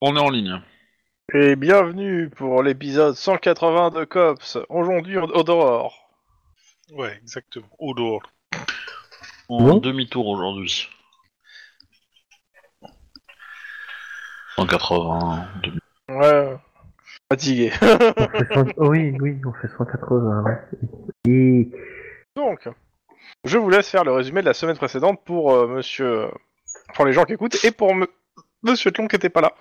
On est en ligne. Et bienvenue pour l'épisode 180 de Cops, aujourd'hui au au dehors. Ouais, exactement. Au dehors. En Bon. demi-tour aujourd'hui. 180. demi- Ouais. Fatigué. On fait cent- oh oui, oui, on fait 180. hein, ouais. Et Donc, je vous laisse faire le résumé de la semaine précédente pour euh, monsieur. pour les gens qui écoutent et pour me- monsieur Tlon qui était pas là.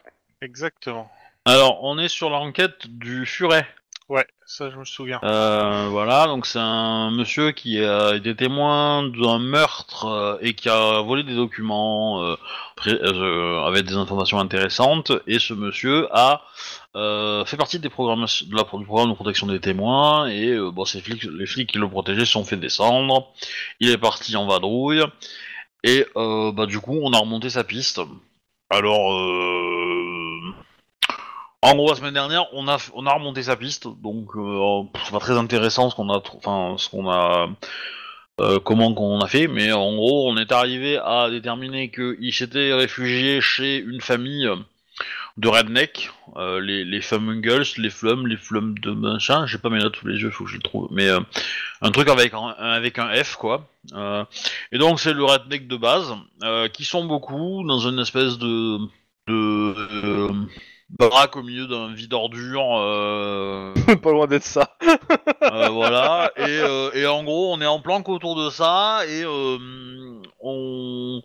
Exactement. Alors, on est sur l'enquête du furet. Ouais, ça je me souviens. Euh, voilà, donc c'est un monsieur qui a été témoin d'un meurtre euh, et qui a volé des documents euh, pré- euh, avec des informations intéressantes. Et ce monsieur a euh, fait partie des programmes de la, du programme de protection des témoins. Et euh, bon, ces flics, les flics qui le protégeaient se sont fait descendre. Il est parti en vadrouille. Et euh, bah, du coup, on a remonté sa piste. Alors, euh, en gros, la semaine dernière, on a, on a remonté sa piste, donc euh, pff, c'est pas très intéressant ce qu'on a, tr- enfin ce qu'on a, euh, comment qu'on a fait, mais en gros, on est arrivé à déterminer qu'il s'était réfugié chez une famille euh, de redneck, euh, les, les Fumungles, les Flums, les Flums de machin, j'ai pas mes notes sous les yeux, faut que je le trouve, mais euh, un truc avec un, avec un F quoi. Euh, et donc c'est le redneck de base, euh, qui sont beaucoup dans une espèce de de, euh, de- baraque au milieu d'un vide ordure, euh, pas loin d'être ça. euh, voilà. Et, euh, et en gros, on est en planque autour de ça et euh, on,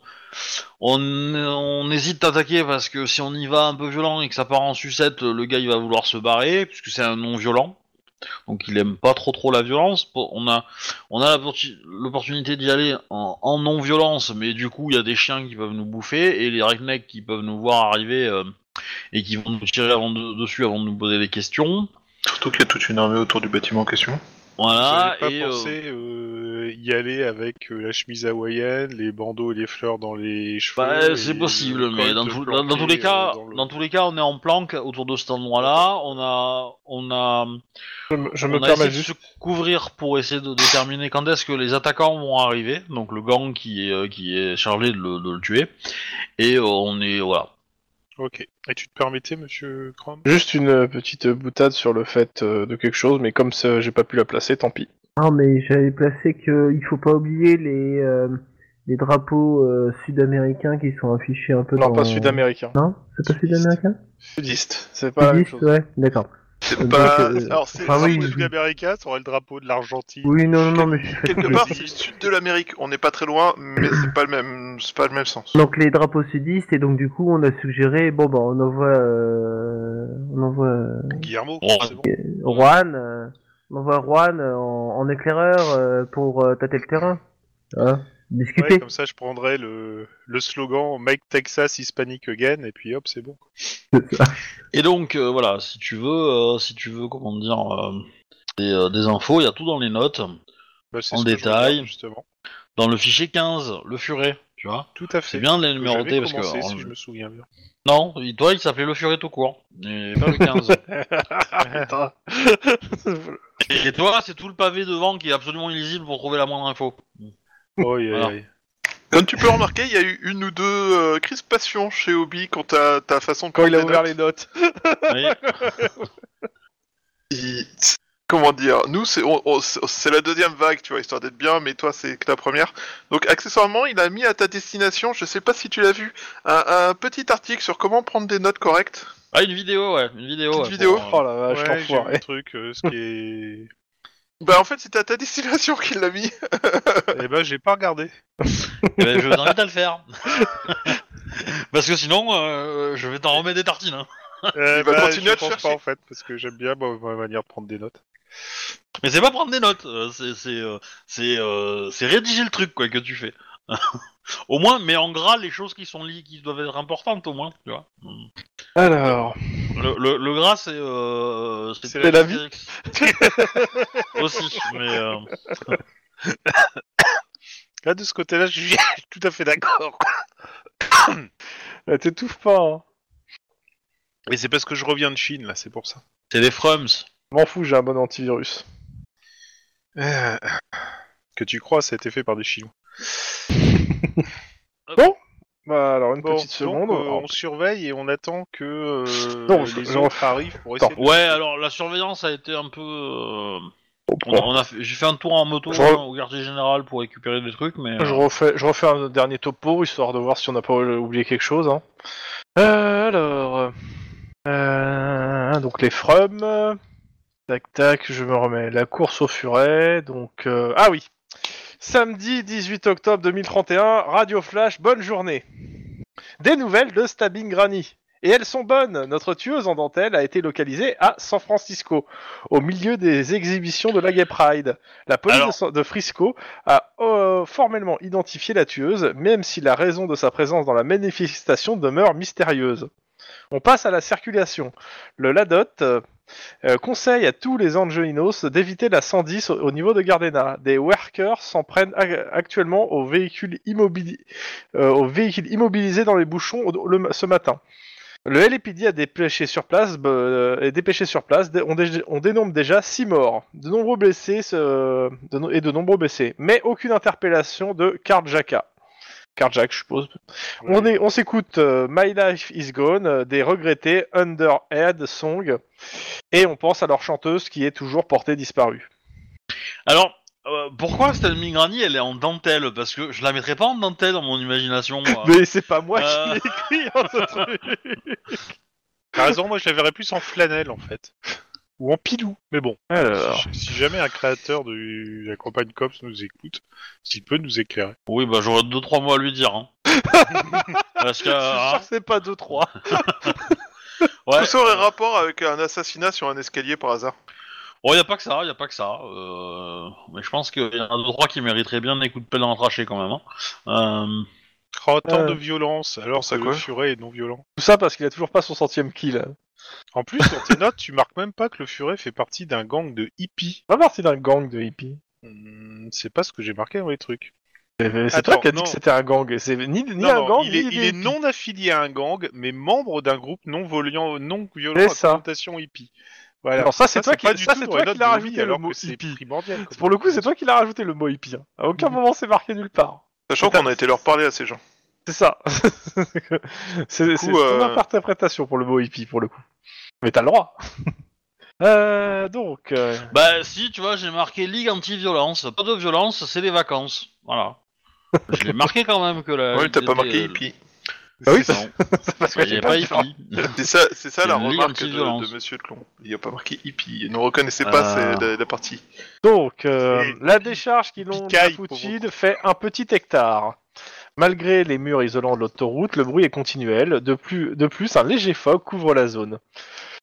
on on hésite à attaquer parce que si on y va un peu violent et que ça part en sucette, le gars il va vouloir se barrer puisque c'est un non violent. Donc il aime pas trop trop la violence. Pour- On a on a l'opportu- l'opportunité d'y aller en, non violence, mais du coup il y a des chiens qui peuvent nous bouffer et les rednecks qui peuvent nous voir arriver. euh, et qui vont nous tirer avant de- dessus avant de nous poser des questions. Surtout qu'il y a toute une armée autour du bâtiment en question. Voilà. J'avais pas et, euh, pensé euh, y aller avec euh, la chemise hawaïenne, les bandeaux et les fleurs dans les cheveux. Bah, et c'est le possible, mais col dans, de tout- planqué, dans- dans tous les euh, cas, dans le- dans tous les cas, on est en planque autour de cet endroit-là. On a, on a, Je me, je me on a essayé permets de juste. se couvrir pour essayer de déterminer quand est-ce que les attaquants vont arriver. Donc le gang qui est, euh, qui est chargé de le, de le tuer. Et euh, on est, voilà. Ok. Et tu te permettais, monsieur Chrome Juste une euh, petite boutade sur le fait euh, de quelque chose, mais comme ça, j'ai pas pu la placer, tant pis. non, ah, mais j'avais placé que il faut pas oublier les euh, les drapeaux euh, sud-américains qui sont affichés un peu Non, dans. pas sud-américain. Non, c'est pas sud-américain. Sudiste. C'est pas la même Sudiste, chose. ouais, d'accord. C'est euh, Donc, pas. euh, Bah, Alors, c'est Ah le oui. drapeau de l'Américain, ça aurait le drapeau de l'Argentine. Oui, non, non, non, mais je suis Quelque fatigué. part, c'est le sud de l'Amérique. On n'est pas très loin, mais c'est pas le même, c'est pas le même sens. Donc les drapeaux sudistes et donc du coup on a suggéré bon bah on envoie euh, on envoie euh, Guillermo, Ouais. c'est bon. Juan euh, on envoie Juan euh, en, en éclaireur euh, pour euh, tâter le terrain. Hein discuter. Ouais, comme ça, je prendrais le, le slogan Make Texas Hispanic Again, et puis hop, c'est bon. Et donc euh, voilà, si tu veux, euh, si tu veux, comment dire, euh, des, euh, des infos, il y a tout dans les notes, Bah, c'est En ce que je détail. regarde, justement. dans le fichier 15, le furet, tu vois. Tout à fait. C'est bien de les Que numéroter j'avais parce que oh, commencé, en- si je me souviens bien. non, il- toi il s'appelait le furet tout court, et pas le 15. Ah, Putain. Et toi, c'est tout le pavé devant qui est absolument illisible pour trouver la moindre info. Oh, yeah, Voilà. yeah. Comme tu peux remarquer, il y a eu une ou deux euh, crispations chez Obi quant à ta façon de Quand il a prendre ouvert des les notes. Oui. notes. Il- c'est- Comment dire Nous, c'est on- on- c'est c'est la deuxième vague, tu vois, histoire d'être bien, mais toi, c'est que la première. Donc, accessoirement, il a mis à ta destination, je sais pas si tu l'as vu, un, un petit article sur comment prendre des notes correctes. Ah, une vidéo, ouais, une vidéo. Petite ouais, vidéo. pour, euh, Oh la vache, Ouais, j'ai vu t'enfoiré. le truc, euh, ce qui est... Bah, en fait, c'était à ta destination qu'il l'a mis. eh ben, j'ai pas regardé. eh ben, je vous invite à le faire. Parce que sinon, euh, je vais t'en remettre des tartines. hein. Euh, Il va bah, continuer je à te pense chercher. pas, en fait, parce que j'aime bien ma, ma manière de prendre des notes. Mais c'est pas prendre des notes, euh, c'est c'est euh, c'est euh, c'est rédiger le truc quoi que tu fais. au moins, mais en gras les choses qui sont liées, qui doivent être importantes au moins, tu vois. Hmm. Alors. Le, le, le gras c'est euh, C'est la vie. aussi, mais euh, Là, de ce côté-là, je suis tout à fait d'accord. Là, T'étouffes pas, hein. Et c'est parce que je reviens de Chine, là, c'est pour ça. c'est des frums. Je M'en fous, j'ai un bon antivirus. Euh, Que tu crois, ça a été fait par des Chinois. Bon, Bah, alors, une Bon, petite donc, seconde. euh, on surveille et on attend que euh, Non, je- les je- autres arrivent pour essayer. de- Ouais, alors la surveillance a été un peu. euh, on a- on a fait- J'ai fait un tour en moto Je- hein, au quartier général pour récupérer des trucs, mais. Je refais, je refais un dernier topo, histoire de voir si on n'a pas oublié quelque chose. hein. Euh, alors... euh, donc les frums... Tac, tac, je me remets. La course au furet, donc... euh, ah oui Samedi 18 octobre 2031, Radio Flash, bonne journée Des nouvelles de Stabbing Granny et elles sont bonnes Notre tueuse en dentelle a été localisée à San Francisco, au milieu des exhibitions de la Gay Pride. La police Alors- de San- de Frisco a euh, formellement identifié la tueuse, même si la raison de sa présence dans la manifestation demeure mystérieuse. On passe à la circulation. Le LADOT euh, euh, conseille à tous les Angelinos d'éviter la 110 au, au niveau de Gardena. Des workers s'en prennent ac- actuellement aux véhicules, immobili- euh, aux véhicules immobilisés dans les bouchons au- le- ce matin. Le LAPD a dépêché sur place, bah, euh, est dépêché sur place. Dé- On, dé- on dénombre déjà 6 morts, de nombreux blessés ce- de no- et de nombreux blessés, mais aucune interpellation de Karjaka. Karjak, je suppose. On est- On s'écoute euh, My Life Is Gone euh, des regrettés Underhead Song et on pense à leur chanteuse qui est toujours portée disparue. Alors, euh, pourquoi cette Migrani elle est en dentelle Parce que je la mettrais pas en dentelle dans mon imagination. moi. Mais c'est pas moi Euh. qui l'ai écrit hein, ce truc. T'as raison, moi je la verrais plus en flanelle en fait. Ou en pilou. Mais bon, Alors, si, si jamais un créateur de la campagne COPS nous écoute, s'il peut nous éclairer. Oui, bah j'aurais deux trois mots à lui dire. hein. Parce que. je hein, sûr que c'est pas 2 3. ouais. Tout ça aurait rapport avec un assassinat sur un escalier par hasard. Bon, y a pas que ça, y a pas que ça. euh, Mais je pense qu'il y en a deux trois qui mériteraient bien des coups de pelle dans le traché quand même. hein. Euh, Oh, tant Euh, de violence, alors ça ça le quoi furet est non violent. Tout ça parce qu'il a toujours pas son centième kill. hein. En plus, sur tes notes, tu marques même pas que le furet fait partie d'un gang de hippies. Pas partie d'un gang de hippies. Hmm, c'est pas ce que j'ai marqué dans les trucs. Eh, Mais C'est Attends, toi qui as dit non. que c'était un gang. et C'est ni, ni Non, un non, gang, il, ni est, des il est hippies. non affilié à un gang, mais membre d'un groupe non violent, non violent C'est à ça. connotation hippie. Voilà. Alors ça, c'est toi qui- pas du ça, tout c'est dans toi les qui notes l'as de rajouté, Louis, le alors mot que c'est hippie. primordial. comme Pour le coup, c'est toi qui l'as rajouté le mot hippie. hein. À aucun moment c'est marqué nulle part. Sachant Attends. qu'on a été leur parler à ces gens. C'est ça. c'est c'est ton euh, interprétation pour le mot hippie, pour le coup. Mais t'as le droit. Euh, donc, euh, Bah si, tu vois, j'ai marqué Ligue anti-violence. Pas de violence, c'est les vacances. Voilà. je l'ai marqué quand même que la. euh, ouais, t'as pas c'était, marqué euh, hippie. Ah oui, non, c'est parce que il y j'ai a pas le droit. hippie. C'est ça, c'est ça C'est la une ligue remarque de, anti-violence. de Monsieur Tlon. Il n'y a pas marqué hippie. Il ne reconnaissait pas Ah. c'est la, la partie. Donc, euh, Et- la décharge qui longe la Picaille, Foutide fait un petit hectare. Malgré les murs isolants de l'autoroute, le bruit est continuel. De plus, de plus un léger fog couvre la zone.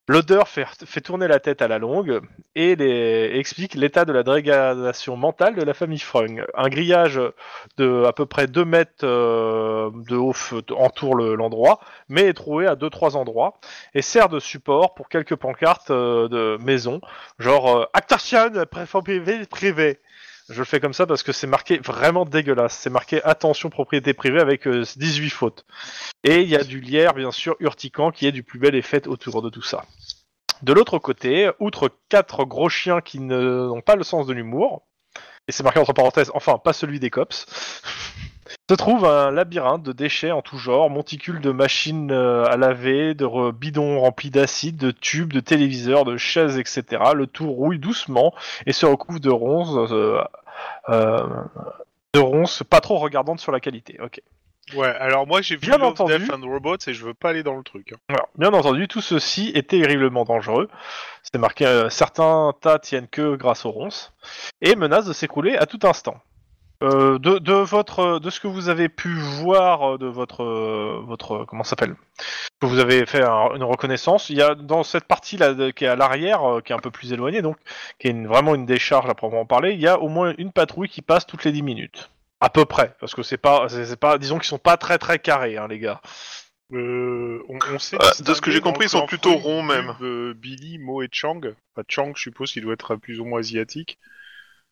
L'odeur fait, fait tourner la tête à la longue et les- explique l'état de la dégradation mentale de la famille Frung. Un grillage de à peu près 2 mètres euh, de haut feu entoure le- l'endroit, mais est troué à 2-3 endroits et sert de support pour quelques pancartes euh, de maisons Genre, euh, attention, propriété privée, privée. Je le fais comme ça parce que c'est marqué vraiment dégueulasse. C'est marqué attention propriété privée avec euh, 18 fautes. Et il y a du lierre, bien sûr, urticant, qui est du plus bel effet autour de tout ça. De l'autre côté, outre quatre gros chiens qui ne- n'ont pas le sens de l'humour, et c'est marqué entre parenthèses, enfin, pas celui des cops, se trouve un labyrinthe de déchets en tout genre, monticules de machines euh, à laver, de re- bidons remplis d'acide, de tubes, de téléviseurs, de chaises, etc. Le tout rouille doucement et se recouvre de ronces, euh, euh, de ronces pas trop regardantes sur la qualité. Ok. ça. Ouais, alors moi j'ai vu Bien Love, entendu. Death and Robots et je veux pas aller dans le truc. hein. Alors, bien entendu, tout ceci est terriblement dangereux. C'est marqué, euh, certains tas tiennent que grâce aux ronces et menacent de s'écrouler à tout instant. Euh, de, de votre, de ce que vous avez pu voir euh, de votre, euh, votre, euh, comment ça s'appelle Que vous avez fait un- une reconnaissance. Il y a dans cette partie là qui est à l'arrière, euh, qui est un peu plus éloignée, donc qui est une- vraiment une décharge à proprement parler. Il y a au moins une patrouille qui passe toutes les 10 minutes, à peu près, parce que c'est pas, c'est c'est pas, disons qu'ils sont pas très très carrés, hein, les gars. Euh, on, on sait Ah, de ce distinguer que j'ai dans compris, le ils sont clan plutôt Freud, ronds, même. Cube, euh, Billy, Mo et Chang. Enfin, Chang, je suppose qu'il doit être plus ou moins asiatique.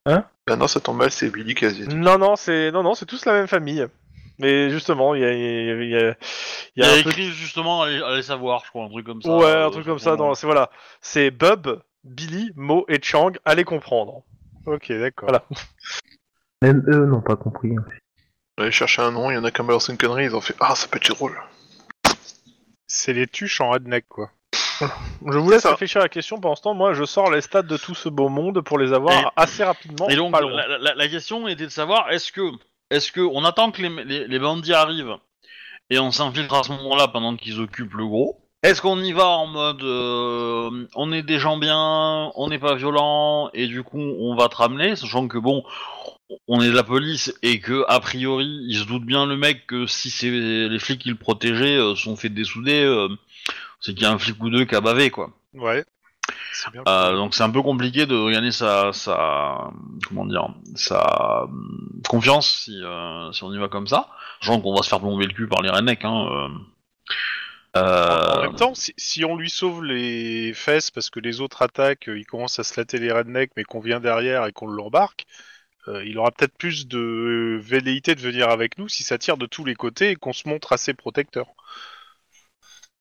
Bah non, ça tombe mal, c'est Billy qui a dit. Non, non, c'est non, non, c'est tous la même famille. Mais justement, il y a, il y a- il Il y y a a un truc, écrit justement à les, à les savoir, je crois, un truc comme ça. ouais, euh, un truc comme sur ça. son- Dans, c'est voilà, c'est Bub, Billy, Mo et Chang. Allez comprendre. Ok, d'accord. Voilà. Même eux n'ont pas compris. J'allais chercher un nom, il y en a qui ont balancé une connerie, ils ont fait Ah, ça peut être drôle. C'est les tuches en redneck, quoi. Je vous laisse ça. réfléchir à la question. Pendant ce temps, moi, je sors les stats de tout ce beau monde pour les avoir Et- assez rapidement. Et donc, pas loin. la, la- la question était de savoir est-ce que, est-ce que on attend que les, les- les bandits arrivent et on s'infiltre à ce moment-là pendant qu'ils occupent le gros Est-ce qu'on y va en mode euh, on est des gens bien, on n'est pas violent et du coup on va te ramener, sachant que bon, on est de la police et que a priori il se doute bien le mec que si c'est les flics qui le protégeaient euh, sont fait dessouder, euh, c'est qu'il y a un flic ou deux qui a bavé quoi. Ouais. C'est bien. Euh, donc c'est un peu compliqué de gagner sa, sa comment dire sa hum, confiance si, euh, si on y va comme ça. Genre qu'on va se faire plomber le cul par les rednecks. Hein, euh. En Euh, même temps, si, si on lui sauve les fesses parce que les autres attaquent, euh, il commence à se latter les rednecks, mais qu'on vient derrière et qu'on l'embarque, euh, il aura peut-être plus de velléité de venir avec nous si ça tire de tous les côtés et qu'on se montre assez protecteur.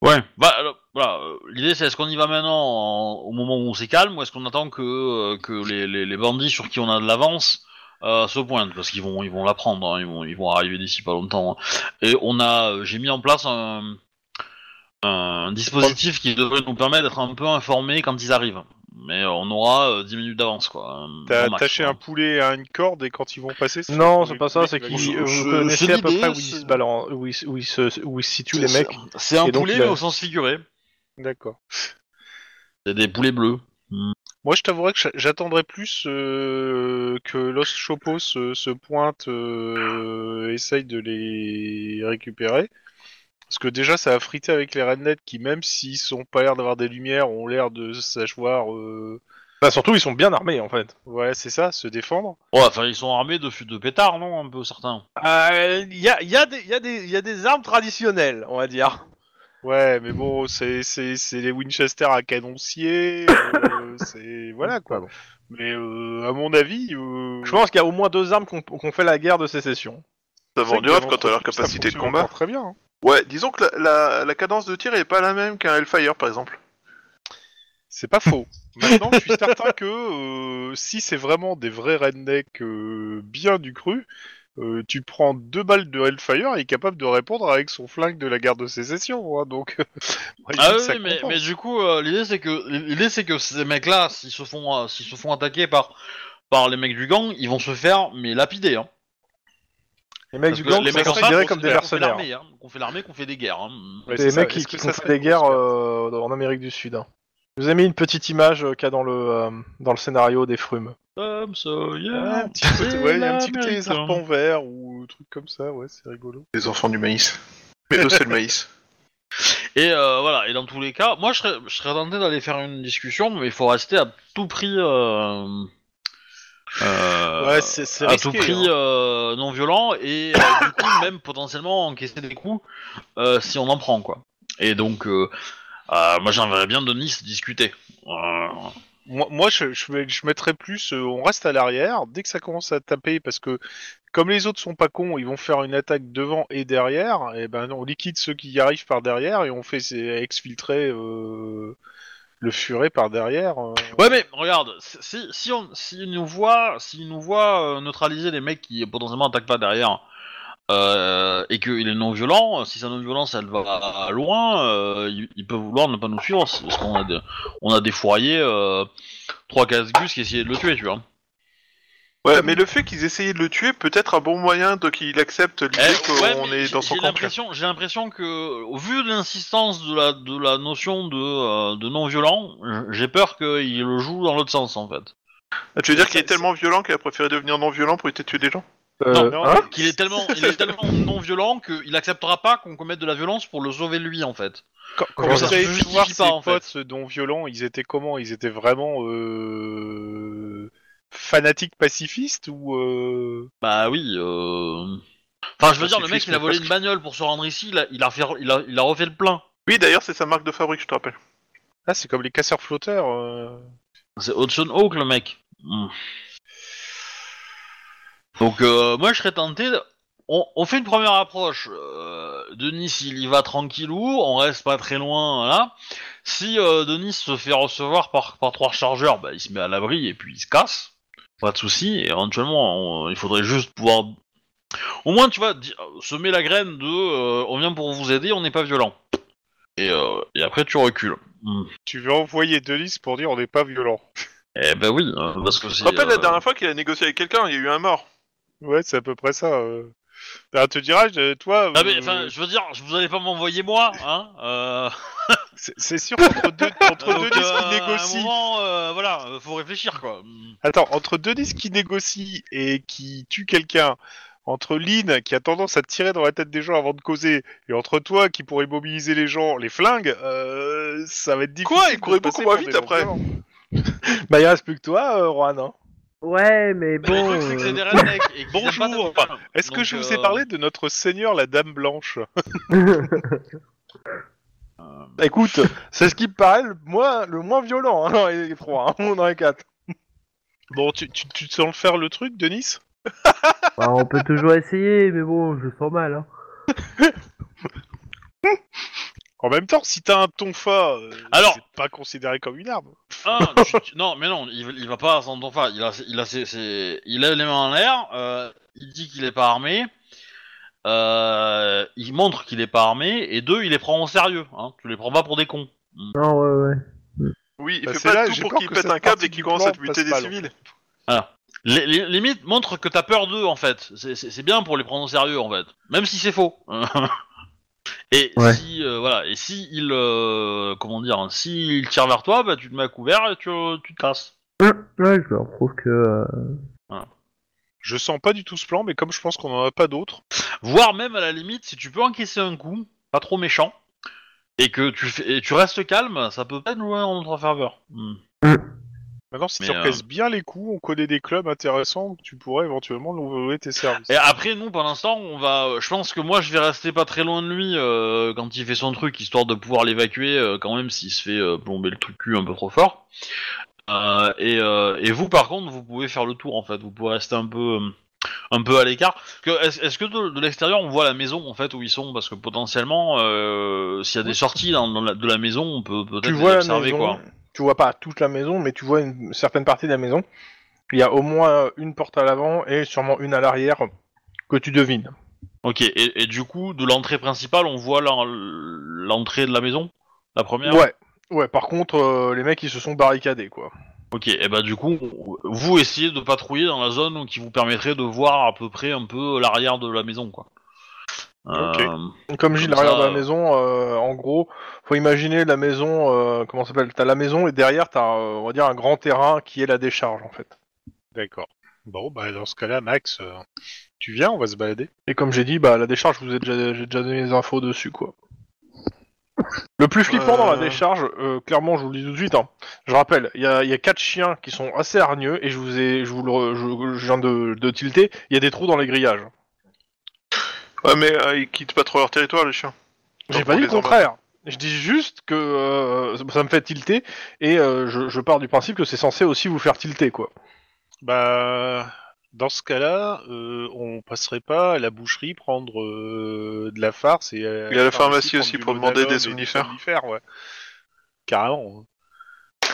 ouais. Bah, alors, voilà. euh, L'idée c'est est-ce qu'on y va maintenant en- au moment où on s'est calme ou est-ce qu'on attend que euh, que les, les, les bandits sur qui on a de l'avance euh, se pointent parce qu'ils vont ils vont la prendre. hein, ils vont ils vont arriver d'ici pas longtemps. hein. Et on a j'ai mis en place un un dispositif qui devrait nous permettre d'être un peu informés quand ils arrivent. Mais euh, on aura euh, 10 minutes d'avance, quoi. euh, T'as au max, attaché quoi. un poulet à une corde et quand ils vont passer. Non, c'est pas ça, c'est qui qu'ils Je- euh, je- vous connaissez c'est à peu l'idée, près où ils c'est- se balancent, où ils, se- où ils se, où ils se situent les C'est- mecs. C'est un Et donc, poulet, il a- mais au sens figuré. D'accord. C'est des poulets bleus. Moi, je t'avouerais que j'a- j'attendrais plus euh, que Los Chopos se, se pointe, euh, essaye de les récupérer. Parce que déjà, ça a frité avec les rednecks qui, même s'ils sont pas l'air d'avoir des lumières, ont l'air de savoir, euh, Bah, surtout, ils sont bien armés en fait. voilà, c'est ça, se défendre. Ouais, enfin, ils sont armés de, fu- de pétards, non Un peu certains. Il Euh, y, a, y, a des- y, a des- y a des armes traditionnelles, on va dire. Ouais, mais bon, c'est c'est- c'est les Winchester à canon scié, euh, c'est... Voilà, quoi. Mais euh, à mon avis... euh, Je pense qu'il y a au moins deux armes qu'on qu'on fait la guerre de sécession. Ça c'est vend du que rêve quant à leur ça capacité de fonctionne combat. encore Très bien. hein. Ouais, disons que la, la- la cadence de tir est pas la même qu'un Hellfire par exemple. C'est pas faux. Maintenant, je suis certain que euh, si c'est vraiment des vrais rednecks euh, bien du cru, euh, tu prends deux balles de Hellfire et est capable de répondre avec son flingue de la guerre de sécession. hein, donc, moi, je Ah dis que oui, ça mais, compense. mais du coup, euh, l'idée c'est que l'idée c'est que ces mecs-là, s'ils se font euh, s'ils se font attaquer par par les mecs du gang, ils vont se faire mais lapider. Hein. Les mecs Parce du que gang les sont mecs en face, considérés on comme des considère qu'on fait mercenaires. l'armée, hein, Qu'on fait l'armée, qu'on fait des guerres. hein. Ouais, C'est c'est les ça. mecs qui, Est-ce que qui ça ont serait fait des une guerres grosse euh, en Amérique du Sud. Je vous ai mis une petite image euh, qu'il y a dans le, euh, dans le scénario des frumes. Comme ça, perte yeah. Ouais, un petit côté- ouais, il y a un petit côté l'Amérique, les arpents verts ou truc comme ça, ouais, c'est rigolo. Les enfants du maïs. Mais eux, c'est le maïs. Et euh, voilà, et dans tous les cas, moi je serais, je serais tenté d'aller faire une discussion, mais il faut rester à tout prix. Euh, euh, ouais, c'est c'est à tout risqué, prix hein. euh, non violent et euh, du coup même potentiellement encaisser des coups euh, si on en prend quoi. Et donc euh, euh, moi j'aimerais bien de Nice discuter. Euh, Moi, moi, je, je, mets- je mettrais plus, euh, on reste à l'arrière, dès que ça commence à taper, parce que comme les autres sont pas cons, ils vont faire une attaque devant et derrière, et ben on liquide ceux qui y arrivent par derrière et on fait c'est- exfiltrer euh, le furet par derrière. euh. Ouais mais regarde, si si on si nous voit si nous voit euh, neutraliser les mecs qui potentiellement attaquent pas derrière euh, et qu'il est non violent, si sa non violence elle va loin, euh, il, il peut vouloir ne pas nous suivre c'est- parce qu'on a des, on a des fourriers euh, trois casse-gus qui essayaient de le tuer tu vois. Ouais, mais le fait qu'ils essayaient de le tuer peut être un bon moyen de qu'il accepte l'idée Eh, ouais, qu'on mais est j'ai- dans son j'ai camp. tu vois. l'impression- J'ai l'impression que, au vu de l'insistance de la, de la notion de, euh, de non-violent, j- j'ai peur qu'il le joue dans l'autre sens, en fait. Ah, tu veux dire qu'il est C'est- tellement violent qu'il a préféré devenir non-violent pour éviter de tuer des gens Euh, Non, non, hein mais- Qu'il est tellement, il est tellement non-violent qu'il acceptera pas qu'on commette de la violence pour le sauver lui, en fait. Quand, quand Ouais, vous ça se avez pu justifie voir pas, ses en fait. potes euh, dont violents, ils étaient comment Ils étaient vraiment euh, fanatiques pacifistes ou euh, Bah oui, euh... Enfin, je veux Ah, dire, c'est le mec, triste, il a mais volé presque. une bagnole pour se rendre ici, il a, il a, fait- il a, il a refait le plein. Oui, d'ailleurs, c'est sa marque de fabrique, je te rappelle. Ah, c'est comme les casseurs flotteurs. euh. C'est Hudson Hawk, le mec. Hmm. Donc, euh, moi, je serais tenté. de- On, on fait une première approche. Euh, Denis, il y va tranquillou. On reste pas très loin, là. Si euh, Denis se fait recevoir par, par trois chargeurs, bah, il se met à l'abri et puis il se casse. Pas de souci. Et éventuellement, on- il faudrait juste pouvoir. Au moins, tu vois, di- euh, semer la graine de euh, on vient pour vous aider, on n'est pas violent. Et, euh, et après, tu recules. Hmm. Tu veux envoyer Denis pour dire on n'est pas violent. Eh ben oui, euh, parce que c'est. Je rappelle euh, la dernière fois qu'il a négocié avec quelqu'un, il y a eu un mort. Ouais, c'est à peu près ça. euh. Bah, te dirais-je, euh, toi. Ah euh, mais enfin, je veux dire, je vous allez pas m'envoyer moi, hein euh, c'est- c'est sûr qu'entre deux, entre donc, Denis qui euh, négocie. À un moment, euh, voilà, euh, faut réfléchir quoi. Hmm. Attends, entre Denis qui négocie et qui tue quelqu'un, entre Lynn qui a tendance à tirer dans la tête des gens avant de causer, et entre toi qui pourrait mobiliser les gens, les flingues, euh, ça va être difficile. Quoi, il de courait passer beaucoup moins pour vite des après. non-violents. Bah, il reste plus que toi, euh, Juan, hein. Ouais, Mais le mais bon. truc, c'est que c'est euh, des rednecks et qu'ils aiment pas Bonjour. ta gueule. Est-ce que Donc, je vous euh, ai parlé de notre seigneur la Dame Blanche Écoute, c'est ce qui me paraît le moins, le moins violent, hein, dans les trois, hein, dans les quatre. Bon, tu, tu, tu te sens le faire le truc, Denis bah, on peut toujours essayer, mais bon, je sens mal. Hein. En même temps, si t'as un tonfa, euh, Alors- c'est pas considéré comme une arme. Ah, tu- tu- non, mais non, il, va- il va pas sans ton phare. Il a, il a, ses- ses- il a les mains en l'air. euh, il dit qu'il est pas armé. euh, il montre qu'il est pas armé. Et deux, il les prend au sérieux. Hein, tu les prends pas pour des cons. Non, ouais, ouais. Oui, il Bah, fait c'est pas là, tout j'ai pour peur qu'il que pète cette un câble partie et du qu'il commence plan à buter passe des pas, civils. Les, les- limite montre que t'as peur d'eux en fait. C'est- C'est c'est bien pour les prendre au sérieux en fait, même si c'est faux. et Ouais. si euh, voilà, et si ils euh, comment dire, si ils tirent vers toi, bah tu te mets à couvert et tu, tu te casses. Hum, Ouais, je leur prouve que. euh, Je sens pas du tout ce plan, mais comme je pense qu'on en a pas d'autres, Voire même à la limite, si tu peux encaisser un coup, pas trop méchant, et que tu fais, et tu restes calme, ça peut pas être loin en notre faveur. Hmm. maintenant si Mais, tu euh, encaisses bien les coups, on connaît des clubs intéressants où tu pourrais éventuellement nous louer tes services. Et après, nous, pour l'instant, on va. euh, Je pense que moi, je vais rester pas très loin de lui euh, quand il fait son truc, histoire de pouvoir l'évacuer euh, quand même s'il se fait euh, plomber le truc cul un peu trop fort. Euh, et, euh, et vous, par contre, vous pouvez faire le tour en fait. Vous pouvez rester un peu, euh, un peu à l'écart. Que- Est-ce est-ce que de, de l'extérieur, on voit la maison en fait où ils sont Parce que potentiellement, euh, s'il y a des sorties dans, dans la- de la maison, on peut peut-être Tu les vois la observer, maison. quoi. Tu vois pas toute la maison, mais tu vois une certaine partie de la maison. Il y a au moins une porte à l'avant et sûrement une à l'arrière que tu devines. Ok. Et, et du coup, de l'entrée principale, on voit l'en- l'entrée de la maison, la première. Ouais. Ouais, par contre, euh, les mecs ils se sont barricadés quoi. Ok, et bah du coup, vous essayez de patrouiller dans la zone qui vous permettrait de voir à peu près un peu l'arrière de la maison, quoi. Ok. Euh, Comme j'ai Comme l'arrière ça, de la euh, maison, euh, en gros, faut imaginer la maison, euh, comment ça s'appelle T'as la maison et derrière t'as, euh, on va dire, un grand terrain qui est la décharge en fait. D'accord. Bon, bah dans ce cas-là, Max, euh, tu viens, on va se balader. Et comme j'ai dit, bah la décharge, je vous ai déjà, j'ai déjà donné les infos dessus, quoi. Le plus flippant dans la Euh. décharge, euh, clairement, je vous le dis tout de suite. hein. Je rappelle, il y a, il y a quatre chiens qui sont assez hargneux et je vous ai, je vous le, re- je, je viens de, de tilter. Il y a des trous dans les grillages. Ouais, mais euh, ils quittent pas trop leur territoire, les chiens. J'ai Donc, pas on dit le les embarque. contraire. Je dis juste que euh, ça me fait tilter et euh, je, je pars du principe que c'est censé aussi vous faire tilter, quoi. Bah, dans ce cas-là, euh, on passerait pas à la boucherie prendre euh, de la farce et à Et à la pharmacie aussi prendre pour du demander Lonadol des et somnifères. ouais. Carrément. hein.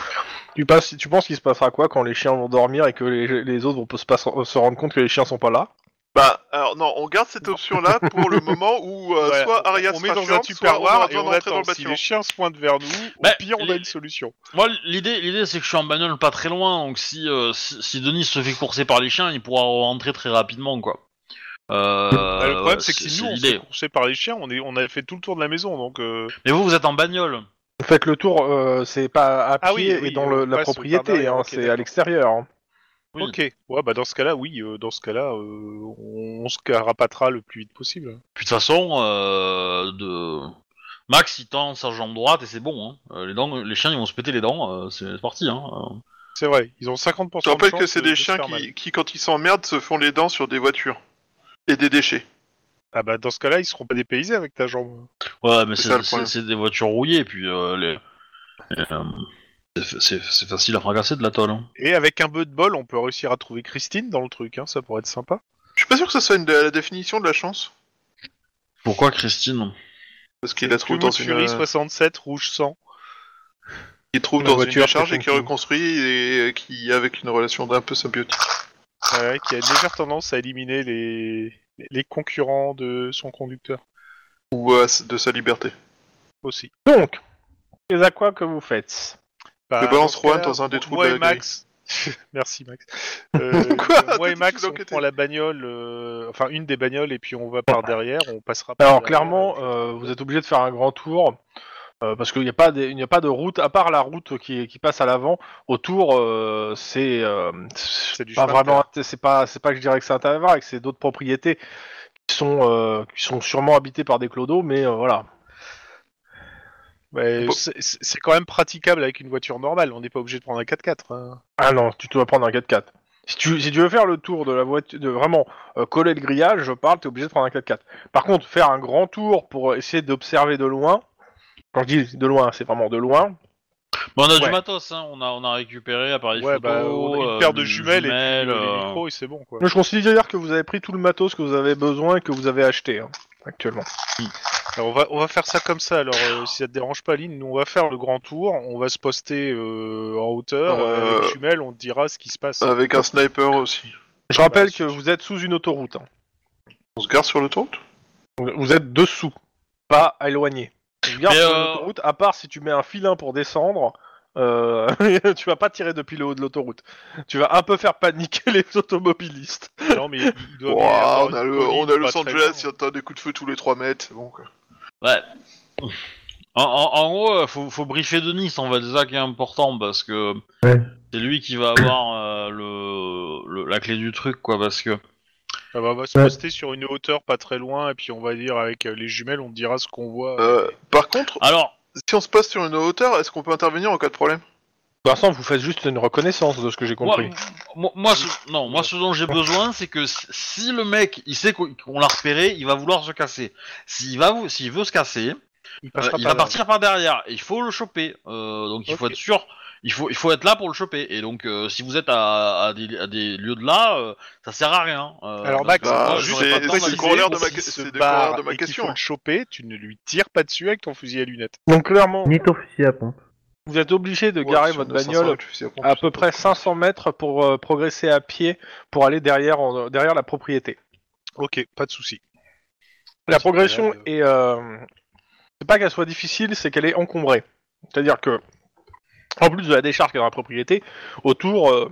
Tu, passes, tu penses qu'il se passera quoi quand les chiens vont dormir et que les, les autres vont pas se, pas- se rendre compte que les chiens sont pas là Bah, alors non, on garde cette option-là pour le moment où euh, Voilà, soit on- Arias on sera met dans un chiante, soit on aura tupperware et besoin on d'entrer attend. dans le Si bâtiment. les chiens se pointent vers nous, Bah, au pire on a les- une solution. Moi, l'idée, l'idée, c'est que je suis en bagnole pas très loin, donc si, euh, si, si Denis se fait courser par les chiens, il pourra rentrer très rapidement, quoi. Euh, Bah, le problème, ouais, c'est que si nous on l'idée. s'est coursé par les chiens, on, est, on a fait tout le tour de la maison, donc. euh, Mais vous, vous êtes en bagnole. Faites le tour, euh, c'est pas à pied Ah oui, et oui, dans on le- la passe par propriété, derrière, hein, ok, c'est d'accord. à l'extérieur. hein. Oui. Ok. Ouais, bah dans ce cas-là, oui, euh, dans ce cas-là, euh, on, on se carapatera le plus vite possible. Puis de toute façon, euh, de... Max, il tend sa jambe droite et c'est bon. Hein. Euh, Les, dents, les chiens, ils vont se péter les dents, euh, c'est c'est parti. Hein. Euh, C'est vrai, ils ont 50% Je te de rappelle chance que c'est de- de des se chiens faire mal. qui, qui, quand ils s'emmerdent, se font les dents sur des voitures et des déchets. Ah bah dans ce cas-là, ils seront pas dépaysés avec ta jambe. Ouais, mais C'est c'est ça, le c'est- problème. c'est des voitures rouillées, puis euh, les. les, euh, c'est- c'est c'est facile à fracasser de la tôle. hein. Et avec un peu de bol, on peut réussir à trouver Christine dans le truc, hein, ça pourrait être sympa. Je suis pas sûr que ça soit une, la définition de la chance. Pourquoi Christine Parce qu'il la trouve Fury dans une, Fury euh, 67, rouge 100. il trouve La dans une voiture, décharge et c'est qui con. reconstruit et euh, qui avec une relation d'un peu symbiotique. Ouais, qui a une légère tendance à éliminer les, les concurrents de son conducteur ou euh, de sa liberté. aussi. Donc, les aquas que vous faites. Bah, Le balance dans ce roi cas-là, dans un des trous moi de et la Max. Merci Max. Euh, Quoi moi T'as et dit Max, que on t'enquêtais. prend la bagnole, euh, enfin une des bagnoles, et puis on va par derrière, on passera. Par Alors derrière. clairement, euh, vous êtes obligé de faire un grand tour euh, parce qu'il n'y a pas des- il n'y a pas de route à part la route qui, qui passe à l'avant. Autour, euh, c'est euh, C'est du pas chemin de vraiment. C'est pas c'est pas que je dirais que c'est un terrain vague, c'est d'autres propriétés qui sont euh, qui sont sûrement habitées par des clodos, mais euh, voilà. Ouais, Bon. Euh, c'est- c'est c'est quand même praticable avec une voiture normale. On n'est pas obligé de prendre un 4x4. hein. Ah non, tu dois prendre un 4x4. Si tu, si tu veux faire le tour de la voiture, de vraiment euh, coller le grillage, je parle, t'es obligé de prendre un 4x4. Par contre, faire un grand tour pour essayer d'observer de loin, quand je dis de loin, c'est vraiment de loin, Bon, on a Ouais. du matos, hein. on, a, on a récupéré appareil Ouais, photo, bah, on a une euh, paire de jumelles, et puis, euh, les micros, et c'est bon quoi. Mais Je considère que vous avez pris tout le matos que vous avez besoin et que vous avez acheté hein, actuellement. Alors, on, va, on va faire ça comme ça. Alors, euh, si ça te dérange pas, Lynn, nous on va faire le grand tour. On va se poster euh, en hauteur. Euh, Avec jumelles, on te dira ce qui se passe. Avec un sniper aussi. Je rappelle bah, que vous êtes sous une autoroute. hein. On se gare sur l'autoroute Donc, Vous êtes dessous, pas éloigné. Tu gardes Mais, sur euh, l'autoroute, à part si tu mets un filin pour descendre, euh, tu vas pas tirer depuis le haut de l'autoroute. Tu vas un peu faire paniquer les automobilistes. Non, mais il doit Ouah, bien y ah avoir bah, On a une le, colline on a pas Los très Angeles, loin. il y a des coups de feu tous les 3 mètres, c'est bon quoi. Ouais. En, en- en gros, euh, faut, faut briefer Denis, en fait, c'est ça qui est important, parce que Ouais. c'est lui qui va avoir euh, le, le- la clé du truc, quoi, parce que... Ah bah, on va se Ouais. poster sur une hauteur pas très loin, et puis on va dire avec euh, les jumelles, on te dira ce qu'on Ah, voit. Euh, par contre, Alors, si on se passe sur une hauteur, est-ce qu'on peut intervenir en cas de problème Pour l'instant, vous faites juste une reconnaissance de ce que j'ai moi, compris. moi, moi, ce, non, moi, ce dont j'ai besoin, c'est que si- si le mec, il sait qu'on qu'on l'a repéré, il va vouloir se casser. S'il va, vou- s'il veut se casser, il euh, il va partir par derrière, et il faut le choper, Euh, donc il faut Ok. être sûr... Il faut, il faut être là pour le choper. Et donc, euh, si vous êtes à, à des, à des lieux de là, euh, ça sert à rien. Euh, Alors, Max, parce que Bah, moi, c'est- j'aurais pas le temps c'est le d'aller- corollaire de ma- s'il c'est se le barre corollaire de ma et qu'il question. faut le choper, tu ne lui tires pas dessus avec ton fusil à lunettes. Donc clairement, Ni ton fusil à pompe. vous êtes obligé de Ouais, garer sur votre 900, bagnole je suis sûr. à peu près 500 mètres pour euh, progresser à pied pour aller derrière, en- derrière la propriété. Ok, pas de souci. La Parce que là, progression le- est. euh, C'est pas qu'elle soit difficile, c'est qu'elle est encombrée. C'est-à-dire que, en plus de la décharge qui est dans la propriété, autour, euh,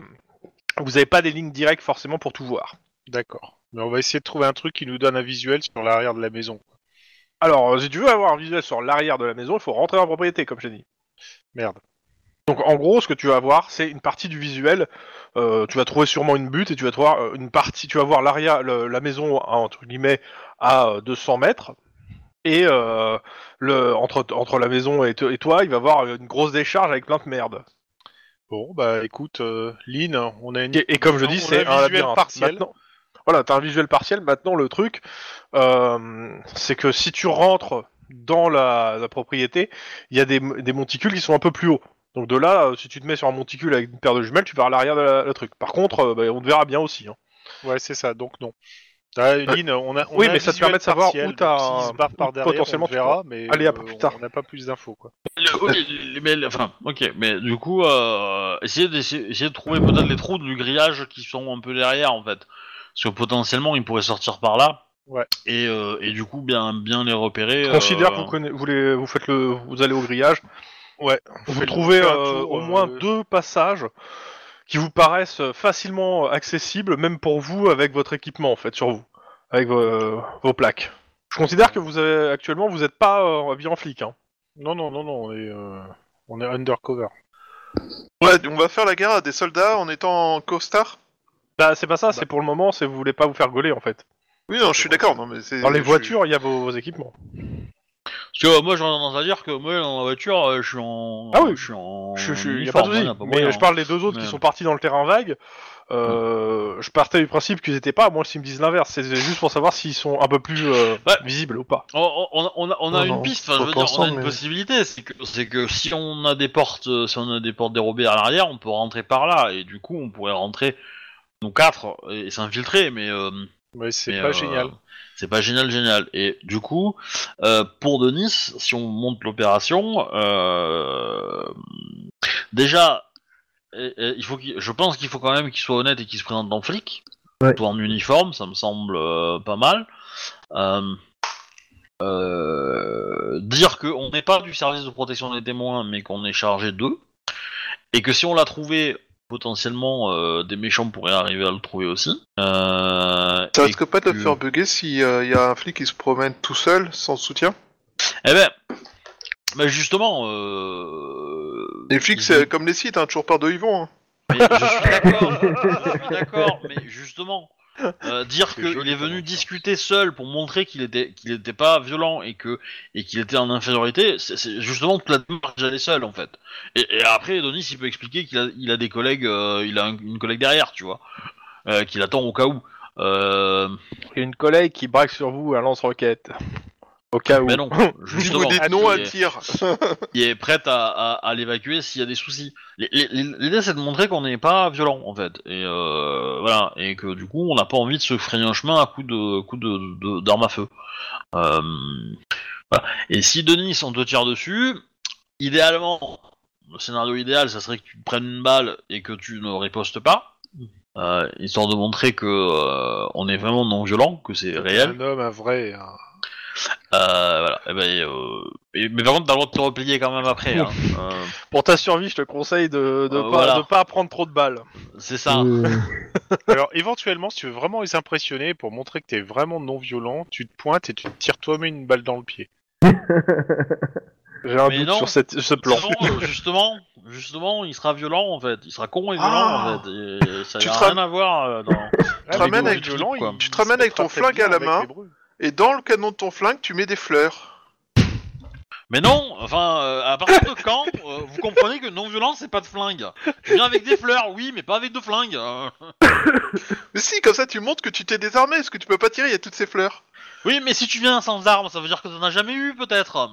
vous n'avez pas des lignes directes forcément pour tout voir. D'accord. Mais on va essayer de trouver un truc qui nous donne un visuel sur l'arrière de la maison. Alors, euh, si tu veux avoir un visuel sur l'arrière de la maison, il faut rentrer dans la propriété, comme je dit. Merde. Donc, en gros, ce que tu vas voir, c'est une partie du visuel. euh, tu vas trouver sûrement une butte et tu vas trouver euh, une partie. Tu vas voir l'arrière, le- la maison à, entre guillemets à euh, 200 mètres. Et euh, le, entre, entre la maison et, te- et toi, il va y avoir une grosse décharge avec plein de merde. Bon, bah écoute, euh, Lynn, on a une. Et, et comme je On dis, a c'est un visuel labyrinthe. partiel. Maintenant- voilà, t'as un visuel partiel. Maintenant, le truc, euh, c'est que si tu rentres dans la, la propriété, il y a des, des monticules qui sont un peu plus hauts. Donc de là, euh, si tu te mets sur un monticule avec une paire de jumelles, tu verras l'arrière de la- le truc. Par contre, euh, bah, on te verra bien aussi. hein. Ouais, c'est ça, donc non. Ah, Lynn, on a. On Oui, a un mais ça te visuel permet de savoir partiel, où t'as donc s'il se barre un- par où derrière, potentiellement on le verra, mais. aller un peu euh, plus tard. On n'a pas plus d'infos, quoi. Le- ok, mais, enfin, ok, mais du coup, euh, essayez, d'essayer- essayez de trouver peut-être les trous du grillage qui sont un peu derrière, en fait. Parce que potentiellement, ils pourraient sortir par là. Ouais. Et, euh, et du coup, bien, bien les repérer. Considère euh, que vous, conna- vous, les- vous faites le, vous allez au grillage. Ouais. Vous trouvez fait un euh, tour, au moins euh, deux passages qui vous paraissent facilement accessibles, même pour vous, avec votre équipement en fait sur vous, avec vos, euh, vos plaques. Je considère que vous avez, actuellement vous n'êtes pas euh, habillé en flic. Hein. Non, non, non, non, on est, euh, on est undercover. Ouais, on va faire la guerre à des soldats en étant en costard Bah, c'est pas ça, c'est pour le moment, c'est vous voulez pas vous faire gauler en fait. Oui, non, je suis d'accord. Non, mais c'est- Dans les je- voitures, il y a vos, vos équipements. Parce que euh, moi, j'ai tendance à dire que moi, dans la voiture, euh, je suis en. Ah oui. je suis en. Je, je, y a uniforme, pas de hein, souci. y a pas Mais moyen, je hein. parle des deux autres Mais- qui sont partis dans le terrain vague. Euh, Je partais du principe qu'ils étaient pas. Moi, s'ils me disent l'inverse, c'est juste pour savoir s'ils sont un peu plus euh, Ouais. visibles ou pas. On, on- on a, on a Non, une non, piste, enfin, je pas veux dire, on a ensemble, une mais- possibilité, c'est que, c'est que si on a des portes, euh, si on a des portes dérobées à l'arrière, on peut rentrer par là, et du coup, on pourrait rentrer, nous quatre, et, et s'infiltrer, mais... euh, Mais c'est mais, pas euh, génial. C'est pas génial, génial. Et du coup, euh, pour Denis, si on monte l'opération, euh, déjà, euh, euh, il faut qu'il- je pense qu'il faut quand même qu'il soit honnête et qu'il se présente en flic. Ouais. tout en uniforme, ça me semble euh, pas mal. Euh, euh, dire qu'on n'est pas du service de protection des témoins, mais qu'on est chargé d'eux, et que si on l'a trouvé, potentiellement euh, des méchants pourraient arriver à le trouver aussi. Euh, Ça et risque pas de que- le faire bugger s'il y a un flic qui se promène tout seul, sans soutien Eh ben, ben justement, euh... Les flics, ils c'est comme les sites, hein, toujours par deux ils vont. hein. Mais je suis d'accord, je suis d'accord, mais justement, euh, dire C'est qu'il joli est comme hein. venu enfant. discuter seul pour montrer qu'il était qu'il n'était pas violent et que et qu'il était en infériorité, c'est c'est justement toute la démarche d'aller seul en fait. Et, et après, Denis, il peut expliquer qu'il a, il a des collègues, euh, il a un- une collègue derrière, tu vois, euh, qu'il attend au cas où. Euh, Il y a une collègue qui braque sur vous un lance-roquette. Au cas où. mais non, Si justement. vous dites non, il un est- tir. qui est prête à, à- à l'évacuer s'il y a des soucis. Les- les- les- L'idée c'est de montrer qu'on n'est pas violent en fait, et euh, voilà, et que du coup on n'a pas envie de se frayer un chemin à coups de coups de- de- d'armes à feu. Euh, voilà. Et si Denis on te tire dessus, idéalement, le scénario idéal ça serait que tu te prennes une balle et que tu ne ripostes pas, euh, histoire de montrer que euh, on est vraiment non violent, que c'est réel. Un homme, un vrai. un- Euh, voilà. Eh ben, euh, et- mais par contre t'as le droit de te replier quand même après. hein. Euh, Pour ta survie, je te conseille de de Euh, pas, voilà. de pas prendre trop de balles. C'est ça. Euh, Alors, éventuellement, si tu veux vraiment les impressionner, pour montrer que t'es vraiment non violent, tu te pointes et tu te tires toi-même une balle dans le pied. J'ai un Mais doute non. sur cette- ce plan. Sinon, euh, justement, justement, il sera violent en fait. Il sera con et violent Ah en fait. Et euh, ça Tu n'a te ram- rien à voir. euh, dans... te ramènes avec- tu te ramènes avec ton flingue à la main. Et dans le canon de ton flingue, tu mets des fleurs. Mais non, enfin, euh, à partir de quand euh, vous comprenez que non-violent c'est pas de flingue Tu viens avec des fleurs, oui, mais pas avec de flingue. euh. Mais si, comme ça, tu montres que tu t'es désarmé, parce que tu peux pas tirer, il y a toutes ces fleurs. Oui, mais si tu viens sans arme, ça veut dire que t'en as jamais eu peut-être.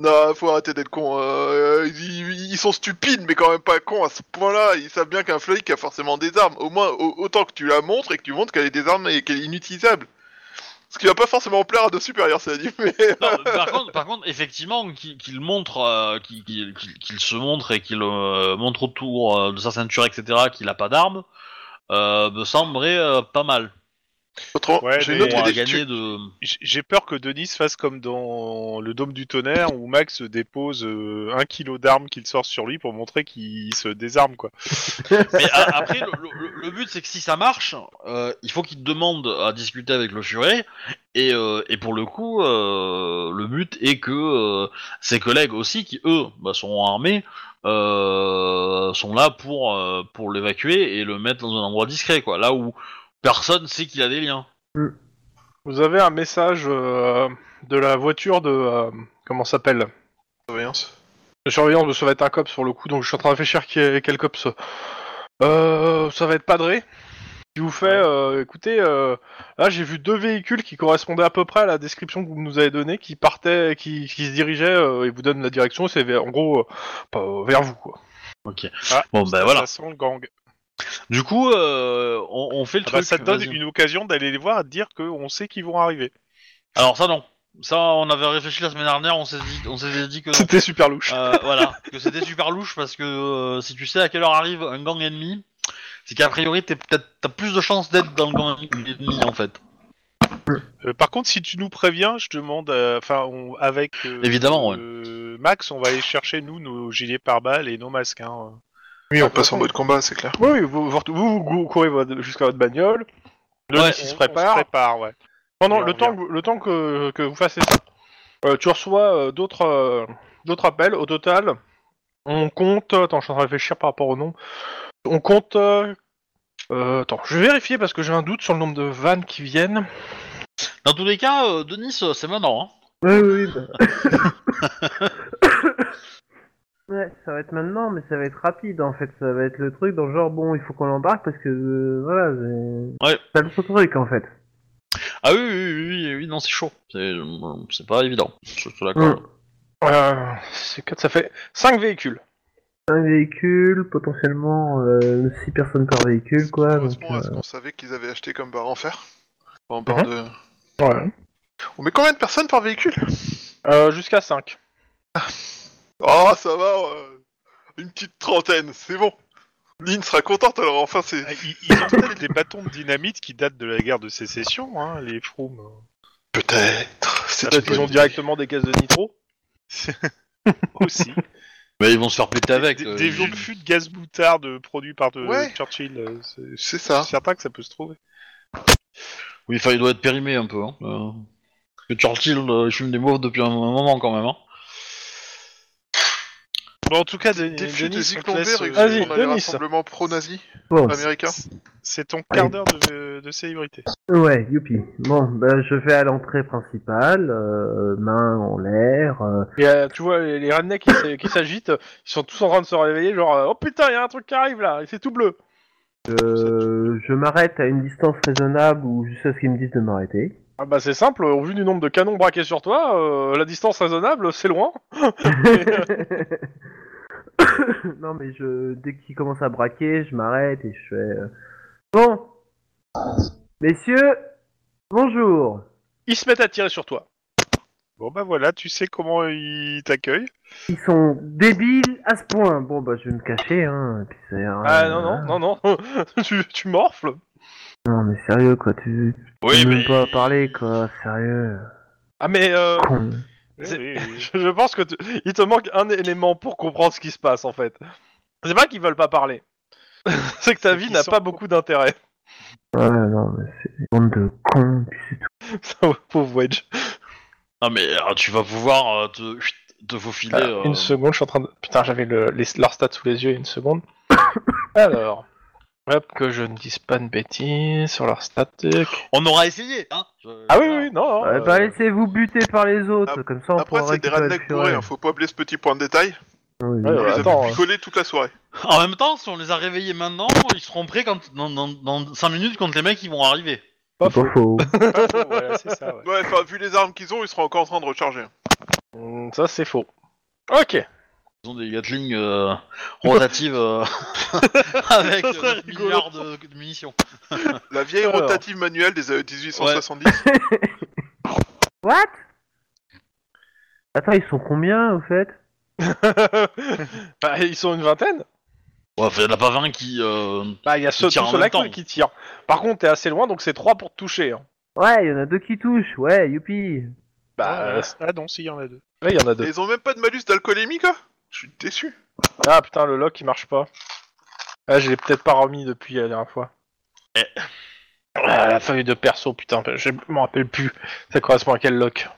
Non, faut arrêter d'être con. euh, euh, ils, ils sont stupides, mais quand même pas cons à ce point-là. Ils savent bien qu'un flic a forcément des armes. Au moins, au- autant que tu la montres et que tu montres qu'elle est désarmée et qu'elle est inutilisable. Ce qui va pas forcément plaire à nos supérieurs, ça dit. Mais Non, par, contre, par contre, effectivement, qu'il qu'il montre, euh, qu'il qu'il- qu'il- qu'il se montre et qu'il euh, montre autour euh, de sa ceinture, etc., qu'il a pas d'arme, euh, me semblerait euh, pas mal. Autrement, Ouais, j'ai mais une autre Pour idée. gagner Tu- de. J- J'ai peur que Denis fasse comme dans le Dôme du Tonnerre où Max dépose euh, un kilo d'armes qu'il sort sur lui pour montrer qu'il se désarme quoi. Mais a- après, le, le- le but c'est que si ça marche, euh, il faut qu'il te demande à discuter avec le furet. Et, euh, et pour le coup, euh, le but est que euh, ses collègues aussi, qui eux bah, sont armés, euh, sont là pour, euh, pour l'évacuer et le mettre dans un endroit discret, quoi. Là où personne sait qu'il a des liens. Vous avez un message euh, de la voiture de euh, comment ça s'appelle Surveillance. Le surveillant, ça va être un cop sur le coup, donc je suis en train de réfléchir qui est, quel cops. Euh, ça va être Padré. Qui vous fait, euh, écoutez, euh, là j'ai vu deux véhicules qui correspondaient à peu près à la description que vous nous avez donnée, qui partaient, qui, qui se dirigeaient, euh, et vous donne la direction, c'est vers- en gros euh, pas- vers vous quoi. Ok. Ah, bon, ben voilà. Ça sent le gang. Du coup, euh, on, on fait le Ah bah, truc. ça te donne vas-y. une occasion d'aller les voir et de dire qu'on sait qu'ils vont arriver. Alors ça non. Ça, on avait réfléchi la semaine dernière, on s'est dit, on s'était dit que non. C'était super louche. Euh, voilà, que c'était super louche parce que euh, si tu sais à quelle heure arrive un gang ennemi, c'est qu'a priori t'es peut-être t'as plus de chances d'être dans le gang ennemi en fait. Euh, par contre, si tu nous préviens, je demande, euh, enfin, on- avec euh, Évidemment, ouais. euh, Max, on va aller chercher nous nos gilets pare-balles et nos masques. Hein. Oui, on passe en mode combat, c'est clair. Oui, oui, vous, vous, vous- vous courez votre- jusqu'à votre bagnole. Le Ouais. mec, il On- se on prépare. ouais. Pendant Et on le temps, que vous- le temps que, que vous fassiez ça, euh, tu reçois euh, d'autres euh, d'autres appels. Au total, on compte. euh, Attends, je suis en train de réfléchir par rapport au nom. On compte. euh, euh, attends, je vais vérifier parce que j'ai un doute sur le nombre de vannes qui viennent. Dans tous les cas, euh, Denis, euh, c'est maintenant. Hein. Ouais, oui, oui. bah. ouais, ça va être maintenant, mais ça va être rapide en fait. Ça va être le truc dans le genre, bon, il faut qu'on l'embarque parce que euh, voilà, c'est Ouais. ça le truc en fait. Ah oui, oui, oui, oui, oui, non, c'est chaud. C'est euh, c'est pas évident. Je te l'accorde. Euh, c'est quatre, ça fait 5 véhicules. Un véhicule, potentiellement 6 personnes par véhicule, quoi. donc, Correspond euh, à ce qu'on savait qu'ils avaient acheté comme barre en fer. En barre Mhm. de... Ouais. On met combien de personnes par véhicule Euh, Jusqu'à 5. Ah, ça va. euh, Une petite trentaine, c'est bon. Lynn sera contente alors enfin c'est. Ah, Ils, ils ont peut-être des bâtons de dynamite qui datent de la guerre de sécession, hein, les Froome. Peut-être. C'est Peut-être Ah, qu'ils ont directement des caisses de nitro. Aussi. Mais ils vont se faire péter avec. des euh, des vieux ils- fûts de gaz moutarde euh, produits par de Ouais. Churchill. euh, c'est- C'est C'est ça. certain que ça peut se trouver. Oui, enfin, il doit être périmé un peu. Hein. Euh, parce que Churchill, euh, il fume des mauves depuis un moment quand même. Hein. Bon, en tout cas, Des Denis, flux de on te laisse, Zyklomber euh, Vas-y, exigent qu'on a les Denis. rassemblements pro-nazis Bon, américains. c'est ton quart d'heure de, de célébrité. ouais, youpi. Bon, bah, je vais à l'entrée principale, euh, main en l'air. euh, Et euh, tu vois, les les rednecks qui s- qui s'agitent, ils sont tous en train de se réveiller, genre euh, Oh putain, il y a un truc qui arrive là, et c'est tout bleu. je je m'arrête à une distance raisonnable ou jusqu'à ce qu'ils me disent de m'arrêter. Ah bah c'est simple, au vu du nombre de canons braqués sur toi, euh, la distance raisonnable, c'est loin. non, mais je, dès qu'ils commencent à braquer, je m'arrête et je fais. euh, Bon, messieurs, bonjour. Ils se mettent à tirer sur toi. Bon, bah voilà, tu sais comment ils t'accueillent. Ils sont débiles à ce point. Bon, bah, je vais me cacher, hein. et puis ça ira. Ah non, non, non, non, tu, tu morfles. Non, mais sérieux, quoi. Tu Oui, peux mais. même pas parler, quoi. Sérieux. Ah mais euh, Con. C'est- Oui, oui, oui. je, je pense que tu- il te manque un élément pour comprendre ce qui se passe en fait. C'est pas qu'ils veulent pas parler. c'est que ta C'est vie qu'ils n'a sont- pas beaucoup d'intérêt. Ouais, non, mais c'est des bande de cons. puis c'est Pauvre Wedge. Non, mais euh, tu vas pouvoir euh, te, chut, te faufiler. euh, Ah, Une seconde, je suis en train de. Putain, j'avais le, les, leur stat sous les yeux, une seconde. Alors. Hop, que je ne dise pas de bêtises sur leur stat. On aura essayé, hein Je- Ah oui, oui, non. tout. Ouais, euh, bah, laissez-vous buter par les autres. ap- Comme ça, on Après, pourra c'est des récupérer rednecks le bourrés, furet. hein, faut pas oublier ce petit point de détail. Oui, Ouais, On ouais. les a attends, pu picoler toute la soirée. En même temps, si on les a réveillés maintenant, ils seront prêts quand, dans, dans, 5 minutes quand les mecs ils vont arriver. pas c'est faux. pas faux. Voilà, c'est ça, ouais. Ouais, enfin, vu les armes qu'ils ont, ils seront encore en train de recharger. Hum, Ça, c'est faux. Ok. Ils ont des Gatling euh, rotatives euh, avec Ça serait euh, des rigolo. milliards de, de munitions. La vieille Alors. rotative manuelle des AE 1870. What Attends, ils sont combien, au fait Bah, ils sont une vingtaine. Ouais, enfin, il n'y en a pas 20 qui. euh, Bah, il y a ceux, Ils tirent tous en ceux-là même temps. qui- qui tirent. Par contre, t'es assez loin, donc c'est 3 pour te toucher. hein. Ouais, il y en a deux qui touchent. Ouais, youpi. Bah, Ah, ah non, si, il y en a deux. là, il y en a Et deux. ils ont même pas de malus d'alcoolémie, quoi Je suis déçu. Ah putain, le lock, il marche pas. Ah, je l'ai peut-être pas remis depuis la dernière fois. Eh. Ah, la feuille de perso, putain, je m'en rappelle plus. Ça correspond à quel lock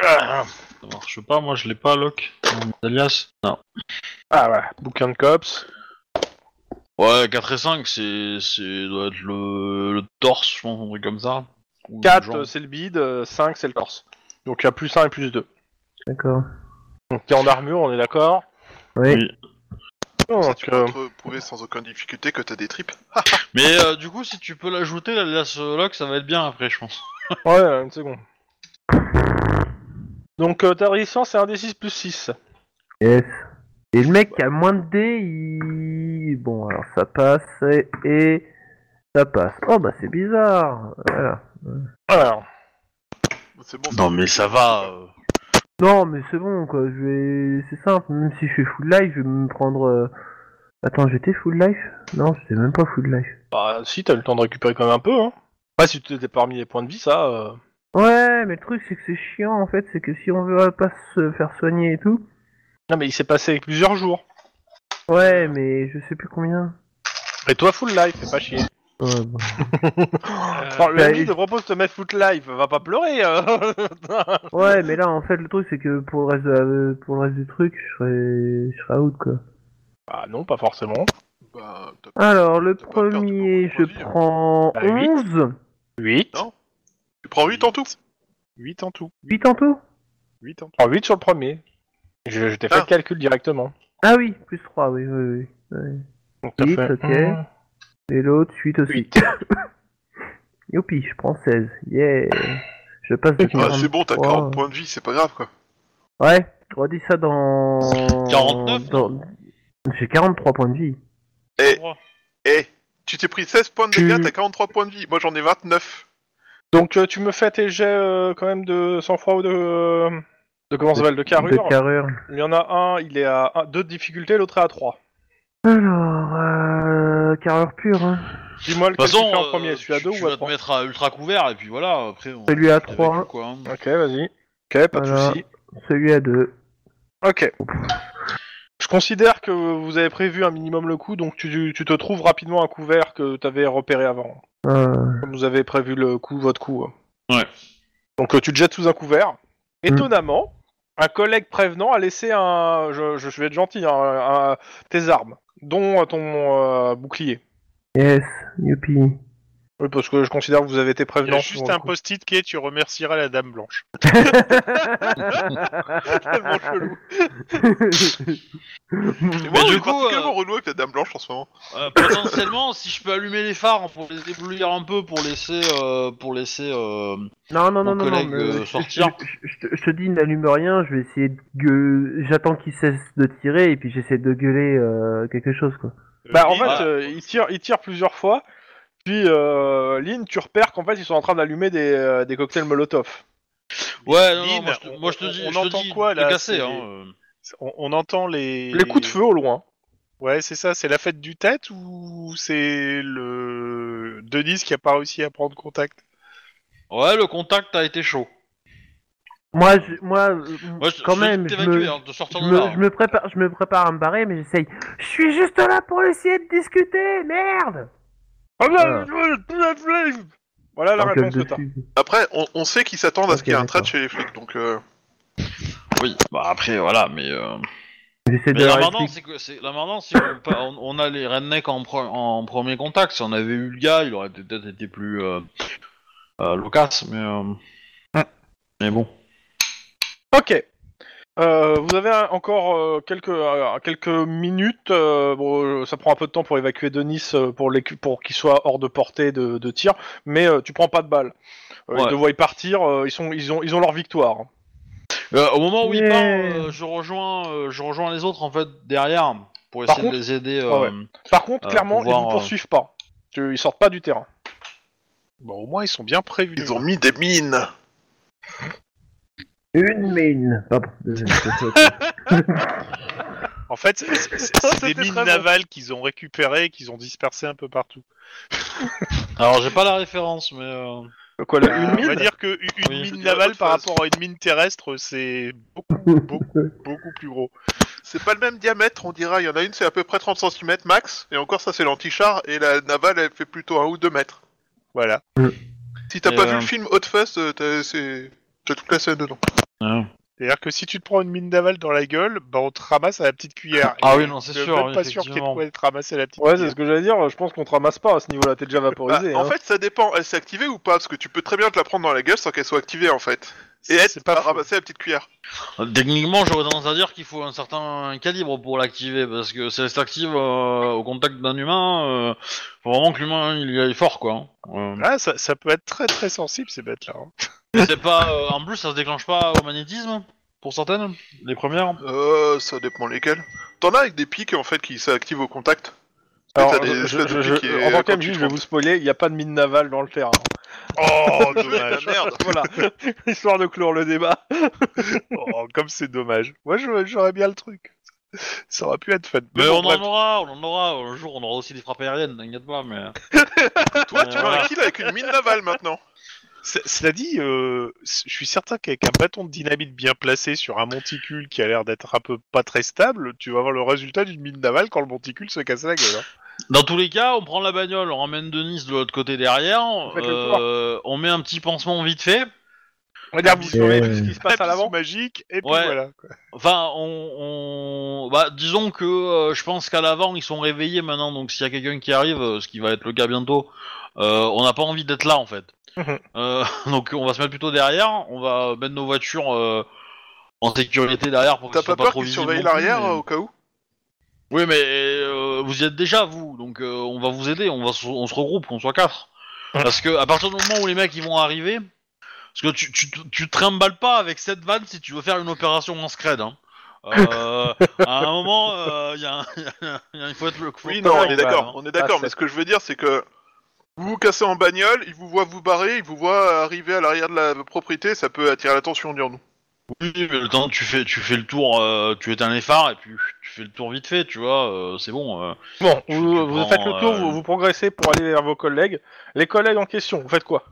Ah, Ça marche pas, moi je l'ai pas, Locke. Mon alias Non. ah ouais, bouquin de cops. Ouais, 4 et 5, c'est, c'est doit être le, le torse, je pense, un truc comme ça. Ou le 4, genre. c'est le bide, euh, 5, c'est le torse. Donc il y a plus 1 et plus 2. D'accord. Donc t'es en armure, on est d'accord Oui. Oui. Ça, Donc, tu euh, peux te prouver sans aucune difficulté que t'as des tripes. Mais euh, du coup, si tu peux l'ajouter, l'alias euh, Locke, ça va être bien après, je pense. Ouais, une seconde. Donc euh, ta résistance, c'est un D6 plus 6. Yes. Et le mec qui a moins de dés, il... Bon, alors ça passe et... et ça passe. Oh bah c'est bizarre. Voilà. Alors, C'est bon. Non, mais ça va. euh. Non mais c'est bon quoi, je vais... C'est simple, même si je suis full life, je vais me prendre... euh, Attends, j'étais full life Non, j'étais même pas full life. Bah si, t'as le temps de récupérer quand même un peu, hein. Bah si tu t'es parmi les points de vie, ça... euh, Ouais, mais le truc c'est que c'est chiant en fait, c'est que si on veut pas se faire soigner et tout... Non mais il s'est passé plusieurs jours. Ouais, mais je sais plus combien. Et toi, full life, fais pas chier. Ouais, bon. Enfin, le bah, MJ il- Euh, te propose de te mettre full life, va pas pleurer. euh. Ouais, mais là en fait le truc c'est que pour le reste, de la- euh, pour le reste du truc, je serais... je serais out quoi. ah non, pas forcément. Bah, t'as- Alors, le T'as pas perdu premier, beaucoup je de points de vie, hein. prends Bah, 11. 8. Tu prends 8 en tout 8 en tout. 8 en tout 8 en tout. En 8 sur le premier. Je, je t'ai fait Ah. le calcul directement. Ah oui, plus 3, oui, oui, oui. oui. Donc, t'as Huit, fait- ok. Mmh. Et l'autre, 8 aussi. Huit. Youpi, je prends 16. Yeah Je passe de Ah, c'est bon, t'as 43. 40 points de vie, c'est pas grave, quoi. Ouais, redis ça dans... 49, dans... J'ai 43 points de vie. Eh, eh Tu t'es pris 16 points de Tu- dégâts, t'as 43 points de vie. Moi, j'en ai 29. Donc euh, tu me fais tes jets euh, quand même de sang-froid ou de... euh, de comment ça s'appelle De carrure. De carrure. Il y en a un, il est à 2 de difficulté, l'autre est à 3. Alors, euh, carrure pure. Hein. Dis-moi De toute lequel tu façon, fais en euh, premier, celui à tu- deux tu ou à vas te trois mettre à ultra couvert et puis voilà, après on. Celui à t'es avec 3, nous, quoi, hein. Ok, vas-y. Ok, pas de Voilà. souci. celui à 2. Ok. Je considère que vous avez prévu un minimum le coup, donc tu, tu te trouves rapidement un couvert que tu avais repéré avant, Euh, comme vous avez prévu le coup, votre coup. hein. Ouais. Donc euh, tu te jettes sous un couvert. Étonnamment, un collègue prévenant a laissé un, je, je vais être gentil, hein, un- tes armes, dont euh, ton euh, bouclier. yes, youpi. Oui, parce que je considère que vous avez été Il y a prévenant. juste un post-it qui est tu remercieras la dame blanche. Tellement chelou. Mais Moi, du je suis coup, particulièrement euh, relou avec la Dame Blanche en ce moment. euh, potentiellement, si je peux allumer les phares hein, pour les éblouir un peu, pour laisser, euh, pour laisser euh, Non, non, non, mon non, non. collègue mais euh, je- sortir. je- je- je te- je te dis, n'allume rien, je vais essayer de gueu- J'attends qu'il cesse de tirer et puis j'essaie de gueuler euh, quelque chose, quoi. Bah, en Euh, fait, Voilà. euh, ils, tirent, ils tirent plusieurs fois. Puis, euh, Lynn, tu repères qu'en fait, ils sont en train d'allumer des, euh, des cocktails Molotov. Ouais, non, non, Lynn, moi, je te, on- moi, je te dis, on je te entend dis, quoi, de là, casser, c'est- hein, euh. on, on entend les... Les coups de feu au loin. Ouais, c'est ça. C'est la fête du tête ou c'est le Denis qui a pas réussi à prendre contact Ouais, le contact a été chaud. Moi, je, moi, euh, Moi, je, quand je même, vais je t'évacuer, me, hein, de sortir je de là. me, je me prépare, je me prépare à me barrer, mais j'essaye. Je suis juste là pour essayer de discuter, merde. Ah Ah. Voilà. Voilà la Alors que réponse que le t'as. Ah, dessus- Après, on, on sait qu'ils s'attendent à ce Ok, qu'il y ait un d'accord. trade chez les flics, donc euh, Oui, bah après, voilà, mais... Euh... J'essaie de Mais leur l'emmerdant, c'est expliquer. que c'est l'emmerdant, c'est qu'on pa- on, on a les rednecks en, pre- en premier contact. Si on avait eu le gars, il aurait été- peut-être été plus euh, euh, loquace, mais euh, mais bon. Ok. Euh, vous avez un- encore euh, quelques, euh, quelques minutes. euh, bon, euh, ça prend un peu de temps pour évacuer Denis euh, pour, l'écu- pour qu'il soit hors de portée de, de tir, mais euh, tu prends pas de balles. Euh, Ils Ouais. te voient partir, euh, ils, sont, ils, ont, ils ont leur victoire. Euh, au moment où il Yeah. part, euh, je rejoins, euh, je rejoins les autres en fait derrière pour Par essayer contre- de les aider. euh, Ah ouais. Par contre, Euh, clairement, pouvoir, ils euh, vous poursuivent pas. Tu- Ils sortent pas du terrain. Bon, au moins ils sont bien prévenus. ils ont mis des mines. Une mine. Pardon, désolé, c'est autre chose. En fait, c'est- c'est c'est des C'était mines très bon. navales qu'ils ont récupérées et qu'ils ont dispersées un peu partout. Alors j'ai pas la référence, mais euh, Quoi, Euh, une On va mine dire qu'une une Oui. mine navale Autre par phase. rapport à une mine terrestre, c'est beaucoup, beaucoup, beaucoup plus gros. C'est pas le même diamètre, on dira. Il y en a une, c'est à peu près 30 cm max, et encore ça, c'est l'antichar, et la navale, elle fait plutôt un ou deux mètres. Voilà. Si t'as Et, pas euh, vu le film Hot Fuzz, euh, t'as c'est- t'as toute la scène dedans. hein. C'est-à-dire que si tu te prends une mine navale dans la gueule, bah on te ramasse à la petite cuillère. Ah Et oui, non, c'est je suis sûr, même oui, pas sûr qu'il y ait de effectivement. quoi être ramassé à la petite Ouais, c'est cuillère. ce que j'allais dire. Je pense qu'on te ramasse pas à ce niveau-là. T'es déjà Bah, vaporisé. en hein. fait, ça dépend, elle s'est activée ou pas, parce que tu peux très bien te la prendre dans la gueule sans qu'elle soit activée en fait. Et C'est être pas pas faux. ramasser la petite cuillère. techniquement j'aurais tendance à dire qu'il faut un certain calibre pour l'activer parce que si elle s'active euh, au contact d'un humain, euh, faut vraiment que l'humain il y aille fort quoi. hein. Euh, Ah, ça, ça peut être très très sensible ces bêtes-là. hein. c'est pas euh, en plus ça se déclenche pas au magnétisme pour certaines, les premières. Euh, ça dépend lesquelles. T'en as avec des pics en fait qui s'activent au contact. Alors, t'as des je- espèces je- de je- pics et- en tant quand qu'MJ, tu je vais vous spoiler. Il n'y a pas de mine navale dans le terrain. Oh, Ah, la dommage. Ah, merde. voilà. Histoire de clore le débat. Oh, comme c'est dommage. Moi, je- j'aurais bien le truc. Ça aurait pu être fun. Mais, bon, on bref. en aura, on en aura, un jour on aura aussi des frappes aériennes, t'inquiète pas, mais... euh, Toi, tu vas Voilà. un kill avec une mine navale maintenant. C- Cela dit, euh, c- je suis certain qu'avec un bâton de dynamite bien placé sur un monticule qui a l'air d'être un peu pas très stable, tu vas avoir le résultat d'une mine navale quand le monticule se casse la gueule. hein. Dans tous les cas, on prend la bagnole, on ramène Denis de l'autre côté derrière, Faites le euh, on met un petit pansement vite fait, On va dire, vous Et- savez tout ce qui se Un passe à bisou l'avant. magique, et puis Ouais. voilà. quoi. enfin, on... on- Bah, disons que euh, je pense qu'à l'avant, ils sont réveillés maintenant, donc s'il y a quelqu'un qui arrive, euh, ce qui va être le cas bientôt, euh, on n'a pas envie d'être là, en fait. Mhm. Euh, donc on va se mettre plutôt derrière, on va mettre nos voitures... euh, En sécurité derrière pour qu'ils T'as soient pas pas peur trop qu'ils visibles surveillent non plus, l'arrière mais- euh, au cas où Oui, mais euh, vous y êtes déjà, vous, donc euh, on va vous aider, on, va se- on se regroupe, qu'on soit quatre. Parce que à partir du moment où les mecs ils vont arriver, parce que tu, tu, tu te trimbales pas avec cette vanne si tu veux faire une opération en scred. Hein. Euh, à un moment, euh, y a un- y a un- il faut être le coup. Oui, non, on est bah, d'accord, hein. on est d'accord, Ah, mais c'est- ce que je veux dire, c'est que vous vous cassez en bagnole, ils vous voient vous barrer, ils vous voient arriver à l'arrière de la propriété, ça peut attirer l'attention, dirons-nous. Oui, mais le temps, tu fais, tu fais le tour, euh, tu éteins les phares et puis tu fais le tour vite fait, tu vois, euh, c'est bon. euh. Bon, Tu- vous, tu vous prends, faites le tour, euh, vous, vous progressez pour aller vers vos collègues. Les collègues en question, vous faites quoi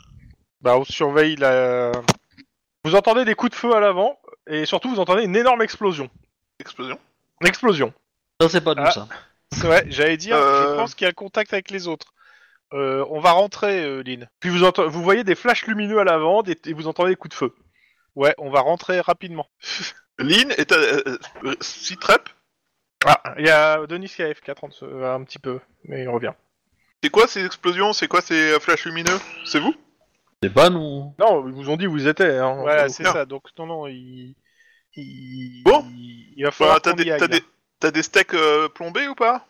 Bah, on surveille la. Vous entendez des coups de feu à l'avant et surtout vous entendez une énorme explosion. Explosion. Une explosion. Ça, c'est pas nous, Ah. ça. C'est vrai, j'allais dire, Euh. je pense qu'il y a contact avec les autres. Euh, on va rentrer, euh, Lynn. Puis vous, ente- vous voyez des flashs lumineux à l'avant des- et vous entendez des coups de feu. Ouais, on va rentrer rapidement. Lynn est à. Euh, euh, Sitrep Ah, il y a Denis qui a F4 euh, un petit peu, mais il revient. C'est quoi ces explosions C'est quoi ces euh, flashs lumineux C'est vous C'est pas nous. Non, ils vous ont dit où ils étaient. hein. Voilà, c'est non. ça. Donc, non, non, il. il- Bon. il il va Bah, falloir. T'as qu'on y des, aille, hein. t'as là. des, t'as des steaks euh, plombés ou pas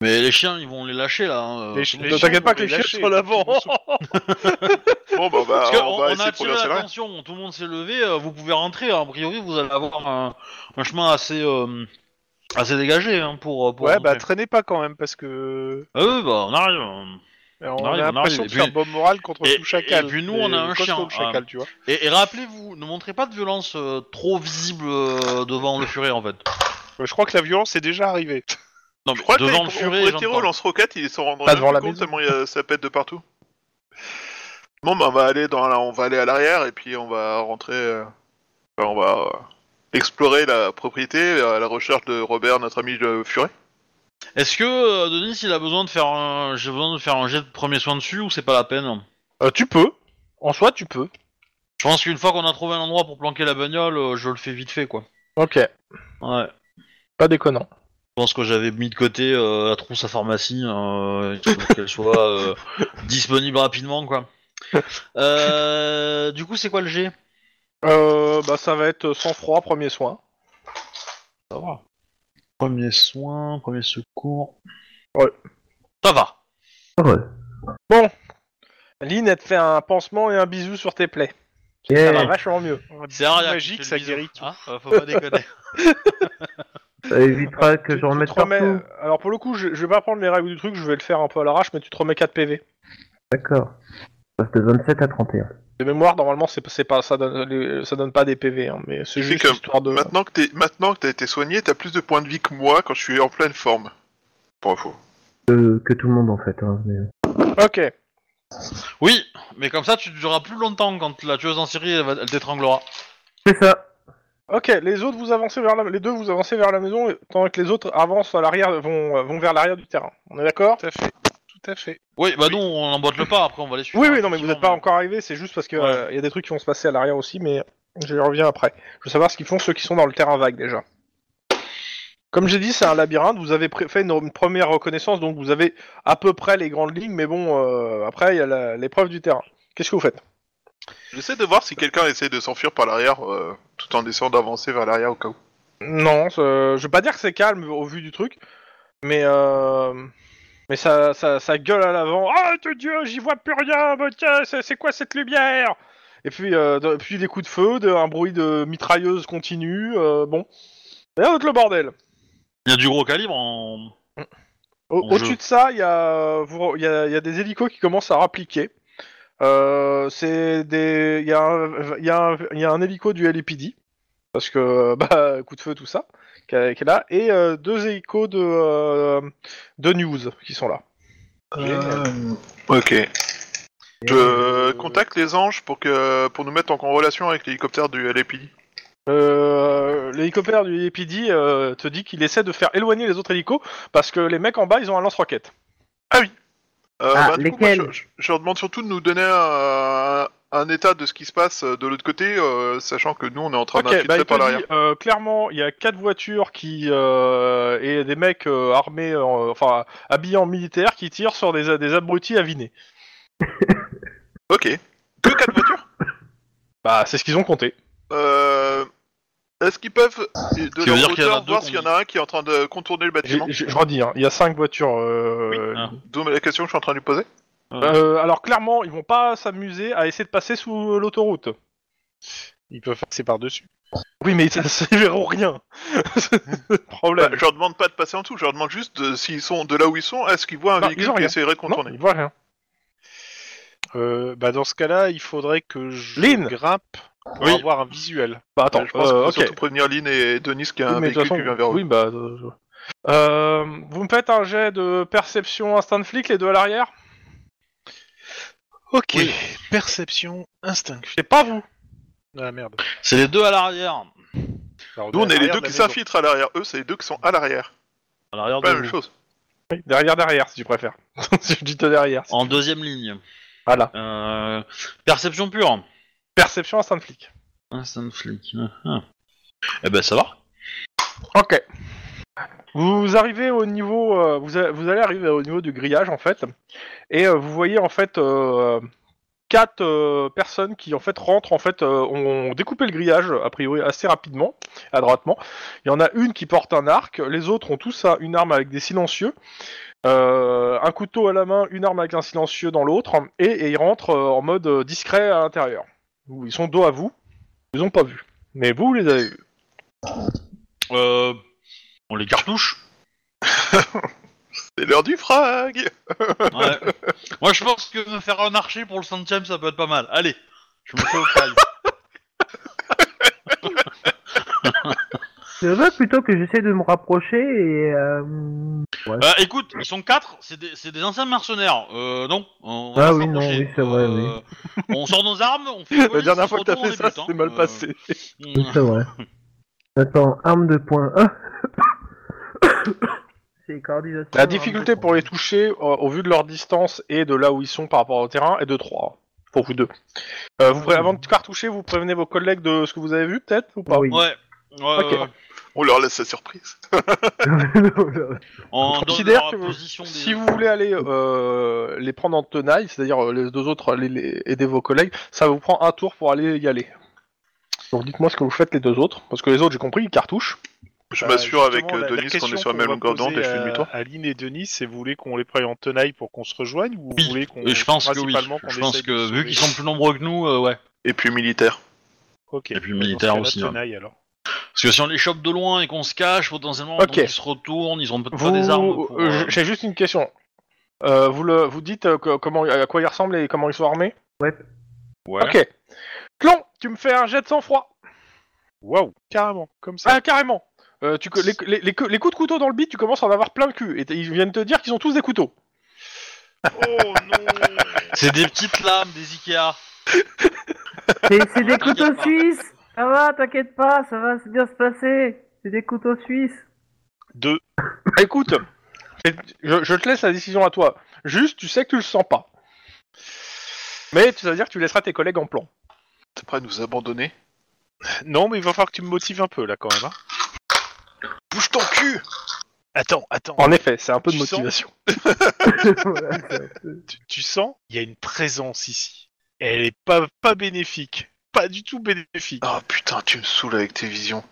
Mais les chiens, ils vont les lâcher là. hein. Les chi- Tout Ne le les monde- chiens T'inquiète pas vont que les les lâcher, chiens sont à l'avant. donc ils Bon, bah, bah, Parce que on Ah, on, va on a essayer de attiré progresser là. l'attention, tout le monde s'est levé, euh, vous pouvez rentrer, hein. a priori vous allez avoir un, un chemin assez euh, assez dégagé hein, pour, euh, pour Ouais, rentrer. bah, traînez pas quand même, parce que. Ah oui, bah, on arrive. hein. euh, On, On a arrive, on l'impression de arrive, et faire puis- bombe morale contre et- tout chacal. et puis nous, on Mais a un costaud chien, hein. le chacal, tu vois. Et, et rappelez-vous, ne montrez pas de violence euh, trop visible euh, devant le furet en fait. Euh, Je crois que la violence est déjà arrivée. Non, Je mais crois que devant on le pourrait furet, tirer au j'entends. lance-roquette, ils s'en rendront Pas même devant plus la compte maison. tellement il y a- ça pète de partout. Bon, bah, on va aller dans la- on va aller à l'arrière et puis on va rentrer. euh, enfin, on va euh, explorer la propriété euh, à la recherche de Robert, notre ami le furet. Est-ce que euh, Denis, il a besoin de faire un, j'ai besoin de faire un jet de premier soin dessus ou c'est pas la peine Euh, tu peux. En soi, tu peux. Je pense qu'une fois qu'on a trouvé un endroit pour planquer la bagnole, euh, je le fais vite fait quoi. Ok, Ouais. pas déconnant. Je pense que j'avais mis de côté euh, la trousse à pharmacie, euh, pour qu'elle soit euh, disponible rapidement, quoi. Euh, du coup, c'est quoi le G Euh, bah, ça va être sans froid, premier soin. Ça va. Premier soin, premier secours. Ouais. Ça va. Lynn, elle te fait un pansement et un bisou sur tes plaies. Yeah. Ça va vachement mieux. C'est Aria qui fait magique, le ça bisou. guérit tout. Hein Euh, faut pas déconner. Ça évitera que Tu- je remette tu te remets- euh, partout. Alors pour le coup, je, je vais pas prendre les règles du truc, je vais le faire un peu à l'arrache, mais tu te remets 4 PV. D'accord. Passe de 27 à 31. De mémoire, normalement, c'est c'est pas ça donne, les- ça donne pas des PV, hein, mais c'est C'est juste que histoire de. Maintenant que t'es, maintenant que t'as été soigné, t'as plus de points de vie que moi quand je suis en pleine forme. Pour info. Euh, que tout le monde en fait. Hein, mais... Ok. oui, mais comme ça, tu dureras plus longtemps quand la tueuse en série, elle, va- elle t'étranglera. C'est ça. Ok. Les autres, vous avancez vers la... les deux, vous avancez vers la maison, et- tandis que les autres avancent à l'arrière, vont, vont vers l'arrière du terrain. On est d'accord Tout à fait. Tout à fait. Oui, bah non, on emboîte le pas, après on va les suivre. Oui, oui, non, mais vous effectivement, n'êtes pas encore arrivés, c'est juste parce que Ouais. euh, y a des trucs qui vont se passer à l'arrière aussi, mais je reviens après. Je veux savoir ce qu'ils font ceux qui sont dans le terrain vague déjà. Comme j'ai dit, c'est un labyrinthe. Vous avez pré- fait une, une première reconnaissance, donc vous avez à peu près les grandes lignes, mais bon, euh, après il y a la- l'épreuve du terrain. Qu'est-ce que vous faites J'essaie de voir si quelqu'un essaie de s'enfuir par l'arrière, euh, tout en essayant d'avancer vers l'arrière au cas où. Non, euh, je veux pas dire que c'est calme au vu du truc, mais euh, mais ça, ça, ça gueule à l'avant. Oh de Dieu, j'y vois plus rien, mon Dieu, c'est c'est quoi cette lumière Et puis euh, de- puis des coups de feu, de- un bruit de mitrailleuse continue. euh, bon, et autre le bordel. Il y a du gros calibre en. Au- Bonjour. Au-dessus de ça, il y, a vous- il y a- il y a des hélicos qui commencent à rappliquer. Euh, c'est des- Il y, a un- il y a un- il y a un hélico du LAPD, parce que bah, coup de feu, tout ça, qui est qui est là, et euh, deux hélicos de, euh, de news qui sont là. Ok. Je Euh, contacte les anges pour que pour nous mettre en, en relation avec l'hélicoptère du LAPD. Euh, L'hélicoptère du LAPD euh, te dit qu'il essaie de faire éloigner les autres hélicos parce que les mecs en bas ils ont un lance-roquette. Euh, Ah, du coup, moi, lesquels je, je- je leur demande surtout de nous donner un, un état de ce qui se passe de l'autre côté, euh, sachant que nous on est en train Ok, d'infiltrer bah, il par te l'arrière. dit, euh, clairement il y a quatre voitures qui euh, et des mecs euh, armés, en- enfin habillés en militaire qui tirent sur des, des abrutis avinés. Ok. Que quatre voitures. Bah, c'est ce qu'ils ont compté. Euh, Est-ce qu'ils peuvent de veut dire leur qu'il y en a hauteur deux voir qu'on s'il y en a un qui est en train de contourner le J'ai- bâtiment j'ai- Je redis, hein, il y a cinq voitures. euh, hein. D'où la question que je suis en train de lui poser. euh, alors clairement, ils vont pas s'amuser à essayer de passer sous euh, l'autoroute. Ils peuvent passer par-dessus. Oui, mais ça serviront rien. Bah, Problème. je leur demande pas de passer en dessous, je leur demande juste de- s'ils sont de là où ils sont, est-ce qu'ils voient un Non, Bah, ils véhicule ont qui rien. essaierait de non, contourner ils voient rien. Euh, bah, dans ce cas-là, il faudrait que je Lynn grimpe. pour Oui. avoir un visuel. Bah attends, Ouais, je pense euh, qu'il faut ok. surtout prévenir Lynn et Denis qu'il y a Oui, un mais de véhicule toute façon, qui vient vers eux. oui, bah, euh, je- Euh, vous me faites un jet de perception instinct de flic, les deux à l'arrière Ok. Oui. Perception, instinct. C'est pas vous Ah merde. C'est les deux à l'arrière. Nous, on est les deux qui s'infiltrent à l'arrière. Eux, c'est les deux qui sont à l'arrière. À l'arrière Pas de la même vous. chose. Derrière, derrière, si tu préfères. si je dis de derrière. si- En deuxième ligne. Voilà. Euh, perception pure. Perception instinct de flic. Instant flic. Ah, ah. Eh ben ça va. Ok. Vous arrivez au niveau, euh, vous, a- vous allez arriver au niveau du grillage en fait, et euh, vous voyez en fait euh, quatre euh, personnes qui en fait rentrent en fait euh, ont, ont découpé le grillage a priori assez rapidement, adroitement. Il y en a une qui porte un arc, les autres ont tous un- une arme avec des silencieux, euh, un couteau à la main, une arme avec un silencieux dans l'autre, et, et ils rentrent euh, en mode euh, discret à l'intérieur. Ils sont dos à vous, ils vous ont pas vu, mais vous vous les avez vus. Euh, on les cartouche. C'est l'heure du frag Ouais. Moi je pense que me faire un archer pour le centième ça peut être pas mal. Allez, je me fais au calme. Je veux plutôt que j'essaie de me rapprocher et. euh, ouais. Euh, écoute, ils sont quatre, c'est des, c'est des anciens mercenaires. Euh, non. On Ah va oui, se non, rapprocher. oui, c'est vrai, oui. Euh, On sort nos armes, on fait. La police, dernière on fois se que t'as retourne, fait on débute, hein. ça, c'est mal Euh, hmm. passé. Oui, c'est vrai. Attends, arme de poing 1. C'est coordination. La difficulté pour les toucher, euh, au vu de leur distance et de là où ils sont par rapport au terrain, est de 3. Pour vous deux. Euh, vous pré- avant de cartoucher, vous prévenez vos collègues de ce que vous avez vu, peut-être ou pas Oui. Ouais. Ouais, euh, Ok. ouais, ouais. On leur laisse la surprise. On Je donne considère leur que vous- position des- Si vous voulez aller euh, les prendre en tenaille, c'est-à-dire euh, les deux autres aller les- aider vos collègues, ça vous prend un tour pour aller y aller. Donc dites-moi ce que vous faites les deux autres, parce que les autres, j'ai compris, ils cartouchent. Je Bah, m'assure avec justement, euh, la- la Denis qu'on est question sur la qu'on même va longueur d'onde poser et je fais demi-tour. À à Lynn et Denis, c'est vous voulez qu'on les prenne en tenaille pour qu'on se rejoigne ou Oui. vous voulez qu'on. Et je pense que oui. principalement qu'on Je pense essaye que de vu sauver- qu'ils sont plus nombreux que nous, euh, ouais. Et puis militaire. Ok. Bah, Et puis Dans ce militaires cas-là, aussi, hein. ouais. tenaille, alors. Parce que si on les chope de loin et qu'on se cache, potentiellement, Ok. ils se retournent, ils ont peut-être Vous... pas des armes. Pour, euh, euh, j- J'ai juste une question. Euh, vous, le, vous dites euh, que- comment, à quoi ils ressemblent et comment ils sont armés euh, ouais. Ok. Clon, tu me fais un jet de sang-froid. Waouh, carrément, comme ça. Ah, carrément Euh, tu, co- les, les- les co- les coups de couteau dans le bide, tu commences à en avoir plein le cul. Et t- ils viennent te dire qu'ils ont tous des couteaux. Oh non C'est des petites lames, des Ikea. C'est c'est des couteaux T'inquiète pas. suisses Ça va, t'inquiète pas, ça va bien se passer C'est des couteaux suisses Deux. Bah, Écoute, et- je, je te laisse la décision à toi. Juste, tu sais que tu le sens pas. Mais ça veut dire que tu laisseras tes collègues en plan. T'es prêt à nous abandonner Non, mais il va falloir que tu me motives un peu là quand même. hein. Bouge ton cul Attends, attends. En effet, c'est un peu de Tu sens motivation. Voilà, c'est- Tu, tu sens, il y a une présence ici. Elle est pas, pas bénéfique. Pas du tout bénéfique. Ah putain, tu me saoules avec tes visions.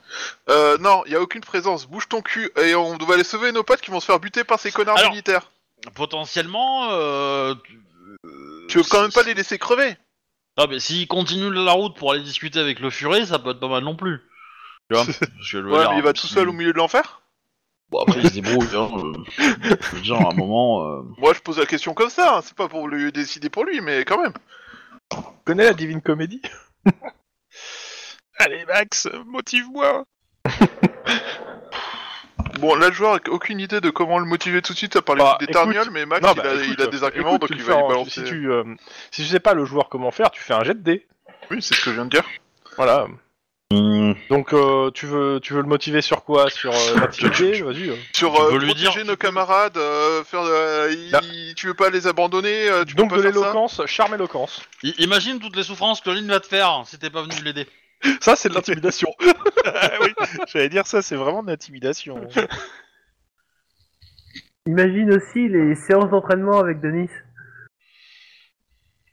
Euh, non, y a aucune présence. Bouge ton cul et on doit aller sauver nos potes qui vont se faire buter par ces connards Alors, militaires. Potentiellement. Euh, tu- euh, Tu veux quand même si- pas les laisser crever Ah, mais s'ils continuent la route pour aller discuter avec le furet, ça peut être pas mal non plus. Tu vois Parce que le Ouais, l'air, mais il va hein, tout si- seul au milieu de l'enfer Bon, après, il se débrouille. hein, euh, Je veux dire, à un moment. euh, Moi, je pose la question comme ça. hein. C'est pas pour lui décider pour lui, mais quand même. Tu connais la Divine Comédie Allez Max, motive-moi. Bon, là, le joueur a aucune idée de comment le motiver tout de suite à parler Bah, des écoute- tarnioles, mais Max, Non, il, bah, a, écoute, il a des arguments, écoute, donc tu il le va fais y en- balancer. Si tu, euh, si tu sais pas le joueur comment faire, tu fais un jet de dés. Oui, c'est ce que je viens de dire. Voilà. hmm. Donc euh, tu veux tu veux le motiver sur quoi Sur euh, l'activité Vas-y. euh. Sur Tu euh, peux lui protéger dire, tu nos peux- camarades, euh, faire, euh, il- Là. tu veux pas les abandonner, euh, tu Donc peux de pas faire ça l'éloquence, charme éloquence. I- Imagine toutes les souffrances que Lynn va te faire hein, si t'es pas venu l'aider. Ça c'est de l'intimidation. Ah oui, j'allais dire ça, c'est vraiment de l'intimidation. Imagine aussi les séances d'entraînement avec Denis.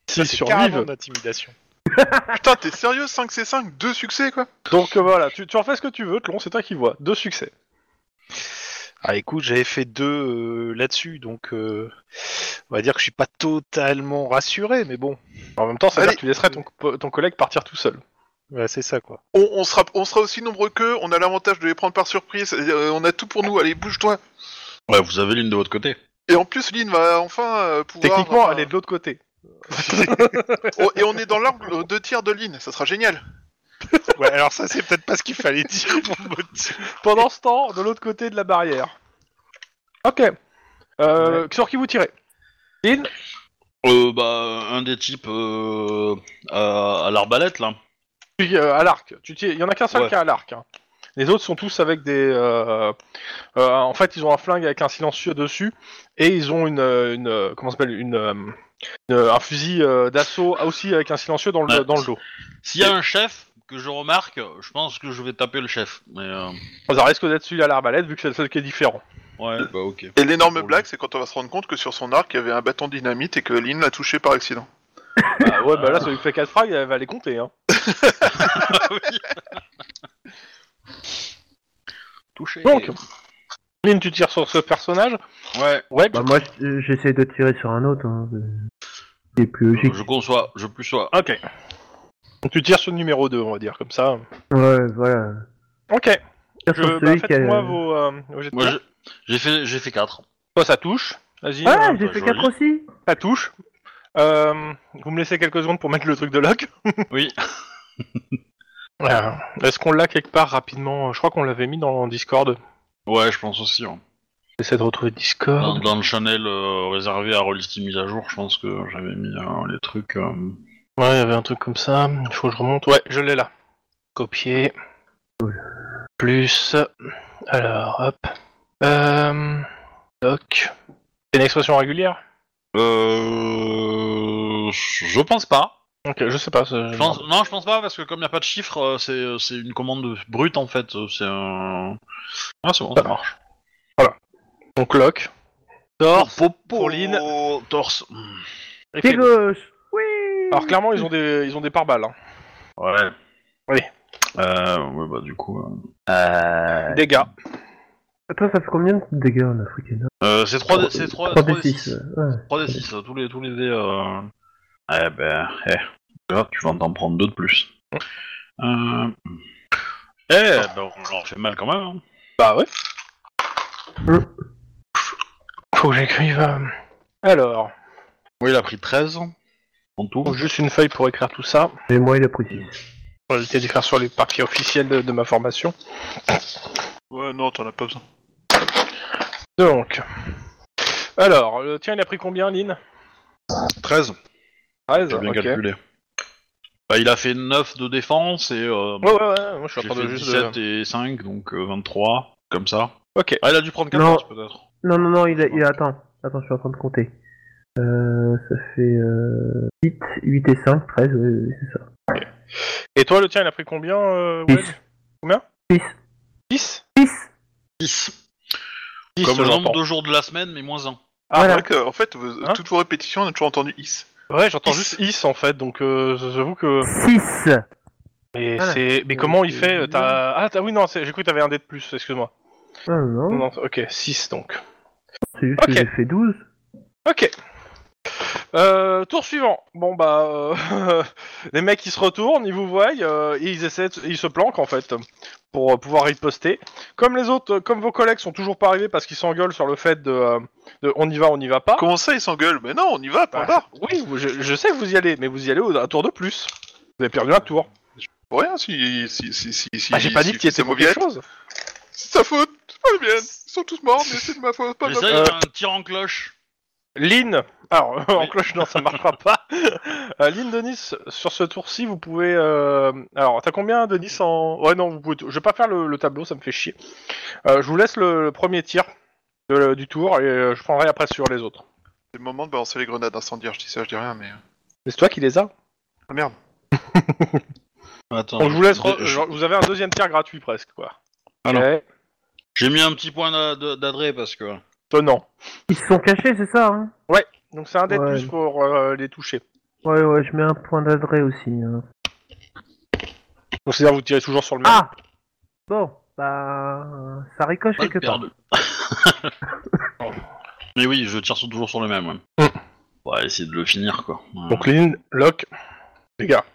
S'ils C'est survivent. carrément de l'intimidation. Putain, t'es sérieux 5C5, 2 succès quoi Donc euh, voilà, tu, tu en fais ce que tu veux, Tlon, c'est toi qui vois. Deux succès. Ah écoute, j'avais fait deux euh, là-dessus, donc euh, on va dire que je suis pas totalement rassuré, mais bon, En même temps, ça veut Allez. dire que tu laisserais ton, co- ton collègue partir tout seul. ouais, c'est ça quoi. on, on sera, on sera aussi nombreux qu'eux, on a l'avantage de les prendre par surprise, et, euh, on a tout pour nous, allez bouge-toi Ouais, vous avez l'une de votre côté. Et en plus, Lynn va enfin euh, pouvoir. Techniquement, enfin, elle est de l'autre côté. oh, et on est dans l'angle de tir de Lynn, ça sera génial Ouais, alors ça, c'est peut-être pas ce qu'il fallait dire pour motiver. Pendant ce temps, de l'autre côté de la barrière. Ok. Euh, Sur qui vous tirez Euh, bah, un des types euh, à, à l'arbalète, là. Puis, euh, à l'arc. Tu tires- Il y en a qu'un seul Ouais. qui a à l'arc. hein. Les autres sont tous avec des. euh, euh, en fait, ils ont un flingue avec un silencieux dessus et ils ont une, euh, une euh, comment ça s'appelle une, euh, une- un fusil euh, d'assaut aussi avec un silencieux dans le Ouais. dans le dos. S'il y a un chef que je remarque, je pense que je vais taper le chef. Mais, euh, Ça risque d'être celui à l'arbalète vu que c'est le seul qui est différent. ouais, bah, ok. Et l'énorme Pour le- blague, c'est quand on va se rendre compte que sur son arc, il y avait un bâton dynamite et que Lynn l'a touché par accident. Ah ouais, bah là, celui qui fait 4 frags, il va les compter. Hein. Touché. Donc, Lynn, tu tires sur ce personnage. ouais. Ouais. Bah, moi, je- j'essaie de tirer sur un autre. Hein. C'est plus logique. Je conçois, je plus sois. Ok. Donc tu tires sur le numéro 2, on va dire comme ça. Ouais, voilà. Ok. Tire Je, sur bah, celui qui a- Faites-moi vos. euh, vos jets de Moi, dés. je- j'ai fait, j'ai fait 4. Toi, ça touche. Vas-y. Ah, euh, j'ai bah, fait joli. 4 aussi Ça touche. Euh, vous me laissez quelques secondes pour mettre le truc de lock. Oui. Euh, Est-ce qu'on l'a quelque part rapidement Je crois qu'on l'avait mis dans Discord. Ouais, je pense aussi. hein. J'essaie de retrouver Discord. Dans, dans le channel euh, réservé à Rollisti mise à jour, je pense que j'avais mis euh, les trucs. euh, Ouais, il y avait un truc comme ça. Il faut que je remonte. Ouais, je l'ai là. Copier. Plus. Alors, hop. Euh... Lock. C'est une expression régulière Euh... Je pense pas. Ok, je sais pas. ça- Je pense... Non, je pense pas parce que comme il n'y a pas de chiffres, euh, c'est, euh, c'est une commande de- brute en fait. euh, C'est un. Ah, c'est bon, ça marche. Donc, lock. Torse, pour Lynn. torse. Pied gauche Oui Alors, clairement, ils ont des, ils ont des pare-balles. hein. Ouais. Oui. Euh, ouais, bah du coup. euh, Dégâts. Attends, ça fait combien de dégâts en Afrique Euh, c'est 3 d c'est 3 d 6 3 d 6 tous les tous les dés euh... Eh ben eh là tu vas t'en prendre deux de plus. Euh... Eh ben on leur fait mal quand même. hein. Bah ouais. Euh. Faut que j'écrive. euh, Alors, Oui, il a pris 13 en tout. faut juste une feuille pour écrire tout ça. Et moi, il a pris 6. On va essayer d'écrire sur les papiers officiels de, de ma formation. Ouais, non, t'en as pas besoin. Donc. Alors, euh, tiens, il a pris combien, Lynn 13, 13 j'ai bien ok. calculé. Bah, il a fait 9 de défense et euh, Ouais, ouais, ouais, moi je suis j'ai en train fait de juste. de- 17 et 5 donc euh, 23 comme ça. Ok, Ah, il a dû prendre Non. 14 peut-être. Non, non, non, il a, il a- Attends, attends, je suis en train de compter. Euh, ça fait euh, 8, 8 et 5, 13, oui, oui, c'est ça. et toi, le tien, il a pris combien, euh, Six. Wade Combien Six. 10 6 10 10 comme le nombre de jours de la semaine mais moins 1. Ah, Voilà. C'est vrai qu'en fait, vous- Hein toutes vos répétitions, on a toujours entendu is. ouais, ouais, j'entends Six. juste is en fait, donc euh, j'avoue que. 6 Mais, Voilà. c'est... Mais comment il Euh, fait euh, euh, t'as... Ah, t'as... oui, non, c'est- j'ai cru que t'avais un dé de plus, excuse-moi. Ah, Non, non, Non, non, non, ok, 6 donc. c'est juste Ok. que j'ai fait 12. Ok. Euh, tour suivant. Bon bah, euh, les mecs ils se retournent, ils vous voient, euh, et ils essaient, de- ils se planquent en fait pour euh, pouvoir riposter. Comme les autres, euh, comme vos collègues sont toujours pas arrivés parce qu'ils s'engueulent sur le fait de, euh, de on y va, on y va pas. Comment ça, ils s'engueulent Mais non, on y va, Bah, point barre. oui, vous- je, je sais que vous y allez, mais vous y allez au- un tour de plus. Vous avez perdu un tour. Pour rien, si. si, si, si, si Ah, j'ai pas dit si- qu'il c'est était mauvais mauviette. chose. C'est sa faute, c'est pas la mienne. Ils sont tous morts, mais c'est de ma faute, pas de Et ma ça, faute. il a Euh. un tir en cloche. Lynn, alors en Oui. cloche non, ça marchera pas. Euh, Lynn, Denis, sur ce tour-ci, vous pouvez. euh, Alors, t'as combien, Denis en... Ouais, non, vous pouvez. tout- Je vais pas faire le, le tableau, ça me fait chier. Euh, je vous laisse le, le premier tir de- du tour et euh, je prendrai après sur les autres. C'est le moment de balancer les grenades hein. incendiaires, je dis ça, je dis rien, mais. euh. Mais c'est toi qui les as. Ah merde. Attends, Donc, je Ah vous laisse. re- je- genre, vous avez un deuxième tir gratuit presque, quoi. Alors. Ok. J'ai mis un petit point d'a- d'a- d'adresse parce que. Étonnant. Ils se sont cachés, c'est ça, hein Donc, c'est un dé de Ouais. plus pour euh, les toucher. Ouais, ouais, je mets un point d'adresse aussi. hein. Donc, c'est-à-dire, vous tirez toujours sur le même. Ah Bon, bah, ça ricoche Balle quelque part. perdue. Mais oui, je tire sur- toujours sur le même. Ouais. On va essayer de le finir quoi. Ouais. Mm. Donc, Lynn, Locke, les gars.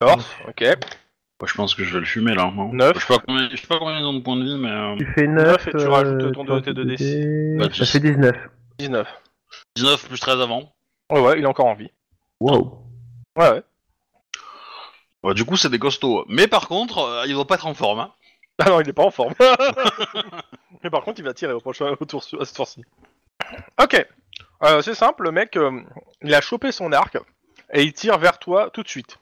Torse, ok. Ouais, je pense que je vais le fumer là. hein. Neuf. Je sais pas combien, je sais pas combien ils ont de points de vie, mais. euh, Tu fais euh, 9, Neuf et tu rajoutes ton deux- tes deux Bah, Ça six. fait 19. 19. 19 plus 13 avant. Ouais, ouais, il est encore en vie. Wow. Ouais, ouais. Bah, du coup, c'est des costauds. Mais par contre, euh, ils vont pas être en forme. hein. Ah non, il est pas en forme. Mais par contre, il va tirer au prochain au tour, à ce tour-ci. Ok. Euh, c'est simple, le mec, euh, il a chopé son arc et il tire vers toi tout de suite.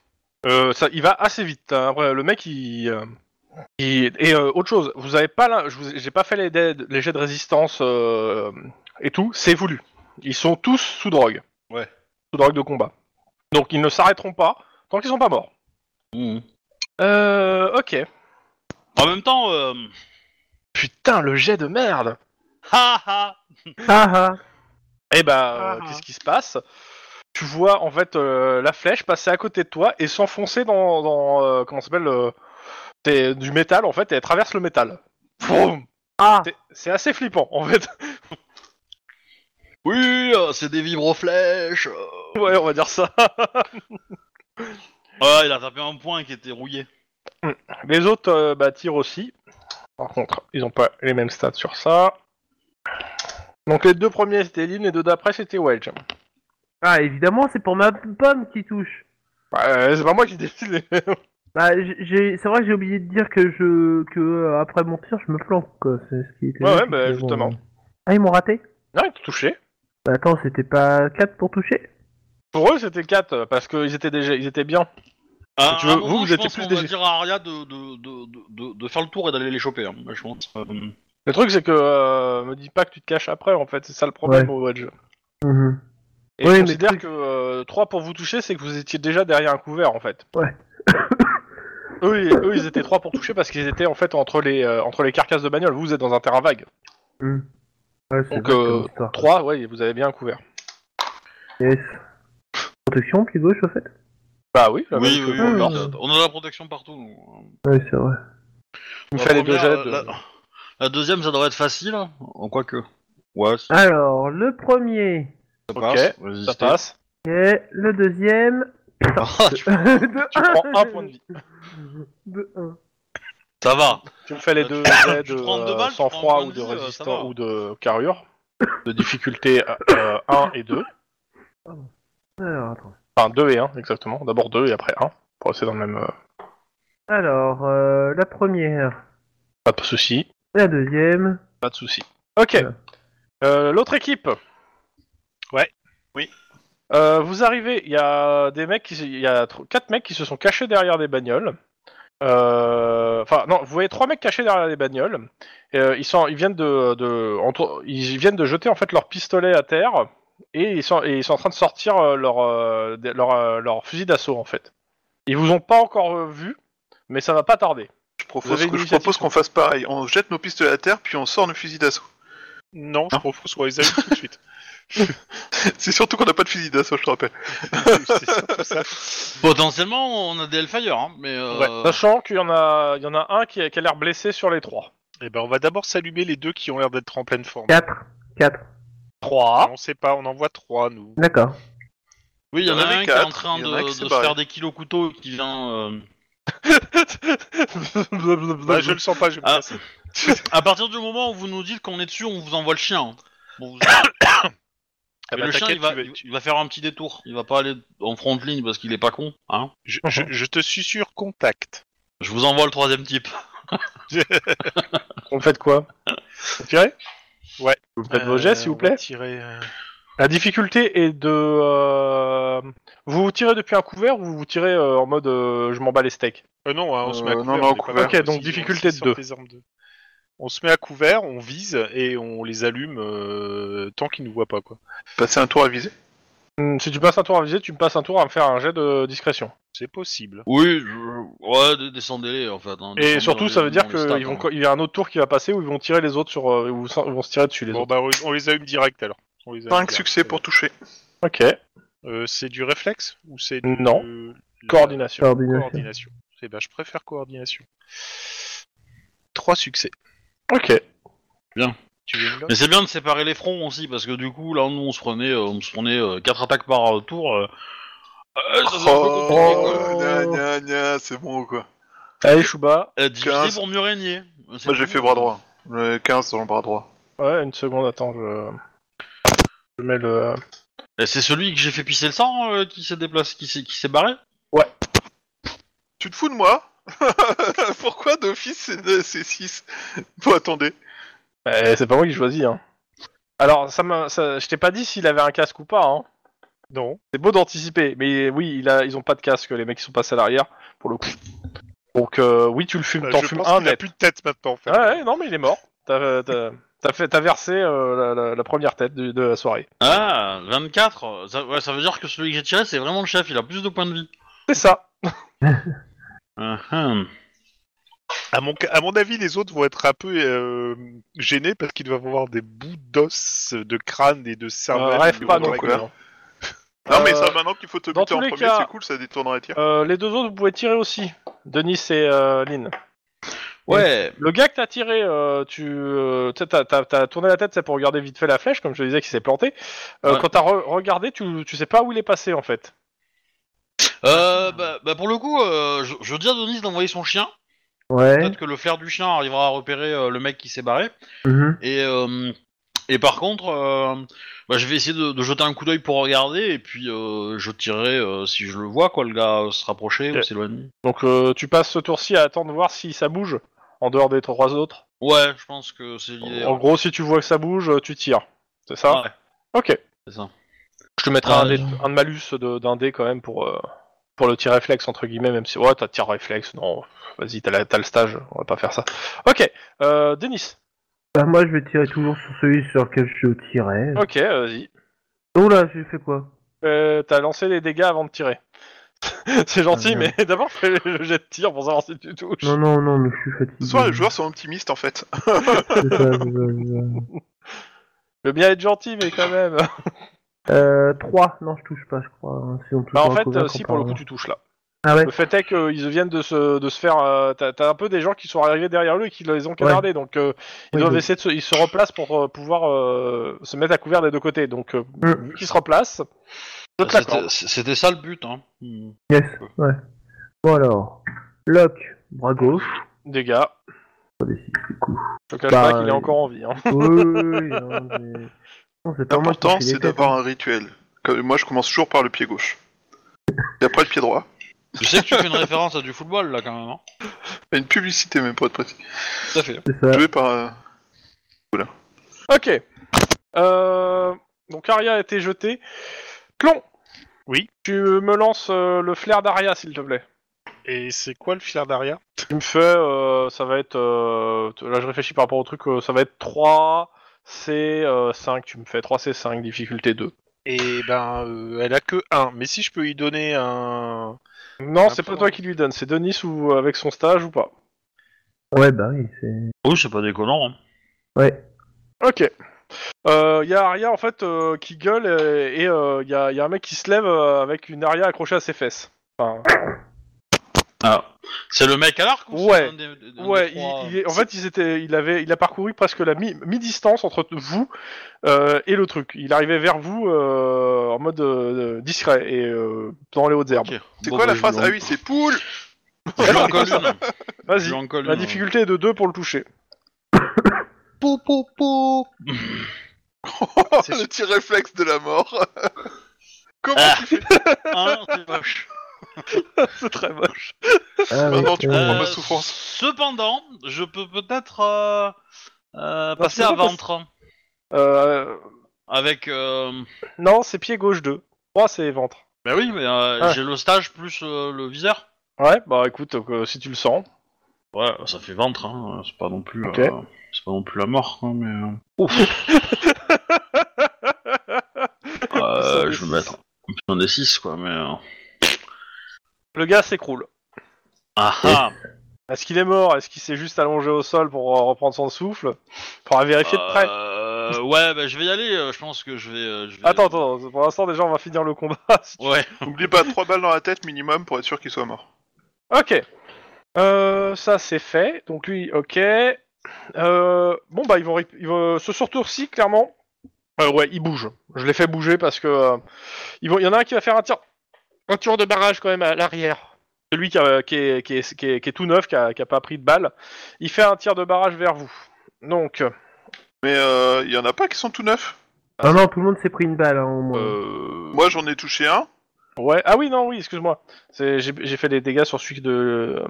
Euh, ça, il va assez vite. hein. Après, le mec, il, euh, il- Et euh, autre chose, vous avez pas, la- je vous- j'ai pas fait les, dés- les jets de résistance euh, et tout, c'est voulu. Ils sont tous sous drogue. Ouais. Sous drogue de combat. Donc ils ne s'arrêteront pas tant qu'ils sont pas morts. Mm. Mhm. Euh, ok. En même temps, euh... Putain, le jet de merde. ha ha Ah ah Eh bah, euh, Ah. qu'est-ce qui se passe Tu vois en fait euh, la flèche passer à côté de toi et s'enfoncer dans, dans euh, comment ça s'appelle euh, t'es- du métal en fait et elle traverse le métal. Vroom Ah C'est- C'est assez flippant en fait. Oui, euh, c'est des vibroflèches. euh. ouais, on va dire ça. Ah, il a tapé un point qui était rouillé. Les autres euh, bah, tirent aussi. Par contre, ils ont pas les mêmes stats sur ça. Donc les deux premiers c'était Lynn, les deux d'après c'était Wedge. Ah, évidemment, c'est pour ma pomme qui touche. Bah, euh, c'est pas moi qui décide. les- Bah, j- j'ai, c'est vrai que j'ai oublié de dire que je, que euh, après mon tir, je me flanque, quoi. C'est ce qui était. Ouais, ouais, c'est bah, que, justement. Ah, ils m'ont raté non, ils t'ont touché. Bah, attends, c'était pas 4 pour toucher Pour eux c'était 4 parce qu'ils étaient déjà, ils étaient bien. Ah, tu veux- à un vous, moment, vous je étiez pense plus qu'on va dég- dire à Aria de, de, de, de- de- de faire le tour et d'aller les choper. hein, je pense. Euh, Le truc, c'est que euh, me dis pas que tu te caches après, en fait, c'est ça le problème au Wedge. Mhm. Et Oui, mais je considère le truc- que 3 pour vous toucher, c'est que vous étiez déjà derrière un couvert, en fait. Ouais. eux, ils- eux, ils étaient 3 pour toucher parce qu'ils étaient en fait entre les, euh, entre les carcasses de bagnole. Vous, vous êtes dans un terrain vague. Mhm. Ouais, c'est Donc, vrai euh, comme histoire. 3, ouais, vous avez bien un couvert. Yes. Protection, pied gauche, au fait Bah oui, la même oui, que oui, vous, oui, alors. oui, On a de la protection partout. nous. Ouais, c'est vrai. Il me La fait les deux première, jets. de- La, la deuxième, ça devrait être facile. hein. En quoi que. Ouais, si Alors, le premier. ça ok, passe. Ça résistez. passe. Et le deuxième. Ah, tu- de Tu prends un point de vie. De un. ça va. Tu me fais les Euh, deux tu- jets tu de prends deux euh, balles, tu sang-froid prends un ou de point de vie, euh, ça résistance va. ou de carrure. De difficulté 1 et 2. Alors, attends. Enfin, 2 et 1, exactement. D'abord 2 et après 1. Pour rester dans le même. euh, Alors, euh, la première. Pas de souci. La deuxième. Pas de souci. Ok. Voilà. Euh, L'autre équipe. Ouais. Oui. Euh, vous arrivez, il y a des mecs, qui se- il y a 4 mecs qui se sont cachés derrière des bagnoles. Euh, Enfin non, vous voyez trois mecs cachés derrière des bagnoles. Euh, ils sont, ils viennent de, de- entre- ils viennent de jeter en fait leur pistolet à terre et ils sont, et ils sont en train de sortir euh, leur, euh, des- leur, euh, leur fusil d'assaut en fait. Ils vous ont pas encore euh, vu, mais ça va pas tarder. Je Vous avez propose, une que- je initiative, propose qu'on fasse pareil. On jette nos pistolets à terre, puis on sort nos fusils d'assaut. Non, je propose qu'on les allume tout de suite. C'est surtout qu'on n'a pas de fusil d'assaut, je te rappelle. C'est surtout ça. Potentiellement, on a des Hellfire, hein, mais. euh, Ouais. Sachant qu'il y en a, il y en a un qui a, qui a l'air blessé sur les trois. Eh ben, on va d'abord s'allumer les deux qui ont l'air d'être en pleine forme. 4. 4. Trois. On sait pas, on en voit trois, nous. D'accord. Oui, il y en a un qui est quatre, en train il de, y en a un qui de s'est se barré. faire des kilos couteaux et qui vient. euh, Bah, je le sens pas, je me Ah. casse. À partir du moment où vous nous dites qu'on est dessus, on vous envoie le chien. hein. Bon, vous- Ah Mais bah, le chien, t'inquiète, il va, tu vas- il- il va faire un petit détour. Il va pas aller en front ligne parce qu'il est pas con. Hein Je, je- je te suis sûr, contact. je vous envoie le troisième type. On fait quoi Vous tirez Ouais. Vous faites vos jets, Euh, s'il vous on va plaît. tirer, euh, La difficulté est de. euh, Vous vous tirez depuis un couvert ou vous vous tirez euh, en mode euh, je m'en bats les steaks Euh, non, hein, on se met à Euh, couvert. non, non, on est couvert. pas mal, Ok, on donc s'y- on difficulté s'y sort deux. des armes deux. On se met à couvert, on vise et on les allume euh, tant qu'ils nous voient pas, quoi. Passer un tour à viser. Hmm, Si tu passes un tour à viser, tu me passes un tour à me faire un jet de discrétion. C'est possible. Oui, je- ouais, de- descendez-les en fait. hein. Et Descendez dans surtout, les- ça veut dire dans les stats, qu'il hein. il y a un autre tour qui va passer où ils vont tirer les autres sur. euh, où ils vont se tirer dessus les Bon, autres. bah, on- on les allume direct alors. On les allume 5 direct. succès pour toucher. Ok. Euh, c'est du réflexe ou c'est de... Non. de la- Coordination. Coordination. Coordination. Eh ben, je préfère coordination. Trois succès. Ok. Tu veux une note Mais c'est bien de séparer les fronts aussi parce que du coup, là, nous, on se prenait, euh, on se prenait 4 attaques par euh, tour. euh. Euh, ça, c'est un peu compliqué, quoi. Oh, gna, gna, gna, c'est bon quoi. Allez, Chouba. Euh, divisé 15. pour mieux régner. Moi j'ai fait bras droit. Euh, 15 dans le bras droit. Ouais, une seconde, attends, je. Je mets le. Et C'est celui que j'ai fait pisser le sang euh, qui s'est déplacé, qui s'est qui s'est barré Tu te fous de moi Pourquoi d'office c'est deux- c'est 6 Bon, attendez. Euh, c'est pas moi qui choisis. Hein. Alors, ça m'a- ça- je t'ai pas dit s'il avait un casque ou pas. Hein. Non. C'est beau d'anticiper, mais oui, il a, ils ont pas de casque, les mecs qui sont passés à l'arrière, pour le coup. Donc, euh, oui, tu le fumes, Euh, t'en je fumes pense un qu'il a net. plus de tête maintenant, en fait. Ouais, ouais, non, mais il est mort. T'as euh, t'as- t'as fait- t'as versé euh, la, la- la première tête du- de la soirée. Ah, 24 ça, ouais, ça veut dire que celui que j'ai tiré, c'est vraiment le chef, il a plus de points de vie. C'est ça. Ah, hum. Ah, À, mon, ca- à mon avis, les autres vont être un peu euh, gênés parce qu'ils doivent avoir des bouts d'os, de crâne et de cerveau. Euh, rêve pas non ouais, plus. ouais. hein. Non, mais Euh, ça, maintenant qu'il faut te dans buter en tous les premier, cas- c'est cool, ça détournera les tirs. Euh, les deux autres, vous pouvez tirer aussi. Denis et euh, Lynn. Ouais, Le gars que t'as tiré, euh, tu euh, tu sais, t'as, t'as- t'as tourné la tête c'est pour regarder vite fait la flèche, comme je te disais, qui s'est planté. Euh, Ouais. Quand t'as re- regardé, tu, tu sais pas où il est passé en fait. euh, bah, bah, pour le coup, euh, je, je dis à Denis d'envoyer son chien. Ouais. Peut-être que le flair du chien arrivera à repérer euh, le mec qui s'est barré. mhm. Et, euh, et par contre, euh, bah, je vais essayer de, de jeter un coup d'œil pour regarder, et puis euh, je tirerai euh, si je le vois, quoi, le gars euh, se rapprocher ou Ouais. s'éloigner. Donc euh, tu passes ce tour-ci à attendre de voir si ça bouge, en dehors des trois autres. Ouais, je pense que c'est l'idée. En gros, si tu vois que ça bouge, euh, tu tires. C'est ça Ouais, Ok. c'est ça. Je te mettrai Ah, un, dé- non. un de malus de- d'un dé quand même pour, euh, pour le tir réflexe, entre guillemets, même si. Ouais, t'as tir réflexe, non. Vas-y, t'as, la- t'as le stage, on va pas faire ça. Ok, euh, Denis. Bah, moi, je vais tirer toujours sur celui sur lequel je tirais. Ok, vas-y. Oh là, j'ai fait quoi Euh, t'as lancé les dégâts avant de tirer. C'est gentil, Ah, merde. mais d'abord fais le jet de tir pour savoir si tu touches. Non, non, non, mais je suis fatigué. Ce soir, les joueurs sont optimistes en fait. C'est ça, c'est ça, c'est Le bien être gentil, mais quand même. ça. Euh, 3, non, je touche pas, je crois. hein, Si on touche Bah, en pas, fait, on convaincre, euh, si on pour le parle. coup tu touches là. Ah ouais Le fait est qu'ils viennent de se, de se faire. euh, t'as, t'as un peu des gens qui sont arrivés derrière lui et qui les ont canardés, donc euh, ils Oui, doivent donc. essayer de se, ils se replacent pour euh, pouvoir euh, se mettre à couvert des deux côtés. Donc euh, Mm. vu qu'ils se replacent, je te l'accorde. Ah, C'était- C'était ça le but, hein. Hmm. Yes, ouais. Bon alors, Lock, bras gauche. Dégâts. Pas des six, du coup. Je te cache Bah, pas qu'il est euh, encore en vie. hein. Oui, oui, oui, non, mais... non, c'est pas moi qui L'important, fais les c'est têtes, d'avoir hein. un rituel. Comme- Moi, je commence toujours par le pied gauche. Et après le pied droit. Tu sais que tu fais une référence à du football, là, quand même, hein. Une publicité, même pour être précis. Tout à fait. C'est ça. Joué par. euh, Ok. Euh, donc Aria a été jetée. Clon Oui. Tu me lances euh, le flair d'Aria, s'il te plaît. Et c'est quoi le filaire d'arrière Tu me fais, euh, ça va être. euh, là, je réfléchis par rapport au truc, euh, ça va être 3 C5. tu me fais 3 C5, difficulté 2. Et ben, euh, elle a que un. Mais si je peux y donner un. Non, c'est Après, pas on- toi qui lui donne, c'est Denis ou euh, avec son stage ou pas. Ouais, bah oui, c'est. Oui, c'est pas déconnant, hein. Ouais. Ok. Il y a Aria en fait euh, qui gueule euh, et il y, a, y a un mec qui se lève euh, avec une Aria accrochée à ses fesses. Enfin, Ah. C'est le mec à l'arc ou c'est Ouais. un des- un des Ouais, trois, il- il est- en fait, ils étaient, il, avait, il a parcouru presque la mi- mi-distance entre vous euh, et le truc. Il arrivait vers vous euh, en mode euh, discret et euh, dans les hautes herbes. Ok. C'est Bon, quoi bah, la je phrase lui en- Ah oui, c'est poule Je lui euh, en colle une. Je Vas-y, lui en colle la une. difficulté est de 2 pour le toucher. Pou, pou, pou. C'est Le sûr. petit réflexe de la mort. Comment Ah. tu fais Hein, c'est moche. C'est très moche. Ah, Maintenant, ouais, tu ouais. comprends Euh, ma souffrance. Cependant, je peux peut-être euh, euh, Non, passer tu à peux pas ventre. Avec. euh, non, c'est pied gauche 2. 3, c'est ventre. Bah oui, mais euh, Ouais. j'ai le stage plus euh, le viseur. Ouais, bah écoute, euh, si tu le sens. Ouais, ça fait ventre, hein. C'est pas non plus. Ok. euh, C'est pas non plus la mort, hein, mais. euh, Ça euh, fait je vais six. mettre. J'en ai 6, quoi, mais. euh, Le gars s'écroule. Ah ah Est-ce qu'il est mort Est-ce qu'il s'est juste allongé au sol pour euh, reprendre son souffle Faudra vérifier de près. Euh, Ouais, bah je vais y aller, euh, je pense que je vais. euh, je vais- Attends, attends, pour l'instant déjà on va finir le combat. si tu Ouais. N'oublie pas 3 balles dans la tête minimum pour être sûr qu'il soit mort. Ok. Euh, ça c'est fait. Donc lui, ok. Euh, bon bah ils vont, ré- ils vont ce surtour-ci clairement. euh, ouais, ils bougent. Je les fais bouger parce que euh, ils vont. Il y en a un qui va faire un tir, un tir de barrage quand même à l'arrière. Celui qui, a- qui, est, qui, est, qui, est, qui est tout neuf, qui a, qui a pas pris de balle, il fait un tir de barrage vers vous. Donc, Mais euh, il y en a pas qui sont tout neufs. Ah non, tout le monde s'est pris une balle hein, au moins. euh, Moi, j'en ai touché un. Ouais, ah oui, non, oui, excuse-moi. C'est- J'ai j'ai fait des dégâts sur celui de. euh,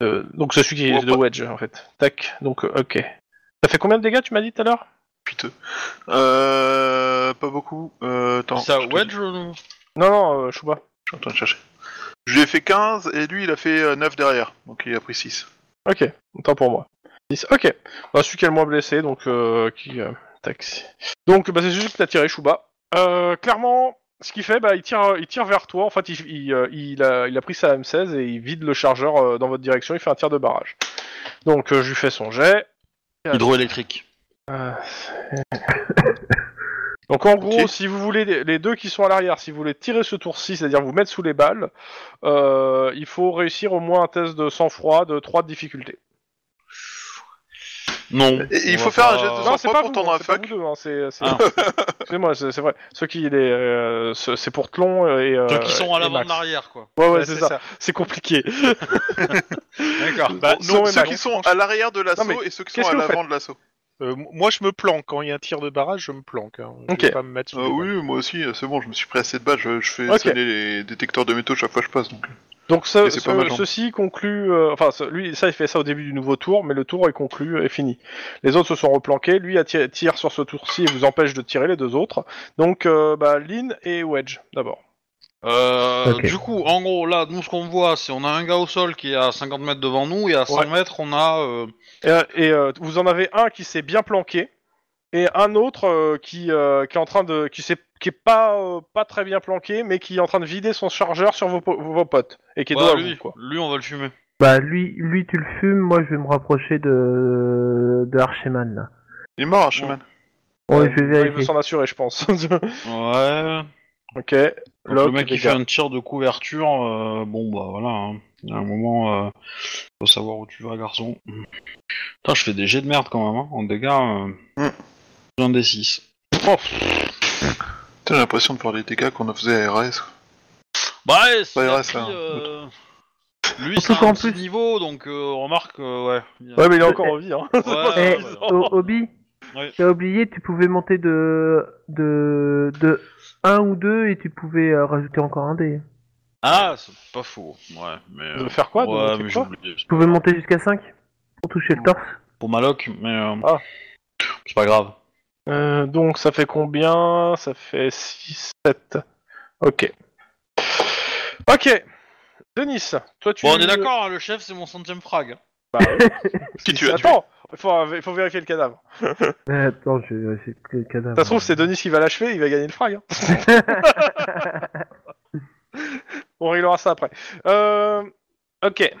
de- donc c'est celui qui est Ouais, de pas- Wedge, en fait. Tac, donc euh, ok. Ça fait combien de dégâts, tu m'as dit tout à l'heure Putain. Euh, pas beaucoup. Euh, attends, ça, je te Wedge ou- Non, non, euh, Chouba. Je suis en train de chercher. Je lui ai fait 15 et lui il a fait euh, 9 derrière, donc il a pris 6. Ok, autant pour moi. 10. Ok, bah, celui qui est le moins blessé, donc euh, qui. euh, tac. Donc bah, c'est juste que t'as tiré Chouba. Euh, clairement, ce qu'il fait, bah, il, tire, euh, il tire vers toi. En fait, il, il, euh, il a, il a pris sa M16 et il vide le chargeur euh, dans votre direction. Il fait un tir de barrage. Donc euh, je lui fais son jet. Hydroélectrique. Euh, Donc en gros, Ok. si vous voulez les- les deux qui sont à l'arrière, si vous voulez tirer ce tour-ci, c'est-à-dire vous mettre sous les balles, euh, il faut réussir au moins un test de sang-froid de 3 de difficulté. Non. Euh, Et il on faut va faire un pas- geste de Non, sang. c'est pas pas pour vous, tendre un c'est pas fuck. vous deux, hein, c'est c'est- Ah. Excusez-moi, c'est c'est vrai. Ceux qui les, euh, ce- c'est pour Tlon et euh, Ceux qui sont à et l'avant de Max. l'arrière, quoi. Ouais, ouais, c'est ça. C'est compliqué. D'accord. Bah, Donc, non, mais ceux Max- qui sont à l'arrière de l'assaut Non, mais et ceux qui qu'est-ce sont à que vous l'avant de l'assaut. Euh, m- moi, je me planque. Quand il y a un tir de barrage, je me planque. Hein. Je Ok. vais pas me mettre sous Euh, les oui, moi aussi, euh, c'est bon, je me suis pris assez de balles, je, je fais Ok. sonner les détecteurs de métaux chaque fois que je passe. Donc. Donc ce- Mais c'est ce- pas mal, hein. ceci conclut, euh, enfin ce- lui ça il fait ça au début du nouveau tour, mais le tour est conclu et fini. Les autres se sont replanqués, lui attire, tire sur ce tour-ci et vous empêche de tirer les deux autres. Donc euh, bah, Lynn et Wedge d'abord. Euh, Ok. Du coup, en gros, là, nous, ce qu'on voit, c'est on a un gars au sol qui est à 50 mètres devant nous, et à 100 Ouais. mètres, on a... euh, Et, euh, et, euh, vous en avez un qui s'est bien planqué et un autre euh, qui, euh, qui est en train de, qui s'est, qui est pas euh, pas très bien planqué, mais qui est en train de vider son chargeur sur vos, po- vos potes et qui est voilà, dos à bah, lui, vous, quoi. lui, on va le fumer. Bah lui, lui tu le fumes, moi je vais me rapprocher de, de Archeman là. Il est mort, un chemin. Ouais, je vais Il veut vérifier. s'en assurer, je pense. Ouais... ok. Donc, Locke, le mec qui dégâts. fait un tir de couverture, euh, bon bah voilà, hein. il y a un moment, euh, faut savoir où tu vas, garçon. Putain, je fais des jets de merde quand même, hein, en dégâts. Euh, Mm. Un des 6. T'as l'impression de faire des dégâts qu'on en faisait à RS. Bah ouais, c'est Ouais, ouais, un petit, ça, euh, Lui, Surtout c'est qu'en un petit plus- niveau, donc euh, remarque, euh, ouais. Il y a- Ouais, mais il est encore en vie. Hein. C'est pas ouais, Eh, ouais, ouais. O- Obi, Ouais. t'as oublié, tu pouvais monter de, de, de 1 ou 2 et tu pouvais euh, rajouter encore un dé. Ah, c'est pas faux. Ouais, mais. euh, De faire quoi de Ouais, monter mais j'ai quoi oublié. Tu pouvais monter jusqu'à 5 pour toucher le torse. Pour Maloc, mais. euh, Ah. C'est pas grave. Euh, donc ça fait combien Ça fait 6, 7. Ok. Ok. Denis, toi tu. Bon, on est d'accord, hein, le chef, c'est mon centième frag. Bah, oui. Qui tu as tué Attends, il faut, il faut vérifier le cadavre. Mais attends, je vais vérifier le cadavre. Ça se trouve, c'est Denis qui va l'achever, il va gagner le frag. hein. On réglera ça après. Euh, ok.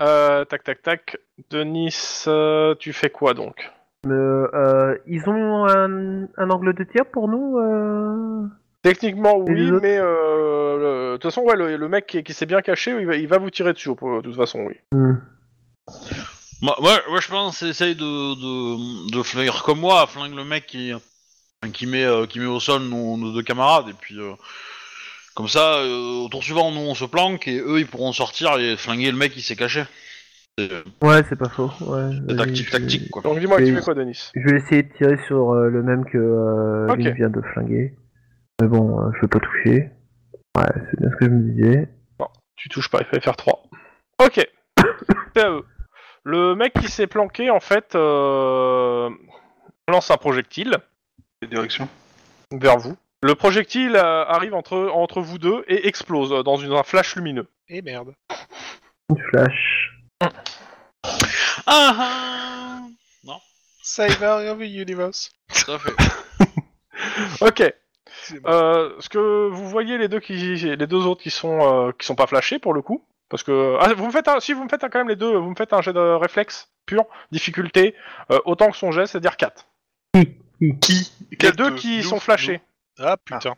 Euh, tac, tac, tac. Denis, euh, tu fais quoi donc Euh, euh, ils ont un, un angle de tir pour nous euh Techniquement, Et les oui, autres mais euh, le- de toute façon, ouais, le, le mec qui, qui s'est bien caché, il va, il va vous tirer dessus, de toute façon, oui. Hmm. Moi, moi- moi, je pense, essaye de, de, de flinguer comme moi, flingue le mec qui, qui, met, euh, qui met au sol nos, nos deux camarades, et puis euh, comme ça, euh, au tour suivant, nous on se planque, et eux ils pourront sortir et flinguer le mec qui s'est caché. C'est euh, Ouais, c'est pas faux. Ouais, c'est vas-y, Euh, tactique, je- tactique quoi. Donc dis-moi, tu Et- fais quoi, Denis Je vais essayer de tirer sur euh, le même que euh, Ok. Lynn vient de flinguer. Mais bon, euh, je peux pas toucher. Ouais, c'est bien ce que je me disais. Tu touches pas, il fallait faire 3. Ok. C'est à eux. Le mec qui s'est planqué, en fait, euh, lance un projectile les directions vers vous. Le projectile euh, arrive entre, entre vous deux et explose euh, dans une, un flash lumineux. Et Eh, merde. Une flash. Ah ah Cyber of the Universe. Tout à fait. Ok. C'est bon. Euh, ce que vous voyez les deux qui les deux autres qui sont euh, qui sont pas flashés pour le coup parce que ah, vous me faites un, si vous me faites un- quand même les deux vous me faites un jet de réflexe pur difficulté euh, autant que son jet c'est-à-dire 4. Qui Les deux qui sont flashés. Ah putain.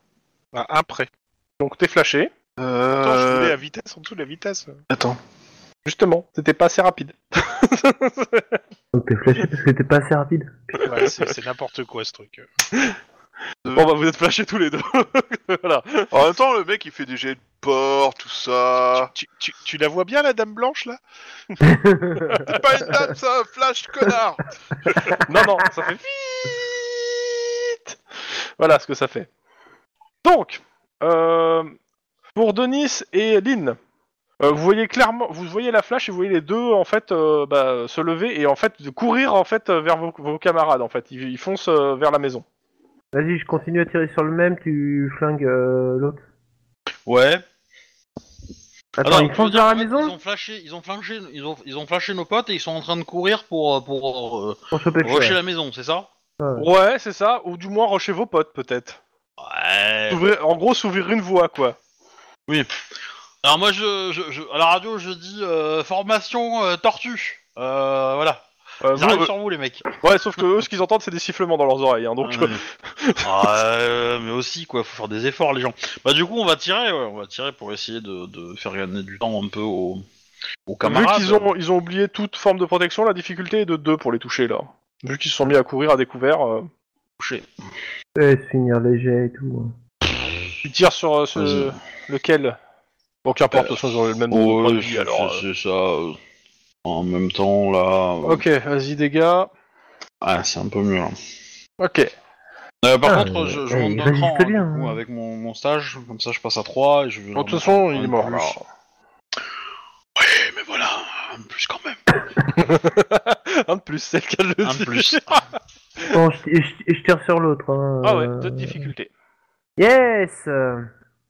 Ah, un prêt. Donc t'es flashé Attends, je voulais Euh... la vitesse en dessous de la vitesse. Attends. justement, c'était pas assez rapide. Donc Oh, t'es flashé parce que t'es pas assez rapide. Ouais, c'est c'est n'importe quoi ce truc. Bon bah vous êtes flashés tous les deux. voilà. En même temps, le mec il fait des jets de port, tout ça. Tu, tu- tu la vois bien la dame blanche là C'est pas une dame, ça, flash connard Non non, ça fait vite. Voilà ce que ça fait. Donc euh, pour Denis et Lynn. Euh, vous voyez clairement, vous voyez la flash et vous voyez les deux en fait euh, bah, se lever et en fait courir en fait euh, vers vos, vos camarades en fait. Ils, ils foncent euh, vers la maison. Vas-y, je continue à tirer sur le même, tu flingues euh, l'autre. Ouais. Attends, Alors, ils foncent vers la maison Ils ont flashé, ils ont flashé, ils ont, ils ont flashé nos potes et ils sont en train de courir pour euh, pour euh, pour choper le rusher chien. la maison, c'est ça Ouais, c'est ça. Ou du moins rocher vos potes peut-être. Ouais. S'ouvrir- En gros, s'ouvrir une voie quoi. Alors moi je, je, je- à la radio je dis euh, formation euh, tortue. Euh, voilà. Euh, Ils vous- arrivent euh, sur vous les mecs. ouais, sauf que eux, ce qu'ils entendent, c'est des sifflements dans leurs oreilles. hein, donc, Ouais. Ah, euh, mais aussi quoi, faut faire des efforts les gens. Bah du coup on va tirer, ouais, on va tirer pour essayer de, de faire gagner du temps un peu aux, aux vu camarades. qu'ils ont, ils ont oublié toute forme de protection, la difficulté est de 2 pour les toucher là. Vu qu'ils se sont mis à courir à découvert, euh, touchés. Ouais, se finir léger et tout. hein. tu tires sur euh, ce- Vas-y. lequel. Bon, qu'importe, Euh, de toute façon, ils ont le même Ouais, point de c'est- vie, c'est- alors. euh. c'est ça. euh. En même temps là, euh, Ok, vas-y, dégâts. ah, c'est un peu mieux. là. Ok. Euh, par Ah, contre, je, je euh, monte il d'un résiste cran hein, bien, du coup, hein. avec mon, mon stage, comme ça je passe à 3 et je vais. De toute remonter façon, un il est plus. mort. alors. Ouais, Eh, mais voilà, un plus quand même. Un de plus, c'est le cas de le Un dire. plus. Ah, Bon, je, je- je tire sur l'autre. Hein, Ah ouais, euh, deux difficultés. Yes euh,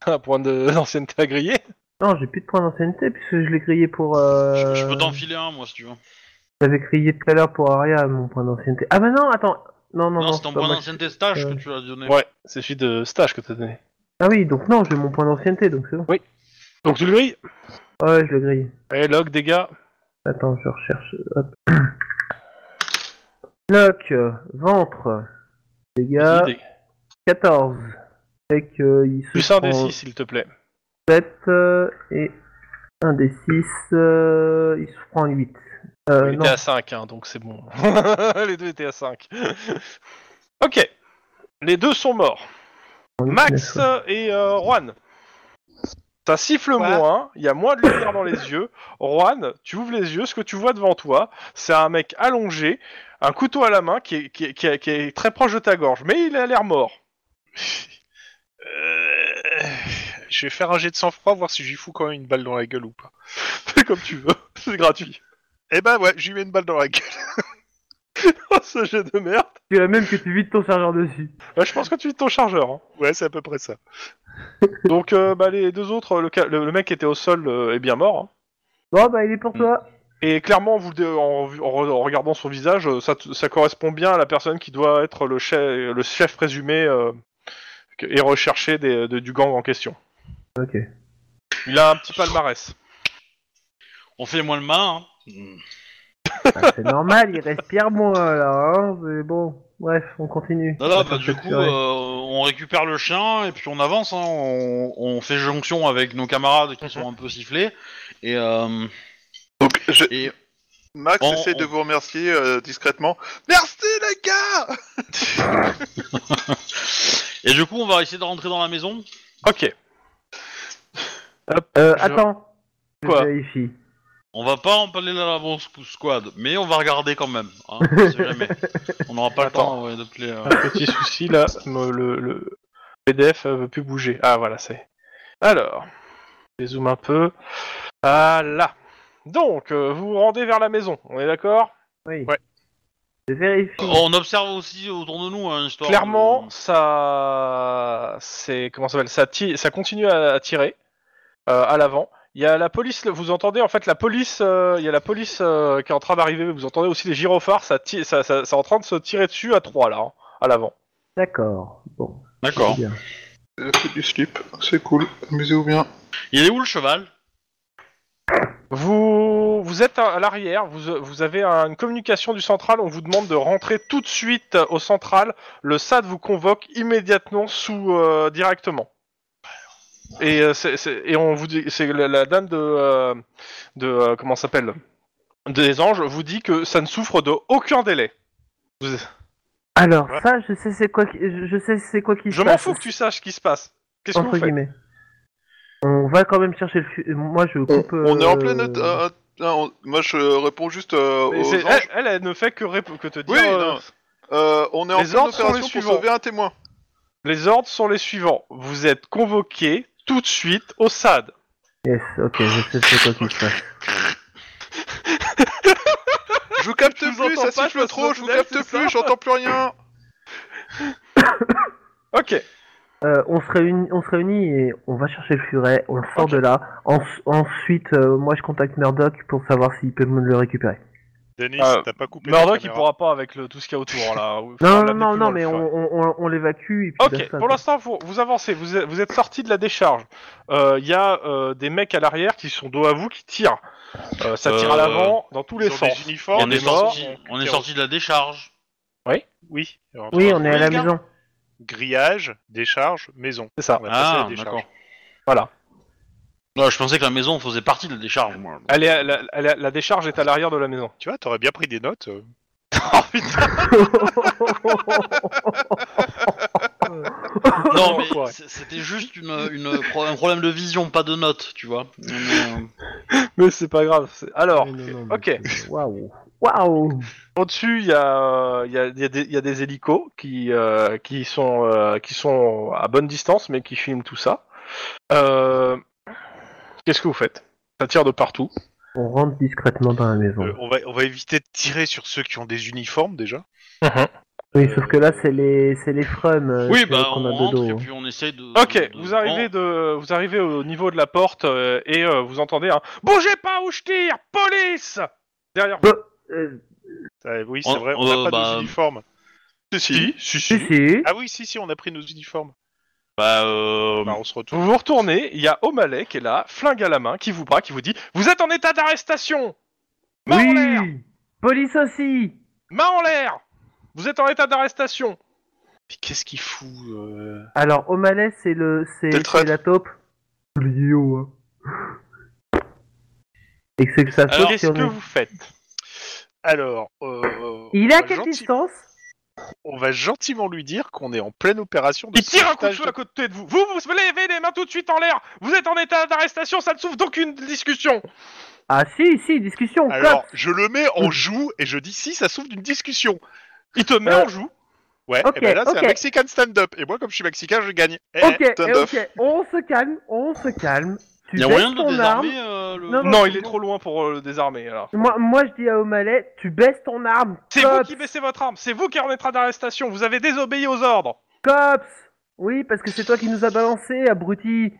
Un point de- d'ancienneté à griller. Non, j'ai plus de points d'ancienneté puisque je l'ai grillé pour. Euh... Je, je peux t'enfiler un moi si tu veux. J'avais grillé tout à l'heure pour Aria mon point d'ancienneté. Ah bah non, attends. Non, non, Non, non. c'est ton c'est pas point moi. d'ancienneté stage euh, que tu as donné. Ouais, c'est celui de stage que t'as donné. Ah oui, donc non, j'ai mon point d'ancienneté, donc c'est bon. Ah Donc tu le grilles Ouais, je l'ai grillé. Eh, log, dégâts. Attends, je recherche. Hop. Lock, euh, ventre. Les gars, Vas-y, dé- 14. Fait que, euh, il se Plus un des prend 6, s'il te plaît. 7 euh, et un des 6, euh, il se prend 8. Euh, il non, était à 5, hein, donc c'est bon. les deux étaient à 5. ok. Les deux sont morts. Max euh, et euh, Juan. Ça siffle moins, il y a moins de lumière dans les yeux. Juan, tu ouvres les yeux, ce que tu vois devant toi, c'est un mec allongé, un couteau à la main qui est, qui est- qui est- qui est très proche de ta gorge, mais il a l'air mort. Euh, Je vais faire un jet de sang-froid, voir si j'y fous quand même une balle dans la gueule ou pas. Fais comme tu veux, c'est gratuit. Eh ben ouais, j'y mets une balle dans la gueule. Oh, ce jeu de merde. tu la même que tu vides ton chargeur dessus. Bah, je pense que tu es ton chargeur. hein. Ouais, c'est à peu près ça. Donc euh, bah, les deux autres, le, ca- le- le mec qui était au sol euh, est bien mort. hein. Bon, bah, il est pour toi. Et clairement, vous, le dé- en, en- en regardant son visage, euh, ça, t- ça correspond bien à la personne qui doit être le chef, le chef présumé euh, que- et recherché des- de- du gang en question. Mm. Ok. Il a un petit palmarès. On fait moins le malin. Hein. Mm. Bah, c'est normal, il respire moins, là, hein, mais bon. Bref, on continue. Non, non, On va bah, faire du cette coup, durée. euh, on récupère le chien et puis on avance. Hein, on, on fait jonction avec nos camarades Mm-hmm. qui sont un peu sifflés. Et, euh, Donc, je- et Max On- essaie de on- vous remercier euh, discrètement. Merci les gars et du coup, on va essayer de rentrer dans la maison. Ok. Euh, je- attends. Je Quoi vérifie. On va pas emballer la bon squad, mais on va regarder quand même. Hein, on sait jamais. On n'aura pas Attends. le temps ouais, d'appeler. euh, Un petit souci là, me- le, le PDF euh, veut plus bouger. Ah voilà, c'est. Alors, je dézoome un peu. Ah là. Donc, euh, vous vous rendez vers la maison. On est d'accord Oui. Ouais. Je vérifie. On observe aussi autour de nous, hein, histoire. Clairement, de- ça, c'est comment ça s'appelle Ça, ti- ça continue à, à tirer euh, à l'avant. Il y a la police. Vous entendez en fait la police. euh, Il y a la police euh, qui est en train d'arriver. mais Vous entendez aussi les gyrophares. Ça, ti- ça, ça, c'est en train de se tirer dessus à trois là, hein, à l'avant. D'accord. Bon, c'est D'accord. bien. Euh, C'est du slip, c'est cool, amusez-vous bien. Il est où le cheval Vous, vous êtes à à l'arrière. Vous, vous avez un- une communication du central. On vous demande de rentrer tout de suite euh, au central. Le SAD vous convoque immédiatement sous euh, directement. Et, euh, c'est- c'est- et on vous dit, c'est la, la dame de, euh, de euh, comment ça s'appelle des anges vous dit que ça ne souffre de aucun délai. Vous- Alors Ouais. ça, je sais c'est quoi, qui- je je sais c'est quoi qui. je se m'en passe, fous que tu saches ce qui se passe. Qu'est-ce que Entre vous faites guillemets. On va quand même chercher le. fu- Moi, je On, coupe. on est en euh, pleine... euh, euh, on- moi je réponds juste euh, Et aux c'est- anges. elle, elle, elle ne fait que, rép- que te dire. Oui, euh, non. Euh, on est en Les pleine ordres sont les opération pour suivants. sauver un témoin. Les ordres sont les suivants. Vous êtes convoqué tout de suite au SAD. Yes, ok, je sais c'est quoi qui se passe. Je vous capte Je vous plus, entends ça pas, siffle ça trop, se je vous lève, capte c'est plus, ça j'entends plus rien. Ok. Euh, on, se réunit, on se réunit et on va chercher le furet, on le sort de là. En- ensuite, euh, moi je contacte Murdoch pour savoir s'il peut me le récupérer. Denis, Ah, t'as pas coupé. la Murdoch, il caméra. pourra pas avec le, tout ce qu'il y a autour là. Faut Non, non, non, l'amener plus non, loin, mais le on, furet. on, on l'évacue et puis Ok, basta, pour quoi. l'instant, vous, vous avancez, vous êtes, vous êtes sorti de la décharge. Euh, Il y a euh, des mecs à l'arrière qui sont dos à vous qui tirent. Euh, ça tire à Euh, l'avant dans tous les Ils ont sens. des uniformes, on, est des morts, sorti, on- on est sorti de la décharge. Oui. Alors, Oui, on on est à la les gars maison. Grillage, décharge, maison. C'est ça. On va passer à Ah, la décharge. d'accord. Voilà. Non, je pensais que la maison faisait partie de la décharge, moi. Elle est à- la, elle est à- la décharge est à l'arrière de la maison. Tu vois, t'aurais bien pris des notes. euh. Non, mais Ouais. c- c'était juste une, une pro- un problème de vision, pas de notes, tu vois. On est, euh, Mais c'est pas grave. c'est- Alors, Non, non, non, ok. mais- Waouh. Waouh. Au-dessus, il y, a, euh, il y, a, il y a des- il y a des hélicos qui, euh, qui, sont, euh, qui sont à bonne distance, mais qui filment tout ça. Euh, Qu'est-ce que vous faites Ça tire de partout. On rentre discrètement dans la maison. Euh, on, va, on va éviter de tirer sur ceux qui ont des uniformes déjà. oui, sauf que là, c'est les, c'est les frums. euh, Oui, que- bah qu'on on a de rentre dos. hein. et puis on essaie de. Ok, de- vous, arrivez de, vous arrivez au niveau de la porte euh, et euh, vous entendez un « Bougez pas où je tire Police !» Derrière vous. Bah, euh, Ah, oui, On- c'est vrai, on n'a euh, pas bah, nos uniformes. Si, si. si, si, si. Ah oui, si, si, on a pris nos uniformes. Bah, euh, Bah, on se retourne. Vous vous retournez, il y a O'Malley qui est là, flingue à la main, qui vous braque, qui vous dit « Vous êtes en état d'arrestation Main en bah, l'air oui. Police aussi. Main en l'air Vous êtes en état d'arrestation !» Mais qu'est-ce qu'il fout euh Alors, O'Malley, c'est le, c'est, C'est le c'est traître. la taupe. C'est le idiot, hein. Et que c'est que ça Alors, faute si Qu'est-ce on que est- vous faites Alors, euh, Il est à on va quelle gentil- distance On va gentiment lui dire qu'on est en pleine opération de Il tire un coup de sauvetage feu à côté de vous. Vous, vous levez les mains tout de suite en l'air. Vous êtes en état d'arrestation, ça ne souffre d'aucune discussion. Ah si, si, discussion, Alors, cop. je le mets en joue et je dis si ça s'ouvre d'une discussion. Il te met Euh, en joue. Ouais, Ok, et ben là, c'est ok. un Mexican stand-up. Et moi, comme je suis mexicain, je gagne. Eh, Ok, eh, stand eh, off. ok, on se calme, on se calme. Tu y a baisses moyen de ton arme. désarmer euh, le. Non, Non, il est trop loin pour euh, le désarmer alors. Moi, moi, je dis à O'Malley, tu baisses ton arme. C'est vous cops, qui baissez votre arme. C'est vous qui êtes en état d'arrestation. Vous avez désobéi aux ordres. Cops. Oui, parce que c'est toi qui nous as balancé, abruti.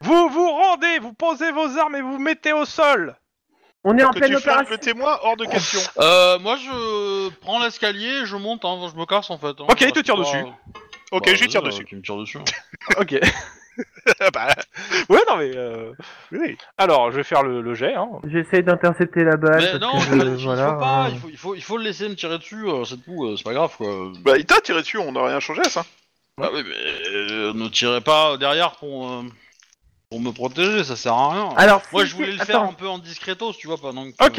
Vous vous rendez, vous posez vos armes et vous mettez au sol. On est en que pleine tu flingues opération. le témoin hors de question. Euh, moi, je prends l'escalier, je monte, hein, je me casse en fait. hein. Ok, il te tire Bah, dessus. Ok, bah, je lui tire vas-y, dessus. euh, Tu me tires dessus. ok. Ah bah, Ouais, non mais. euh, oui. Alors, je vais faire le, le jet. Hein. J'essaie d'intercepter la balle. Mais parce non, que il je- faut- il faut voilà, pas, hein. il faut, il faut, il faut le laisser me tirer dessus, euh, c'est tout, euh, c'est pas grave quoi. Bah, il t'a tiré dessus, on n'a rien changé à ça. Ah oui, mais euh, ne tirez pas derrière pour, euh, pour me protéger, ça sert à rien. Alors, Ah, si, Moi, je si- voulais le faire attends, un peu en discretos, tu vois, pas euh, non. Ok.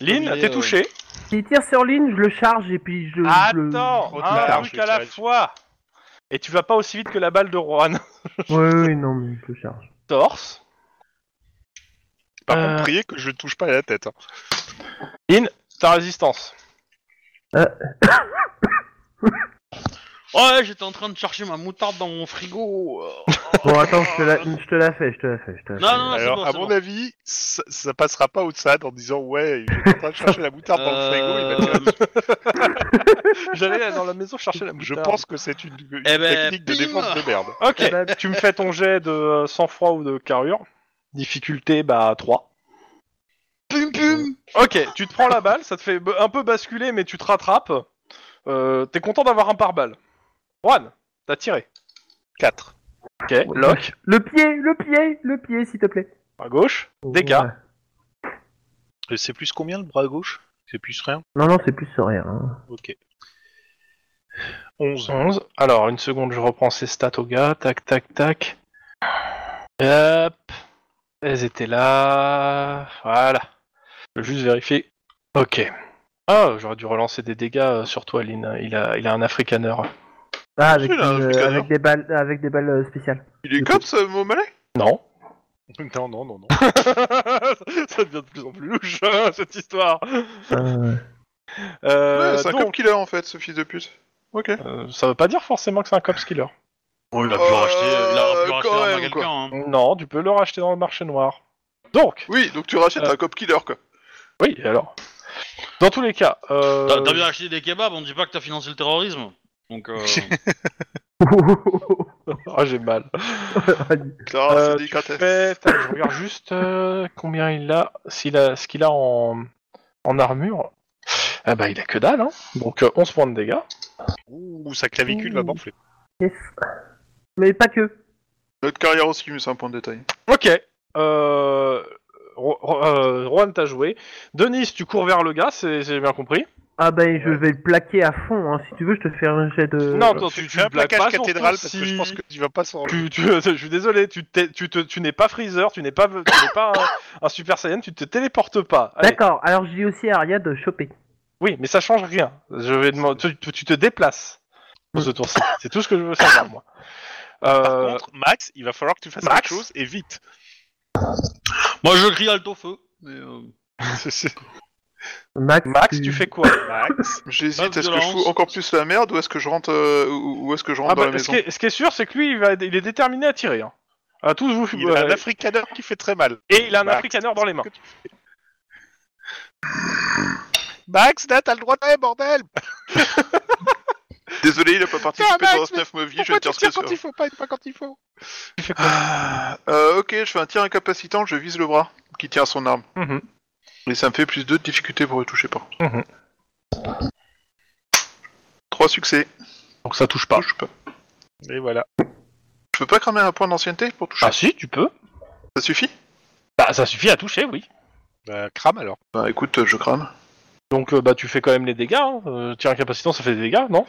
Lynn, il est, t'es euh, touché. S'il tire sur ligne, je le charge et puis je le. Attends, Au un tard, je truc vais à la tirer. fois. Et tu vas pas aussi vite que la balle de Juan. je le- Oui, oui, non, mais je le charge. Torse. Par Euh. contre, priez que je ne touche pas à la tête. hein. Ta résistance. Ouais, j'étais en train de chercher ma moutarde dans mon frigo. euh. Bon, attends, je te la, je te la fais, je te la fais, je te la Non, non, fais. non, Ah, c'est Alors, bon, à c'est mon bon. avis, ça, ça passera pas au SAD en disant ouais, j'étais en train de chercher la moutarde dans le frigo. il va tirer. Euh, J'allais dans la maison chercher la Je moutarde. pense que c'est une, une Eh ben, technique de bim défense de Ah, merde. Ok, Eh ben- tu me fais ton jet de euh, sang-froid ou de carrure. Difficulté, bah 3. Pum pum. Ok, tu te prends la balle, ça te fait b- un peu basculer, mais tu te rattrapes. Euh, T'es content d'avoir un pare-balle. Juan, t'as tiré. 4. Ok, lock, Le pied, le pied, le pied, s'il te plaît. à gauche. Dégâts. Ouais. C'est plus combien le bras gauche C'est plus rien Non, non, c'est plus sur rien. hein. Ok. 11. 11. Alors, une seconde, je reprends ces stats au gars. Tac, tac, tac. Hop. Elles étaient là. Voilà. Je vais juste vérifier. Ok. Ah, j'aurais dû relancer des dégâts euh, sur toi, Lynn. Il a, il a un africaner. Ah, avec, Si, là, une- je suis avec des balles, avec des balles euh, spéciales. Il est cop, ce mot malais Non. Non, non, non, non. Ça devient de plus en plus louche, hein, cette histoire. Euh, Euh, Ouais, c'est un donc, cop killer en fait, ce fils de pute. Ok. euh, ça veut pas dire forcément que c'est un cop killer. Oh, il a pu Euh, racheter, il a pu racheter OM, à quelqu'un. hein. Non, tu peux le racheter dans le marché noir. Donc, Oui, donc tu rachètes Euh, un cop killer, quoi. oui, alors. Dans tous les cas, euh, T'as t'as bien acheté des kebabs, on dit pas que t'as financé le terrorisme. Donc, euh, ah, j'ai mal. Clara, Euh, c'est des tu cratères. fais- Attends, je regarde juste euh, combien il a, s'il a ce qu'il a en, en armure. Ah bah il a que dalle, hein. donc euh, 11 points de dégâts. Ouh, sa clavicule va morfler. Yes. Mais pas que. Notre carrière aussi, mais c'est un point de détail. Ok. Euh... Ro- Ro- euh, Rohan t'a joué. Denis, tu cours vers le gars, c'est j'ai bien compris. Ah ben je vais le plaquer à fond, hein. si tu veux je te fais un jet de... Non, attends, Tu, tu, Euh, fais un blagues plaquage pas, surtout cathédrale parce que si- je pense que tu vas pas s'en. Tu, tu- je suis désolé, tu, t'es- tu, te- tu n'es pas Freezer, tu n'es pas, tu n'es pas un, un Super Saiyan, tu te téléportes pas. Allez. D'accord, alors je dis aussi à Aria de choper. Oui, mais ça change rien. Je vais demander, tu, tu- tu te déplaces pour ce tour-ci. C'est tout ce que je veux savoir, moi. Euh, Par contre, Max, il va falloir que tu fasses Max quelque chose et vite. moi je crie alto feu. mais, euh, Max, Max, tu fais quoi Max. J'hésite, Pas de est-ce que je violence. fous encore plus la merde ou est-ce que je rentre, euh, ou, ou est-ce que je rentre Ah dans bah, la ce, maison qui est, ce qui est sûr, c'est que lui, il, va, il est déterminé à tirer. Hein. À tous vous, Il a un euh, africaneur qui fait très mal. et il a un Max. africaneur dans les mains. Max, là, t'as le droit d'aller, bordel Désolé, il a pas participé Ah, bah, dans Max, mais 9 movie, je Pourquoi tu vais dire ce que tires c'est. hein. quand il faut pas et pas quand il faut Euh, ok, je fais un tir incapacitant, je vise le bras qui tient son arme. Mhm. Et ça me fait plus 2 de difficulté pour le toucher par contre. Mhm. 3 succès. Donc ça touche pas. Touche pas. Et voilà. Je peux pas cramer un point d'ancienneté pour toucher Ah si, tu peux. Ça suffit Bah, ça suffit à toucher, oui. Bah, crame alors. Bah écoute, euh, je crame. Donc euh, bah tu fais quand même les dégâts. Hein. Euh, tir incapacitant, ça fait des dégâts, non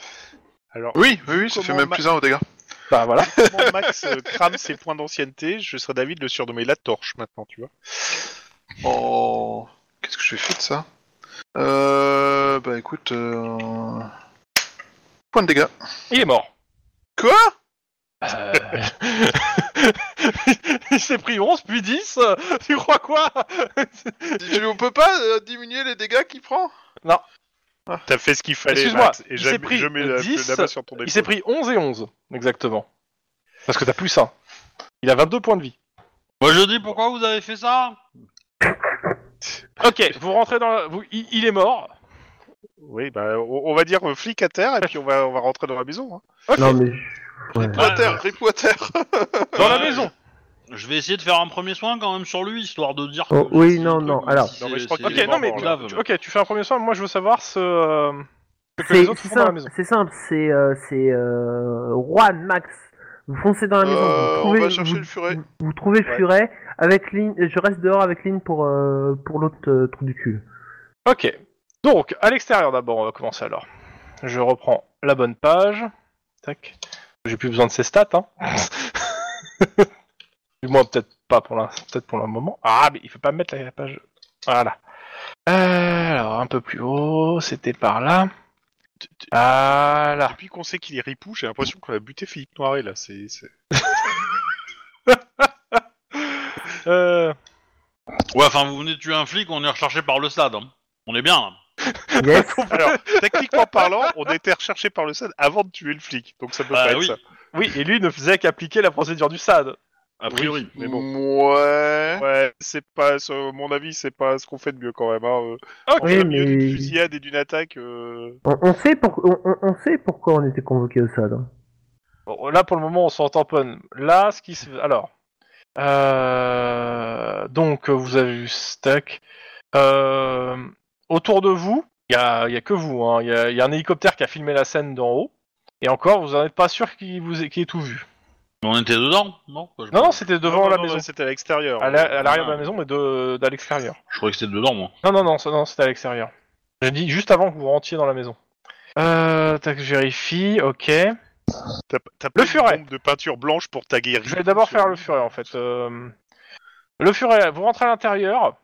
Alors, Oui, oui, oui ça Comment fait même ma- plus 1 au dégât. Bah voilà. comment Max euh, crame ses points d'ancienneté, je serais David de le surnommer la torche maintenant, tu vois. Oh. Qu'est-ce que j'ai fait de ça Euh. Bah écoute. Euh... Point de dégâts. Il est mort. Quoi Euh, il s'est pris 11 puis 10. euh, Tu crois quoi Je- On peut pas euh, diminuer les dégâts qu'il prend T'as fait ce qu'il fallait, Excuse-moi, Max. Et il j'aime- s'est pris, je mets euh, la, 10, la main sur ton épaule. Il s'est pris 11 et 11, exactement. Parce que t'as plus 1. Il a 22 points de vie. Moi je dis pourquoi vous avez fait ça Ok, vous rentrez dans la... vous- il- il est mort. Oui, bah, on, on va dire euh, flic à terre et puis on va, on va rentrer dans la maison. hein. Ok. Non mais... je- Ouais. Water, rip water Dans la Ouais. maison. Je vais essayer de faire un premier soin quand même sur lui, histoire de dire. que Oh, oui, c'est non, un truc, non, même alors. si Non, mais c'est- je crois que c'est t'es Ok, non, mais- grave. Ok, tu fais un premier soin. Moi, je veux savoir ce, euh, ce que C'est les autres font dans la simple, maison. c'est simple, c'est euh, c'est euh, Juan, Max. Vous foncez dans la maison, Euh, vous on trouvez, va chercher vous- le furet. vous- vous trouvez le Ouais. furet. Avec Lynn, je reste dehors avec Lynn pour euh, pour l'autre euh, trou du cul. Ok. Donc, à l'extérieur d'abord, on va commencer alors. Je reprends la bonne page. Tac. J'ai plus besoin de ces stats, hein. Du moins, peut-être pas pour l'in- peut-être pour le moment. Ah, mais il faut pas mettre la page. Voilà. Euh, alors, un peu plus haut, c'était par là. Voilà. Depuis qu'on sait qu'il est ripou, j'ai l'impression qu'on a buté Philippe Noiret là. C'est, c'est- Euh, Ouais, enfin vous venez de tuer un flic, on est recherché par le SAD. hein. On est bien là. Yes. Alors, techniquement parlant, on a été recherché par le SAD avant de tuer le flic, donc ça peut Bah pas oui. être ça. oui, et lui ne faisait qu'appliquer la procédure du SAD. A priori. Mais bon. Ouais. Ouais, c'est pas, à mon avis, c'est pas ce qu'on fait de mieux quand même. Hein. euh. Ah, Ok. Entre le milieu mais- d'une fusillade et d'une attaque. euh, On, on sait pour on, on- on sait pourquoi on était convoqué au SAD. hein. Bon, là, pour le moment, on s'en tamponne. Là, ce qui se... Alors... euh, Donc, euh, vous avez vu Stack. Euh, Autour de vous, il n'y a, il y a que vous. hein. Il y a- il y, a un hélicoptère qui a filmé la scène d'en haut. Et encore, vous n'en êtes pas sûr qu'il vous ait, qu'il ait tout vu. Mais on était dedans, non Moi, je- Non, non, c'était devant non, non, la non, maison. non, C'était à l'extérieur. à la- à l'arrière Ah. de la maison, mais de, d'à l'extérieur. Je croyais que c'était dedans moi. Non, non, non, ça- non c'était à l'extérieur. J'ai dit juste avant que vous rentiez dans la maison. Euh, tac, je vérifie, ok. T'as, t'as Le pas une furet. bombe de peinture blanche pour taguer. Je vais Ripou d'abord sur- faire le furet en fait. Euh, Le furet, vous rentrez à l'intérieur.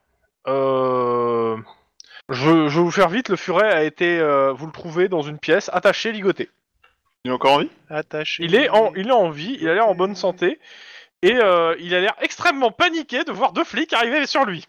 Euh, Je, je vais vous faire vite. Le furet a été, euh, vous le trouvez dans une pièce, attaché, ligoté. Il est encore en vie Attaché. Il est en, il est en vie, il a l'air en bonne santé et euh, il a l'air extrêmement paniqué de voir deux flics arriver sur lui.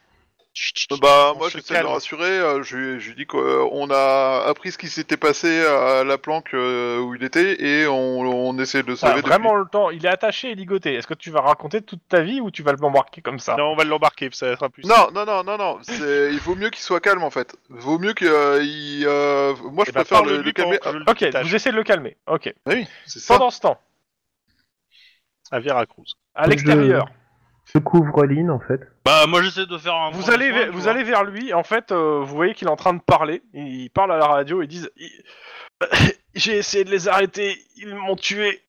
Euh, Bah, On moi, se j'essaie de le calme. rassurer. euh, Je lui je lui dis qu'on a appris ce qui s'était passé à la planque euh, où il était et on, on essaie de le T'as sauver. depuis. Ah, vraiment le temps. Il est attaché et ligoté. Est-ce que tu vas raconter toute ta vie ou tu vas le m'embarquer comme ça Non, on va l'embarquer, ça sera plus. bah. Non, non, non, non, non. c'est- Il vaut mieux qu'il soit calme en fait. Vaut mieux qu'il. euh, Moi, je Eh ben, préfère parle-lui le, le pendant calmer. que je le Ok, détache. vous essayez de le calmer. Ok. Ah, oui, c'est ça. Pendant ce temps, à Veracruz. à Je- l'extérieur, Je couvre Lynn en fait. Bah, moi j'essaie de faire un. vous point de allez, soin, ve- tu vous vois. allez vers lui. En fait, euh, vous voyez qu'il est en train de parler. Il il parle à la radio. Ils disent Il- J'ai essayé de les arrêter. Ils m'ont tué.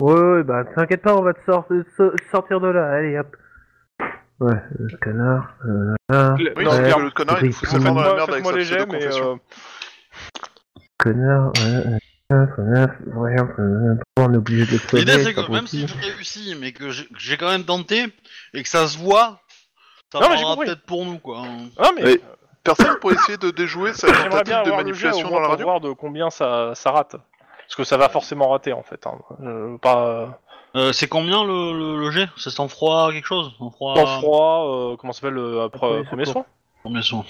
Ouais, ouais, bah t'inquiète pas, on va te sor- so- sortir de là. Allez, hop. Ouais, euh, connard. euh, là, Le- Oui, non, c'est regarde, que le connard, il oui, faut se tout le faire dans la faites-moi- merde avec faites-moi sa les jets, mais, pseudo-confession. euh, connard. Ouais, euh, connard. Ouais, euh, on est obligé de le sauver. L'idée c'est que pas même si possible. je réussis, mais que j'ai- que j'ai quand même tenté et que ça se voit, ça Non, mais j'ai parlera compris. peut-être pour nous quoi. Ah, mais Oui. Personne pour essayer de déjouer cette j'aimerais bien tentative de avoir le jeu au manipulation moins dans la pour radio. voir de combien ça, ça rate. Parce que ça va forcément rater en fait. hein. Euh, pas Euh, c'est combien le, le, le jet C'est sans froid quelque chose Sans froid. temps froid, euh, comment ça s'appelle le après- euh, Premier premier secours. soin Combien sont